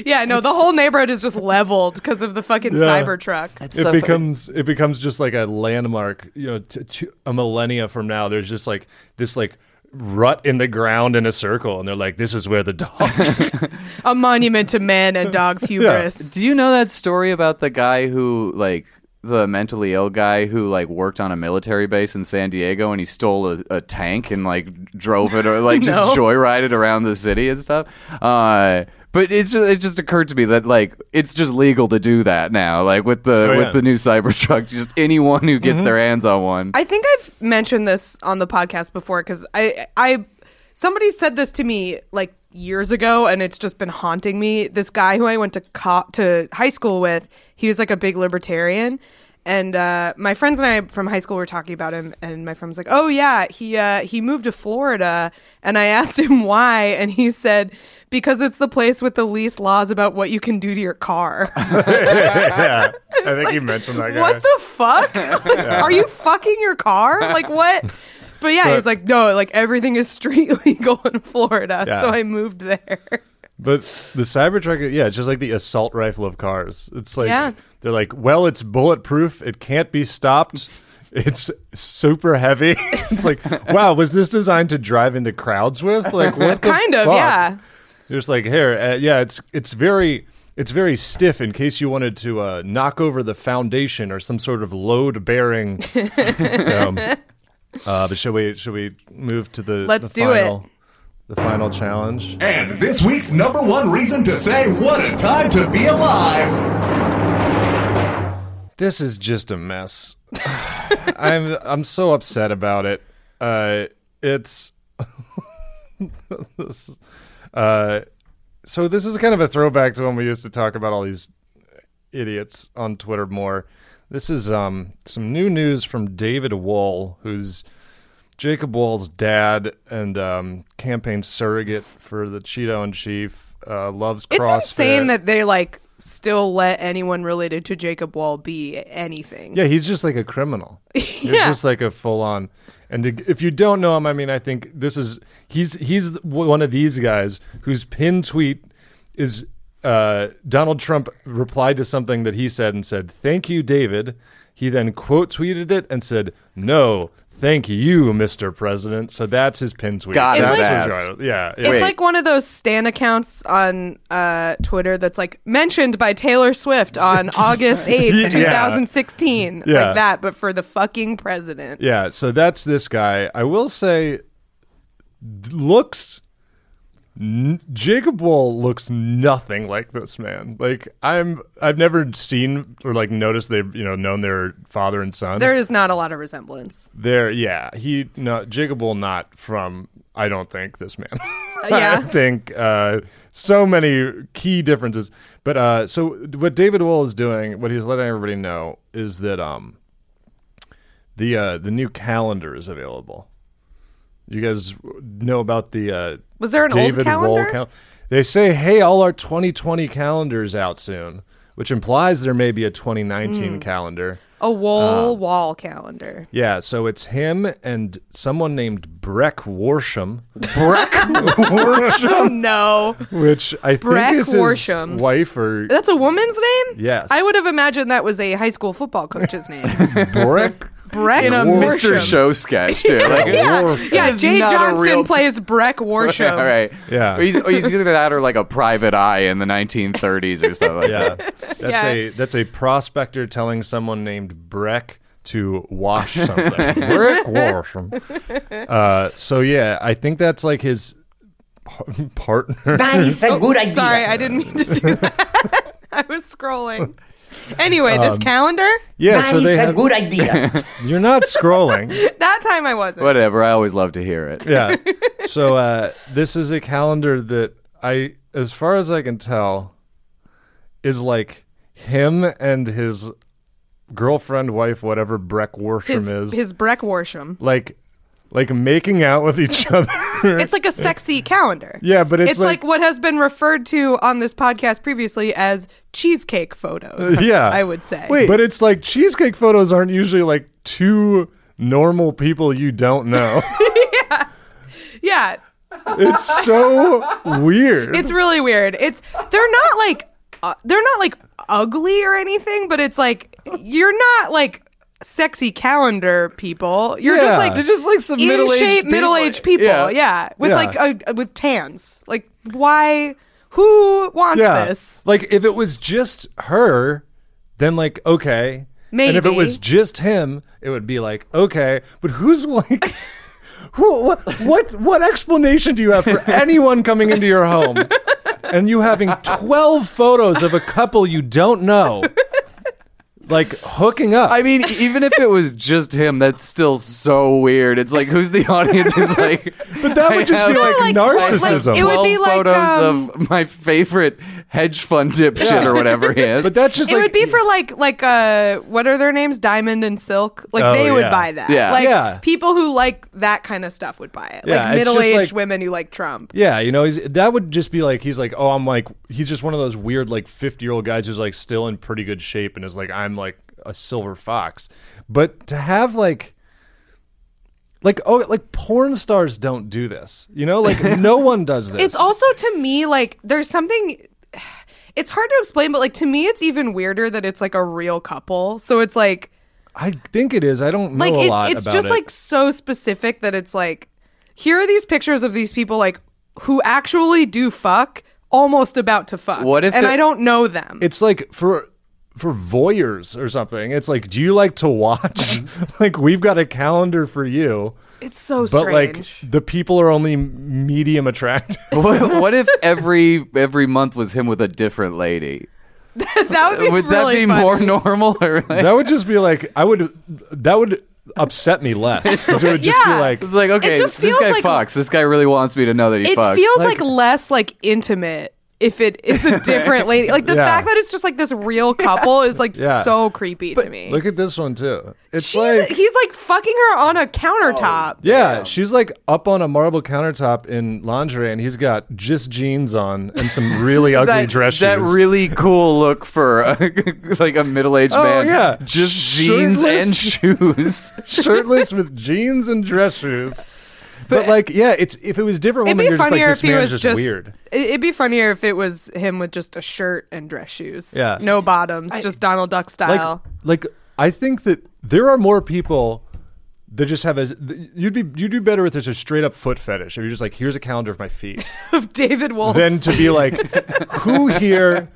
[SPEAKER 1] Yeah, no, the whole neighborhood is just leveled because of the fucking
[SPEAKER 2] Yeah.
[SPEAKER 1] cyber truck.
[SPEAKER 2] it becomes it becomes just like a landmark. You know, t- t- a millennia from now, there's just like this like rut in the ground in a circle, and they're like, "This is where the dog."
[SPEAKER 1] A monument to man and dog's hubris.
[SPEAKER 3] Do you know that story about the guy who like the mentally ill guy who like worked on a military base in San Diego and he stole a, a tank and like drove it or like
[SPEAKER 1] No.
[SPEAKER 3] just joyrided around the city and stuff? Uh but it's just, it just occurred to me that like it's just legal to do that now, like with the
[SPEAKER 2] Oh, yeah.
[SPEAKER 3] with the new Cybertruck. Just anyone who
[SPEAKER 1] Mm-hmm.
[SPEAKER 3] gets their hands on one.
[SPEAKER 1] I think I've mentioned this on the podcast before because I, I, somebody said this to me like years ago, and it's just been haunting me. This guy who I went to co- to high school with, he was like a big libertarian, and uh, my friends and I from high school were talking about him, and my friend was like, "Oh yeah, he uh, he moved to Florida," and I asked him why, and he said. Because it's the place with the least laws about what you can do to your car.
[SPEAKER 2] yeah, I think you mentioned that guy.
[SPEAKER 1] What the fuck? Are you fucking your car? Like what? But yeah, he's like, no, like everything is street legal in Florida,
[SPEAKER 2] Yeah.
[SPEAKER 1] so I moved there.
[SPEAKER 2] But the Cybertruck, yeah, it's just like the assault rifle of cars. It's like
[SPEAKER 1] Yeah.
[SPEAKER 2] they're like, well, it's bulletproof. It can't be stopped. It's super heavy. it's like, wow, was this designed to drive into crowds with? Like, what? the
[SPEAKER 1] Kind of,
[SPEAKER 2] fuck?
[SPEAKER 1] yeah.
[SPEAKER 2] You're just like here, uh, yeah. It's it's very it's very stiff in case you wanted to uh, knock over the foundation or some sort of load bearing. um, uh, but should we should we move to the
[SPEAKER 1] Let's
[SPEAKER 2] the
[SPEAKER 1] do it.
[SPEAKER 2] final, the final challenge?
[SPEAKER 5] And this week's number one reason to say what a time to be alive.
[SPEAKER 2] This is just a mess. I'm I'm so upset about it. Uh, it's this, uh, so this is kind of a throwback to when we used to talk about all these idiots on Twitter more. This is um some new news from David Wall, who's Jacob Wall's dad and um, campaign surrogate for the Cheeto in Chief. Uh, loves
[SPEAKER 1] It's
[SPEAKER 2] CrossFit.
[SPEAKER 1] insane that they like still let anyone related to Jacob Wall be anything.
[SPEAKER 2] Yeah, he's just like a criminal. He's
[SPEAKER 1] Yeah.
[SPEAKER 2] just like a full on. And to- if you don't know him, I mean, I think this is he's he's one of these guys whose pin tweet is uh, Donald Trump replied to something that he said and said, "Thank you, David." He then quote tweeted it and said, "No, thank you, Mr. President." So that's his pin tweet.
[SPEAKER 3] God,
[SPEAKER 2] that's
[SPEAKER 1] It's
[SPEAKER 3] like-
[SPEAKER 2] his- yeah, yeah.
[SPEAKER 1] It's
[SPEAKER 3] Wait.
[SPEAKER 1] like one of those Stan accounts on uh, Twitter that's like mentioned by Taylor Swift on August 8th,
[SPEAKER 2] Yeah.
[SPEAKER 1] 2016.
[SPEAKER 2] Yeah.
[SPEAKER 1] Like that, but for the fucking president.
[SPEAKER 2] Yeah, so that's this guy. I will say, d- looks. N- Jacob Wall looks nothing like this man. Like I'm, I've never seen or like noticed they've you know known their father and son.
[SPEAKER 1] There is not a lot of resemblance.
[SPEAKER 2] They're- yeah. He no Jacob Wall not from. I don't think this man. I
[SPEAKER 1] yeah.
[SPEAKER 2] think uh, so many key differences. But uh, so what David Wall is doing, what he's letting everybody know is that um, the uh, the new calendar is available. You guys know about the uh,
[SPEAKER 1] Was there an old
[SPEAKER 2] David Wall
[SPEAKER 1] calendar?
[SPEAKER 2] cal- They say, "Hey, all our 2020 calendars out soon," which implies there may be a
[SPEAKER 1] Hmm.
[SPEAKER 2] 2019 calendar.
[SPEAKER 1] A Wall Wall calendar.
[SPEAKER 2] Yeah, so it's him and someone named Breck Warsham.
[SPEAKER 1] Oh, no.
[SPEAKER 2] which I
[SPEAKER 1] Breck
[SPEAKER 2] think is
[SPEAKER 1] Worsham.
[SPEAKER 2] his wife or
[SPEAKER 1] That's a woman's name?
[SPEAKER 2] Yes.
[SPEAKER 1] I would have imagined that was a high school football coach's name.
[SPEAKER 2] Breck.
[SPEAKER 1] Breck
[SPEAKER 3] in a
[SPEAKER 1] Worsham.
[SPEAKER 3] Mr. Show sketch too. Like,
[SPEAKER 1] Yeah,
[SPEAKER 2] Worf.
[SPEAKER 1] yeah.
[SPEAKER 3] That is
[SPEAKER 1] Jay
[SPEAKER 3] not a
[SPEAKER 1] Johnston
[SPEAKER 3] real-
[SPEAKER 1] plays Breck Worsham.
[SPEAKER 3] All right.
[SPEAKER 2] Yeah.
[SPEAKER 3] Or he's, or he's either that or like a private eye in the 1930s or something like
[SPEAKER 2] Yeah,
[SPEAKER 3] that.
[SPEAKER 2] that's
[SPEAKER 1] Yeah.
[SPEAKER 2] a that's a prospector telling someone named Breck to wash something. Breck Worsham. Uh, so yeah, I think that's like his par- partner.
[SPEAKER 4] That is
[SPEAKER 2] Oh,
[SPEAKER 4] a good idea.
[SPEAKER 1] Sorry, I didn't mean to do that. I was scrolling. Anyway, this calendar.
[SPEAKER 2] Yeah,
[SPEAKER 4] That
[SPEAKER 2] so
[SPEAKER 4] is
[SPEAKER 2] they
[SPEAKER 4] a
[SPEAKER 2] have,
[SPEAKER 4] good idea.
[SPEAKER 2] you're not scrolling.
[SPEAKER 1] That time I wasn't.
[SPEAKER 3] Whatever. I always love to hear it.
[SPEAKER 2] yeah. So uh, this is a calendar that I, as far as I can tell, is like him and his girlfriend, wife, whatever Breck Worsham
[SPEAKER 1] his
[SPEAKER 2] is,
[SPEAKER 1] his Breck Worsham.
[SPEAKER 2] like, like making out with each other.
[SPEAKER 1] It's like a sexy calendar.
[SPEAKER 2] yeah, but it's,
[SPEAKER 1] It's, like, what has been referred to on this podcast previously as cheesecake photos.
[SPEAKER 2] Yeah.
[SPEAKER 1] I would say.
[SPEAKER 2] but it's like cheesecake photos aren't usually like two normal people you don't know.
[SPEAKER 1] Yeah,
[SPEAKER 2] it's so weird.
[SPEAKER 1] it's really weird. It's they're not like uh, they're not like ugly or anything, but it's like you're not like sexy calendar people. You're
[SPEAKER 2] Yeah.
[SPEAKER 1] just like
[SPEAKER 2] They're
[SPEAKER 3] just like some
[SPEAKER 1] in
[SPEAKER 3] middle-aged
[SPEAKER 1] shape
[SPEAKER 3] people.
[SPEAKER 1] middle-aged people.
[SPEAKER 3] Yeah.
[SPEAKER 1] Yeah, with
[SPEAKER 2] Yeah.
[SPEAKER 1] like a, with tans. Like why? Who wants
[SPEAKER 2] yeah.
[SPEAKER 1] this?
[SPEAKER 2] Like if it was just her, then like okay. And if it
[SPEAKER 1] Maybe.
[SPEAKER 2] was just him, it would be like okay. But who's like who what what, what explanation do you have for anyone coming into your home and you having 12 photos of a couple you don't know? Like hooking up.
[SPEAKER 3] I mean, e-, even if it was just him, that's still so weird. It's like, who's the audience? Is like,
[SPEAKER 2] But that would
[SPEAKER 3] I
[SPEAKER 2] just be
[SPEAKER 3] have
[SPEAKER 2] like,
[SPEAKER 1] like-
[SPEAKER 2] narcissism.
[SPEAKER 1] like, it would
[SPEAKER 3] 12
[SPEAKER 1] be like,
[SPEAKER 3] photos
[SPEAKER 1] um,
[SPEAKER 3] of my favorite hedge fund dipshit or whatever he is.
[SPEAKER 2] but that's just
[SPEAKER 1] it
[SPEAKER 2] like
[SPEAKER 1] would be for like like uh what are their names diamond and silk like
[SPEAKER 2] Oh,
[SPEAKER 1] they would
[SPEAKER 2] yeah.
[SPEAKER 1] buy that
[SPEAKER 3] Yeah.
[SPEAKER 1] like
[SPEAKER 2] Yeah.
[SPEAKER 1] people who like that kind of stuff would buy it
[SPEAKER 2] Yeah,
[SPEAKER 1] like
[SPEAKER 2] it's just
[SPEAKER 1] middle-aged
[SPEAKER 2] like-
[SPEAKER 1] women who like trump
[SPEAKER 2] Yeah, you know, he's, that would just be like he's like, oh, I'm like he's just one of those weird like 50 year old guys who's like still in pretty good shape and is like I'm like a silver fox. But to have like like oh like porn stars don't do this, you know, like no one does this.
[SPEAKER 1] it's also to me like there's something it's hard to explain but like to me it's even weirder that it's like a real couple so it's like
[SPEAKER 2] I think it is. I don't know
[SPEAKER 1] like
[SPEAKER 2] a
[SPEAKER 1] it-
[SPEAKER 2] lot
[SPEAKER 1] it's
[SPEAKER 2] about
[SPEAKER 1] just
[SPEAKER 2] it.
[SPEAKER 1] like so specific that it's like here are these pictures of these people like who actually do fuck almost about to fuck
[SPEAKER 3] What if
[SPEAKER 1] and
[SPEAKER 3] the-
[SPEAKER 1] i don't know them
[SPEAKER 2] it's like for for voyeurs or something. It's like, do you like to watch? like we've got a calendar for you,
[SPEAKER 1] it's so
[SPEAKER 2] but
[SPEAKER 1] strange
[SPEAKER 2] like the people are only medium attractive.
[SPEAKER 3] what, what if every every month was him with a different lady?
[SPEAKER 1] that would be,
[SPEAKER 3] Would that
[SPEAKER 1] really
[SPEAKER 3] be
[SPEAKER 1] funny.
[SPEAKER 3] more normal? Or like,
[SPEAKER 2] that would just be like I would. That would upset me less. 'Cause it would just
[SPEAKER 1] Yeah.
[SPEAKER 2] be like
[SPEAKER 3] it's like okay,
[SPEAKER 1] just
[SPEAKER 3] this
[SPEAKER 1] feels
[SPEAKER 3] guy
[SPEAKER 1] like-
[SPEAKER 3] fucks. This guy really wants me to know that he
[SPEAKER 1] it
[SPEAKER 3] fucks.
[SPEAKER 1] feels like, less like intimate if it is a different lady like the
[SPEAKER 2] Yeah.
[SPEAKER 1] fact that it's just like this real couple is like
[SPEAKER 2] Yeah.
[SPEAKER 1] so creepy to me
[SPEAKER 2] look at this one too. It's
[SPEAKER 1] She's,
[SPEAKER 2] like Oh.
[SPEAKER 1] he's like fucking her on a countertop
[SPEAKER 2] Yeah, she's like up on a marble countertop in lingerie, and he's got just jeans on and some really ugly
[SPEAKER 3] that,
[SPEAKER 2] dress
[SPEAKER 3] that
[SPEAKER 2] shoes.
[SPEAKER 3] really cool look for a, like a middle-aged
[SPEAKER 2] Oh,
[SPEAKER 3] man.
[SPEAKER 2] yeah.
[SPEAKER 3] just jeans and
[SPEAKER 2] Shirtless.
[SPEAKER 3] shoes.
[SPEAKER 2] shirtless with jeans and dress shoes. But, like, yeah, it's if it was different
[SPEAKER 1] It'd
[SPEAKER 2] women,
[SPEAKER 1] be
[SPEAKER 2] you're just like
[SPEAKER 1] funnier
[SPEAKER 2] this
[SPEAKER 1] if he
[SPEAKER 2] man's
[SPEAKER 1] was
[SPEAKER 2] just,
[SPEAKER 1] just.
[SPEAKER 2] weird.
[SPEAKER 1] it- It'd be funnier if it was him with just a shirt and dress shoes.
[SPEAKER 2] Yeah.
[SPEAKER 1] no bottoms, just Donald Duck
[SPEAKER 2] Like,
[SPEAKER 1] style.
[SPEAKER 2] like I think that there are more people that just have a. th- You'd be you do better with just a straight up foot fetish. If you're just like, here's a calendar of my feet.
[SPEAKER 1] of David Wolf.
[SPEAKER 2] than to be like, who here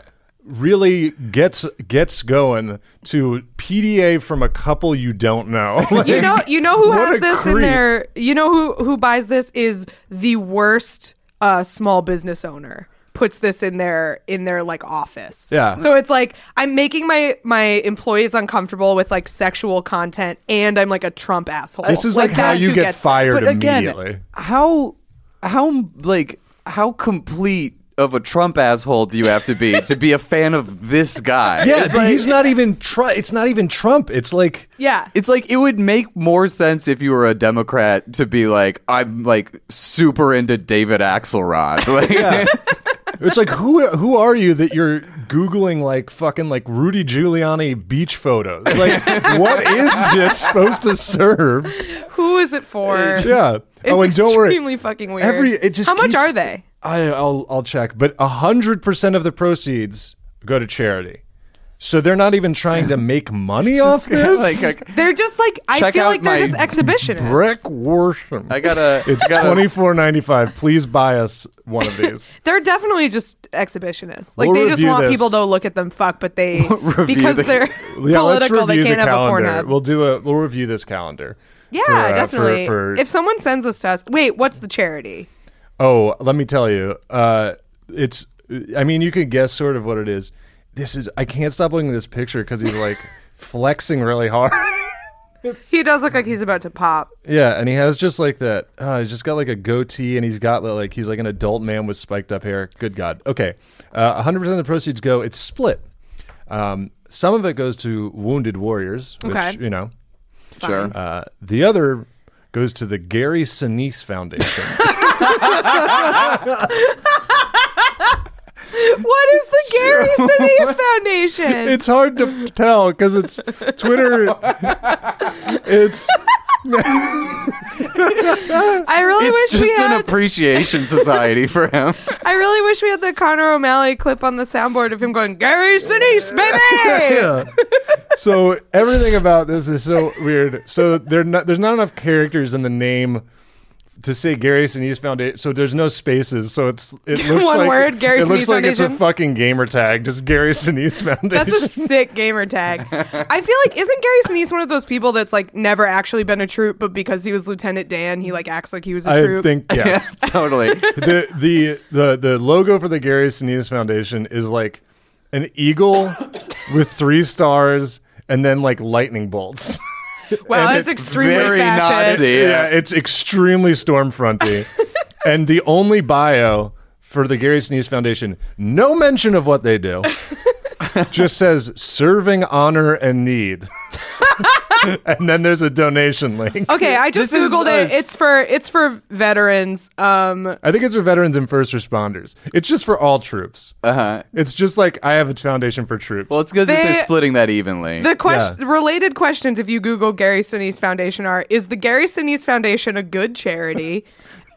[SPEAKER 2] really gets gets going to PDA from a couple you don't know? Like,
[SPEAKER 1] you know, you know who
[SPEAKER 2] What
[SPEAKER 1] has
[SPEAKER 2] a
[SPEAKER 1] this in
[SPEAKER 2] creep.
[SPEAKER 1] their. You know who who buys this is the worst uh, small business owner puts this in their in their like office.
[SPEAKER 2] Yeah.
[SPEAKER 1] So it's like I'm making my my employees uncomfortable with like sexual content, and I'm like a Trump asshole.
[SPEAKER 2] this is like, how
[SPEAKER 1] that's
[SPEAKER 2] you
[SPEAKER 1] who
[SPEAKER 2] get
[SPEAKER 1] gets this.
[SPEAKER 2] fired
[SPEAKER 3] but
[SPEAKER 2] immediately.
[SPEAKER 3] again, how how like how complete of a Trump asshole do you have to be to be a fan of this guy?
[SPEAKER 2] Yeah,
[SPEAKER 3] It's like-
[SPEAKER 2] he's not even. Tr- it's not even Trump. It's like
[SPEAKER 1] Yeah.
[SPEAKER 3] It's like it would make more sense if you were a Democrat to be like, I'm like super into David Axelrod. Like,
[SPEAKER 2] it's like who who are you that you're googling like fucking like Rudy Giuliani beach photos? Like what is this supposed to serve?
[SPEAKER 1] Who is it for?
[SPEAKER 2] Yeah.
[SPEAKER 1] It's
[SPEAKER 2] oh, and don't worry.
[SPEAKER 1] extremely fucking weird.
[SPEAKER 2] Every it just
[SPEAKER 1] How much
[SPEAKER 2] keeps-
[SPEAKER 1] are they?
[SPEAKER 2] I, I'll I'll check, but hundred percent of the proceeds go to charity. So they're not even trying to make money off this.
[SPEAKER 3] like
[SPEAKER 1] They're just like I
[SPEAKER 3] Check
[SPEAKER 1] feel
[SPEAKER 3] out
[SPEAKER 1] like they're
[SPEAKER 3] my
[SPEAKER 1] just exhibitionists.
[SPEAKER 2] Brick Worsham.
[SPEAKER 3] I gotta.
[SPEAKER 2] It's
[SPEAKER 3] I gotta-
[SPEAKER 2] twenty four ninety five. Please buy us one of these.
[SPEAKER 1] They're definitely just exhibitionists. Like
[SPEAKER 2] We'll
[SPEAKER 1] they just
[SPEAKER 2] review
[SPEAKER 1] want
[SPEAKER 2] this.
[SPEAKER 1] people to look at them fuck, but they because
[SPEAKER 3] the-
[SPEAKER 1] they're
[SPEAKER 2] Yeah, let's
[SPEAKER 1] political, they
[SPEAKER 2] review
[SPEAKER 1] can't
[SPEAKER 2] the
[SPEAKER 1] have a porn
[SPEAKER 2] calendar.
[SPEAKER 1] hub.
[SPEAKER 2] We'll do a we'll review this calendar.
[SPEAKER 1] yeah,
[SPEAKER 2] for, uh, for-
[SPEAKER 1] definitely.
[SPEAKER 2] for-
[SPEAKER 1] If someone sends this to us, wait, what's the charity?
[SPEAKER 2] Oh, let me tell you. Uh, it's. I mean, you can guess sort of what it is. This is. I can't stop looking at this picture because he's like flexing really hard.
[SPEAKER 1] He does look like he's about to pop.
[SPEAKER 2] yeah, and he has just like that. Uh, he's just got like a goatee, and he's got like he's like an adult man with spiked up hair. Good God. Okay, uh, 100% of the proceeds go. It's split. Um, some of it goes to wounded warriors, which
[SPEAKER 1] Okay.
[SPEAKER 2] you know.
[SPEAKER 3] Sure.
[SPEAKER 2] Uh, the other goes to the Gary Sinise Foundation.
[SPEAKER 1] What is the Gary Sinise Foundation?
[SPEAKER 2] it's hard to tell because it's Twitter. It's
[SPEAKER 1] I really
[SPEAKER 3] it's
[SPEAKER 1] wish we
[SPEAKER 3] just an
[SPEAKER 1] had.
[SPEAKER 3] appreciation society for him.
[SPEAKER 1] I really wish we had the Connor O'Malley clip on the soundboard of him going Gary Sinise, baby.
[SPEAKER 2] so everything about this is so weird. So there, not, there's not enough characters in the name to say Gary Sinise Foundation. So there's no spaces. So it's it looks
[SPEAKER 1] One
[SPEAKER 2] like
[SPEAKER 1] word, Gary
[SPEAKER 2] it looks
[SPEAKER 1] Sinise
[SPEAKER 2] like it's a
[SPEAKER 1] Foundation?
[SPEAKER 2] fucking gamer tag. Just Gary Sinise Foundation.
[SPEAKER 1] That's a sick gamer tag. I feel like isn't Gary Sinise one of those people that's like never actually been a troop, but because he was Lieutenant Dan, he like acts like he was a
[SPEAKER 2] I
[SPEAKER 1] troop.
[SPEAKER 2] think yes.
[SPEAKER 3] totally.
[SPEAKER 2] the the the the logo for the Gary Sinise Foundation is like an eagle with three stars and then like lightning bolts.
[SPEAKER 1] wow,
[SPEAKER 2] and
[SPEAKER 1] that's
[SPEAKER 2] it's
[SPEAKER 1] extremely
[SPEAKER 3] very
[SPEAKER 1] fascist.
[SPEAKER 3] Nazi. Yeah.
[SPEAKER 2] it's extremely stormfronty. and the only bio for the Gary Sinise Foundation, no mention of what they do. just says serving honor and need. and then there's a donation link.
[SPEAKER 1] Okay, I just
[SPEAKER 3] This is
[SPEAKER 1] googled it.
[SPEAKER 3] us.
[SPEAKER 1] It's for it's for veterans. Um,
[SPEAKER 2] I think it's for veterans and first responders. It's just for all troops.
[SPEAKER 3] Uh-huh.
[SPEAKER 2] It's just like I have a foundation for troops.
[SPEAKER 3] Well, it's good that
[SPEAKER 1] They-
[SPEAKER 3] they're splitting that evenly.
[SPEAKER 1] the question related questions if you Google Gary Sinise Foundation are: Is the Gary Sinise Foundation a good charity?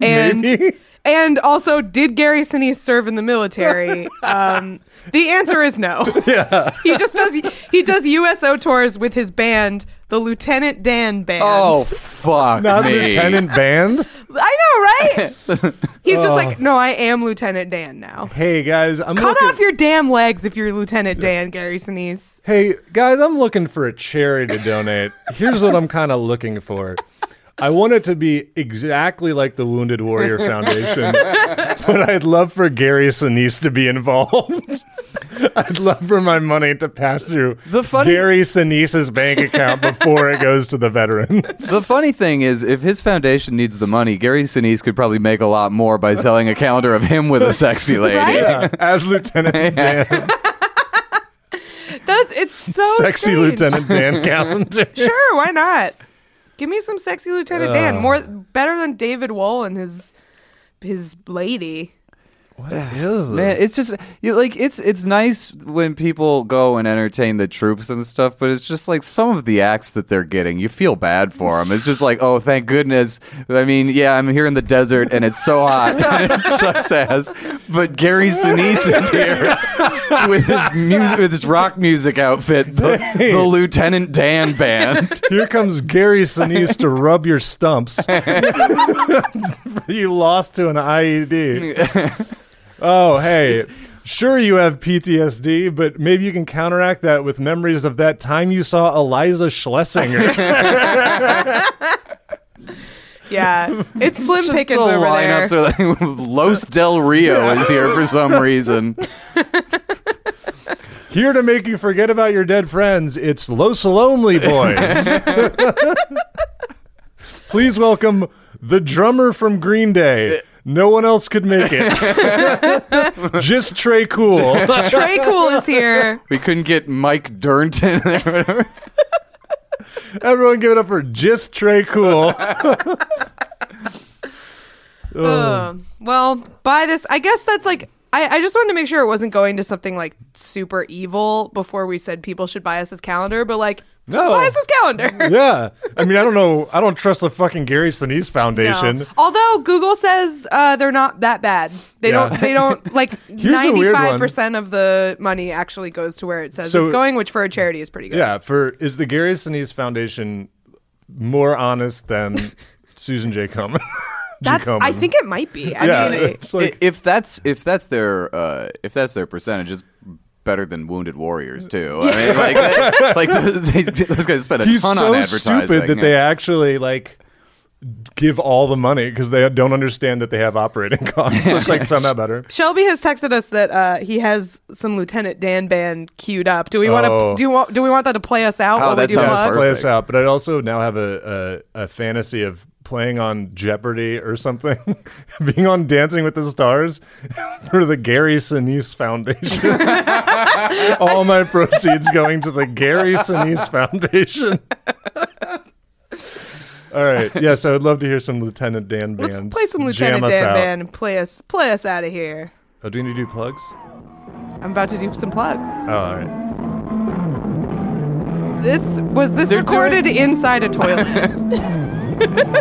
[SPEAKER 1] And
[SPEAKER 2] Maybe.
[SPEAKER 1] and also, did Gary Sinise serve in the military? um, the answer is no. Yeah, he just does. He does USO tours with his band the Lieutenant Dan band.
[SPEAKER 3] Oh fuck
[SPEAKER 2] Not
[SPEAKER 3] me.
[SPEAKER 2] Lieutenant Band.
[SPEAKER 1] I know, right? He's just
[SPEAKER 2] Oh.
[SPEAKER 1] like, no, I am Lieutenant Dan now.
[SPEAKER 2] Hey guys, I'm
[SPEAKER 1] Cut
[SPEAKER 2] looking.
[SPEAKER 1] off your damn legs if you're Lieutenant Dan, Gary Sinise.
[SPEAKER 2] hey guys, I'm looking for a cherry to donate. Here's what I'm kind of looking for. I want it to be exactly like the Wounded Warrior Foundation, but I'd love for Gary Sinise to be involved. I'd love for my money to pass through
[SPEAKER 3] The funny-
[SPEAKER 2] Gary Sinise's bank account before it goes to the veterans.
[SPEAKER 3] The funny thing is, if his foundation needs the money, Gary Sinise could probably make a lot more by selling a calendar of him with a sexy lady.
[SPEAKER 1] Right?
[SPEAKER 2] Yeah, as Lieutenant Dan,
[SPEAKER 1] That's it's so
[SPEAKER 2] sexy
[SPEAKER 1] strange.
[SPEAKER 2] Lieutenant Dan calendar.
[SPEAKER 1] Sure, why not? Give me some sexy Lieutenant Dan. More better than David Wool and his his lady.
[SPEAKER 2] What is this?
[SPEAKER 3] Man, it's just you, like it's it's nice when people go and entertain the troops and stuff, but it's just like some of the acts that they're getting, you feel bad for them. It's just like, oh, thank goodness. I mean, yeah, I'm here in the desert and it's so hot and it sucks ass, but Gary Sinise is here with his music, with his rock music outfit, the, the Lieutenant Dan band.
[SPEAKER 2] Here comes Gary Sinise to rub your stumps. you lost to an IED. Oh, hey. Sure, you have PTSD, but maybe you can counteract that with memories of that time you saw Eliza Schlesinger.
[SPEAKER 1] Yeah. It's slim
[SPEAKER 3] Just
[SPEAKER 1] pickings
[SPEAKER 3] the
[SPEAKER 1] over there.
[SPEAKER 3] lineups are like Los Del Rio is here for some reason.
[SPEAKER 2] Here to make you forget about your dead friends, it's Los Lonely Boys. Please welcome the drummer from Green Day. No one else could make it. Just Trey Cool.
[SPEAKER 1] Trey Cool is here.
[SPEAKER 3] We couldn't get Mike Durnton or whatever.
[SPEAKER 2] Everyone give it up for just Trey Cool.
[SPEAKER 1] Ugh. well, by this, I guess that's like. I, I just wanted to make sure it wasn't going to something like super evil before we said people should buy us his calendar, but like,
[SPEAKER 2] No.
[SPEAKER 1] buy us his calendar.
[SPEAKER 2] yeah. I mean, I don't know. I don't trust the fucking Gary Sinise Foundation.
[SPEAKER 1] No. Although Google says uh, they're not that bad. They
[SPEAKER 2] Yeah.
[SPEAKER 1] don't. They don't like
[SPEAKER 2] a
[SPEAKER 1] ninety
[SPEAKER 2] weird one.
[SPEAKER 1] five percent of the money actually goes to where it says
[SPEAKER 2] So-
[SPEAKER 1] it's going, which for a charity is pretty good.
[SPEAKER 2] Yeah. For is the Gary Sinise Foundation more honest than Susan J. Komen? G.
[SPEAKER 1] that's. I
[SPEAKER 2] Komen?
[SPEAKER 1] think it might be
[SPEAKER 2] Yeah.
[SPEAKER 1] actually.
[SPEAKER 2] It's like
[SPEAKER 3] if that's if that's their uh, if that's their percentage, it's better than Wounded Warriors too. I mean, like, like those, they, those guys spend a
[SPEAKER 2] he's
[SPEAKER 3] ton on
[SPEAKER 2] so
[SPEAKER 3] advertising.
[SPEAKER 2] stupid that they actually like give all the money because they don't understand that they have operating costs. So it's like somehow better.
[SPEAKER 1] Shelby has texted us that uh, he has some Lieutenant Dan band queued up. Do we want
[SPEAKER 2] Oh.
[SPEAKER 1] to? Do you want? Do we want that to play us out?
[SPEAKER 3] Oh,
[SPEAKER 1] while we
[SPEAKER 3] that
[SPEAKER 1] do
[SPEAKER 3] sounds
[SPEAKER 1] plugs?
[SPEAKER 3] perfect.
[SPEAKER 2] play us out. But I also now have a, a, a fantasy of playing on Jeopardy or something, being on Dancing with the Stars for the Gary Sinise Foundation. All my proceeds going to the Gary Sinise Foundation. All right. Yes, I would love to hear some Lieutenant Dan band.
[SPEAKER 1] Let's play some Lieutenant Dan band and play us play us out of here.
[SPEAKER 2] Oh, do we need to do plugs?
[SPEAKER 1] I'm about to do some plugs.
[SPEAKER 2] Oh, all right.
[SPEAKER 1] This was this
[SPEAKER 3] They're
[SPEAKER 1] recorded inside a toilet.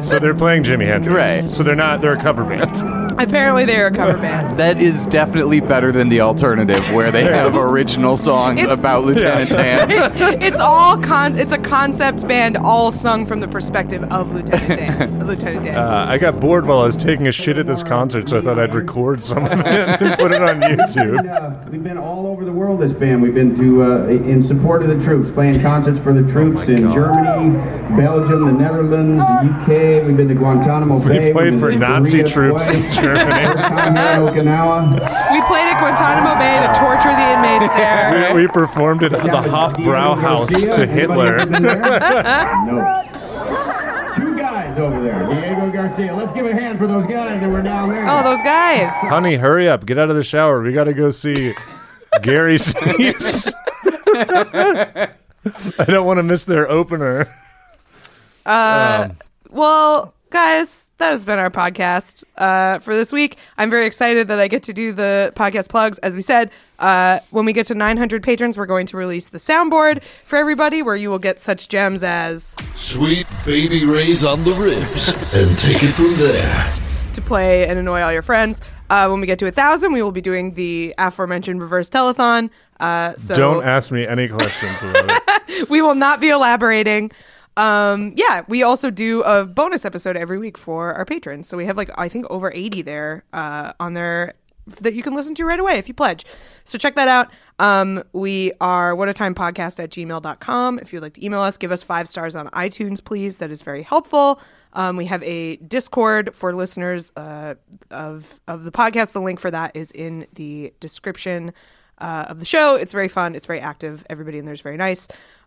[SPEAKER 2] So they're playing Jimi Hendrix.
[SPEAKER 3] Right.
[SPEAKER 2] So they're not, they're a cover band.
[SPEAKER 1] Apparently, they're a cover band.
[SPEAKER 3] that is definitely better than the alternative, where they have original songs
[SPEAKER 1] It's-
[SPEAKER 3] about Lieutenant Dan.
[SPEAKER 1] It's all con. It's a concept band, all sung from the perspective of Lieutenant Dan. Lieutenant Dan.
[SPEAKER 2] Uh, I got bored while I was taking a shit at this concert, so I thought I'd record some of it and put it on YouTube.
[SPEAKER 4] Uh, we've been all over the world. This band. We've been to uh, in support of the troops, playing concerts for
[SPEAKER 2] Oh
[SPEAKER 4] the troops in Germany, Belgium, the Netherlands, the UK. We've been to Guantanamo Bay.
[SPEAKER 2] We
[SPEAKER 4] we've
[SPEAKER 2] played
[SPEAKER 4] been
[SPEAKER 2] for
[SPEAKER 4] to
[SPEAKER 2] Nazi
[SPEAKER 4] Korea,
[SPEAKER 2] troops in
[SPEAKER 4] Hawaii,
[SPEAKER 2] Germany.
[SPEAKER 4] time here in Okinawa.
[SPEAKER 1] we played at Guantanamo Bay to torture the inmates there.
[SPEAKER 2] We, we performed at the Hofbrauhaus to Hitler.
[SPEAKER 4] Anybody ever been there? no. Two guys over there, Diego Garcia. Let's give a hand for those guys that were down there.
[SPEAKER 1] Oh, those guys.
[SPEAKER 2] Honey, hurry up. Get out of the shower. We got to go see Gary Sinise. I don't want to miss their opener.
[SPEAKER 1] Well, guys, that has been our podcast uh, for this week. I'm very excited that I get to do the podcast plugs. As we said, uh, when we get to 900 patrons, we're going to release the soundboard for everybody, where you will get such gems as
[SPEAKER 6] Sweet baby rays on the ribs and take it from there.
[SPEAKER 1] to play and annoy all your friends. Uh, when we get to a thousand, we will be doing the aforementioned reverse telethon. Uh, so
[SPEAKER 2] Don't ask me any questions about it.
[SPEAKER 1] we will not be elaborating Um, yeah, we also do a bonus episode every week for our patrons. So we have like I think over 80 there uh, on there that you can listen to right away if you pledge. So check that out. Um, we are what a time podcast at gmail.com. If you'd like to email us, give us five stars on iTunes, please. That is very helpful. Um, we have a Discord for listeners uh, of of the podcast. The link for that is in the description uh, of the show. It's very fun. It's very active. Everybody in there is very nice.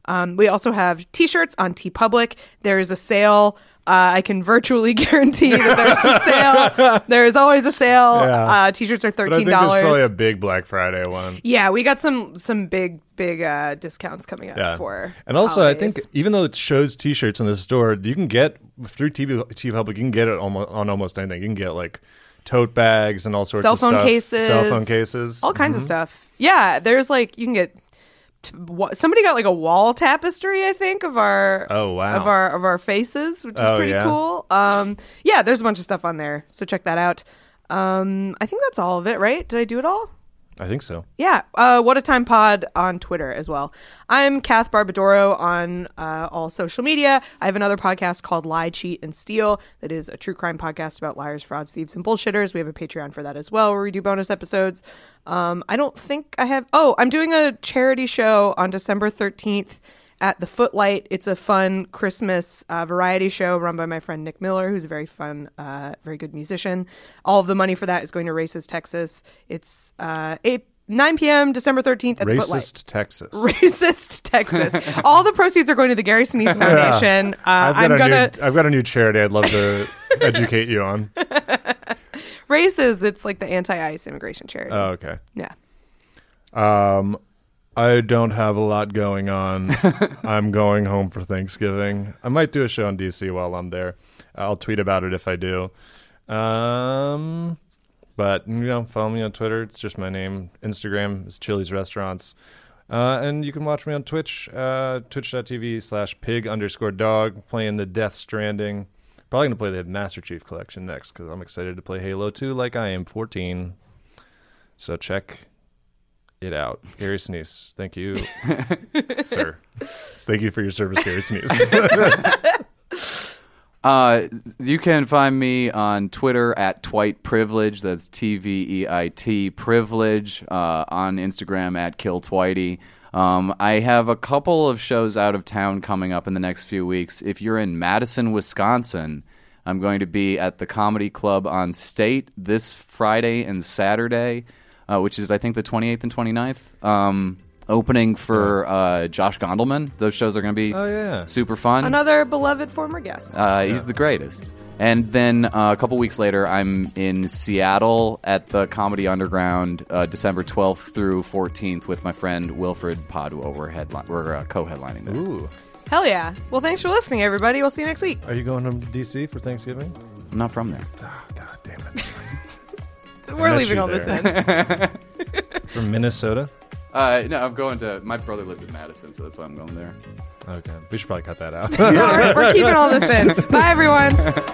[SPEAKER 1] Um, we also have T-shirts on T Public. There is a sale. Uh, I can virtually guarantee that there's a sale. There is always a sale.
[SPEAKER 2] Yeah.
[SPEAKER 1] Uh, T-shirts are
[SPEAKER 2] But I
[SPEAKER 1] thirteen
[SPEAKER 2] think there's probably a
[SPEAKER 1] dollars.
[SPEAKER 2] big Black Friday one.
[SPEAKER 1] Yeah, we got some some big big uh, discounts coming up
[SPEAKER 2] Yeah.
[SPEAKER 1] for.
[SPEAKER 2] and also, I
[SPEAKER 1] holidays.
[SPEAKER 2] think even though it shows T-shirts in the store, you can get through TV, T Public. You can get it almost on almost anything. You can get like tote bags and all sorts
[SPEAKER 1] cell
[SPEAKER 2] of
[SPEAKER 1] phone
[SPEAKER 2] stuff.
[SPEAKER 1] cases,
[SPEAKER 2] cell phone cases. Mm-hmm.
[SPEAKER 1] all kinds of stuff. Yeah, there's like you can get. T- wa- somebody got like a wall tapestry, I think, of our
[SPEAKER 2] Oh, wow.
[SPEAKER 1] of our of our faces, which is
[SPEAKER 2] Oh,
[SPEAKER 1] pretty
[SPEAKER 2] yeah?
[SPEAKER 1] cool. Um, yeah, there's a bunch of stuff on there, so check that out. Um, I think that's all of it, right? Did I do it all?
[SPEAKER 2] I think so.
[SPEAKER 1] Yeah, uh, what a time pod on Twitter as well. I'm Kath Barbadoro on uh, all social media. I have another podcast called Lie, Cheat, and Steal that is a true crime podcast about liars, frauds, thieves, and bullshitters. We have a Patreon for that as well, where we do bonus episodes. Um, I don't think I have. Oh, I'm doing a charity show on December 13th at the Footlight. It's a fun Christmas uh, variety show run by my friend Nick Miller, who's a very fun, uh, very good musician. All of the money for that is going to Races Texas. It's uh, 8, 9 p.m. December 13th at the Footlight.
[SPEAKER 2] Racist Texas.
[SPEAKER 1] Racist Texas. All the proceeds are going to the Gary Sinise Foundation. Uh,
[SPEAKER 2] I've got
[SPEAKER 1] I'm
[SPEAKER 2] a
[SPEAKER 1] gonna
[SPEAKER 2] new, I've got a new charity. I'd love to educate you on.
[SPEAKER 1] races. It's like the anti-ICE immigration charity.
[SPEAKER 2] Oh, okay.
[SPEAKER 1] yeah.
[SPEAKER 2] Um, I don't have a lot going on. I'm going home for Thanksgiving. I might do a show in DC while I'm there. I'll tweet about it if I do. Um, but you know, follow me on Twitter. It's just my name. Instagram is Chili's Restaurants. Uh, and you can watch me on Twitch, uh, twitch.tv slash pig underscore dog, playing the Death Stranding. Probably going to play the Master Chief Collection next because I'm excited to play Halo 2 like I am 14. So check it out. Gary Sneeze, thank you, sir. Thank you for your service, Gary Sneeze.
[SPEAKER 3] Uh, you can find me on Twitter at Twite Privilege. That's T V E I T Privilege. Uh, on Instagram at Kill Twitey. Um, I have a couple of shows out of town coming up in the next few weeks. If you're in Madison, Wisconsin, I'm going to be at the Comedy Club on State this Friday and Saturday, uh, which is I think the 28th and 29th. Um, opening for uh, Josh Gondelman. Those shows are going to be
[SPEAKER 2] Oh, yeah.
[SPEAKER 3] super fun.
[SPEAKER 1] Another beloved former guest.
[SPEAKER 3] Uh, he's the greatest. And then uh, a couple weeks later, I'm in Seattle at the Comedy Underground, uh, December 12th through 14th, with my friend Wilfred Podwell. We're, headli- we're uh, co-headlining there.
[SPEAKER 2] Ooh,
[SPEAKER 1] Hell yeah. Well, thanks for listening, everybody. We'll see you next week.
[SPEAKER 2] are you going home to DC for Thanksgiving?
[SPEAKER 3] I'm not from there.
[SPEAKER 2] God damn it!
[SPEAKER 1] We're
[SPEAKER 2] met
[SPEAKER 1] leaving
[SPEAKER 2] you
[SPEAKER 1] all this
[SPEAKER 2] there.
[SPEAKER 1] in.
[SPEAKER 2] From Minnesota.
[SPEAKER 3] Uh, no, I'm going to. My brother lives in Madison, so that's why I'm going there.
[SPEAKER 2] Okay, we should probably cut that out.
[SPEAKER 1] All right, we're keeping all this in. Bye, everyone.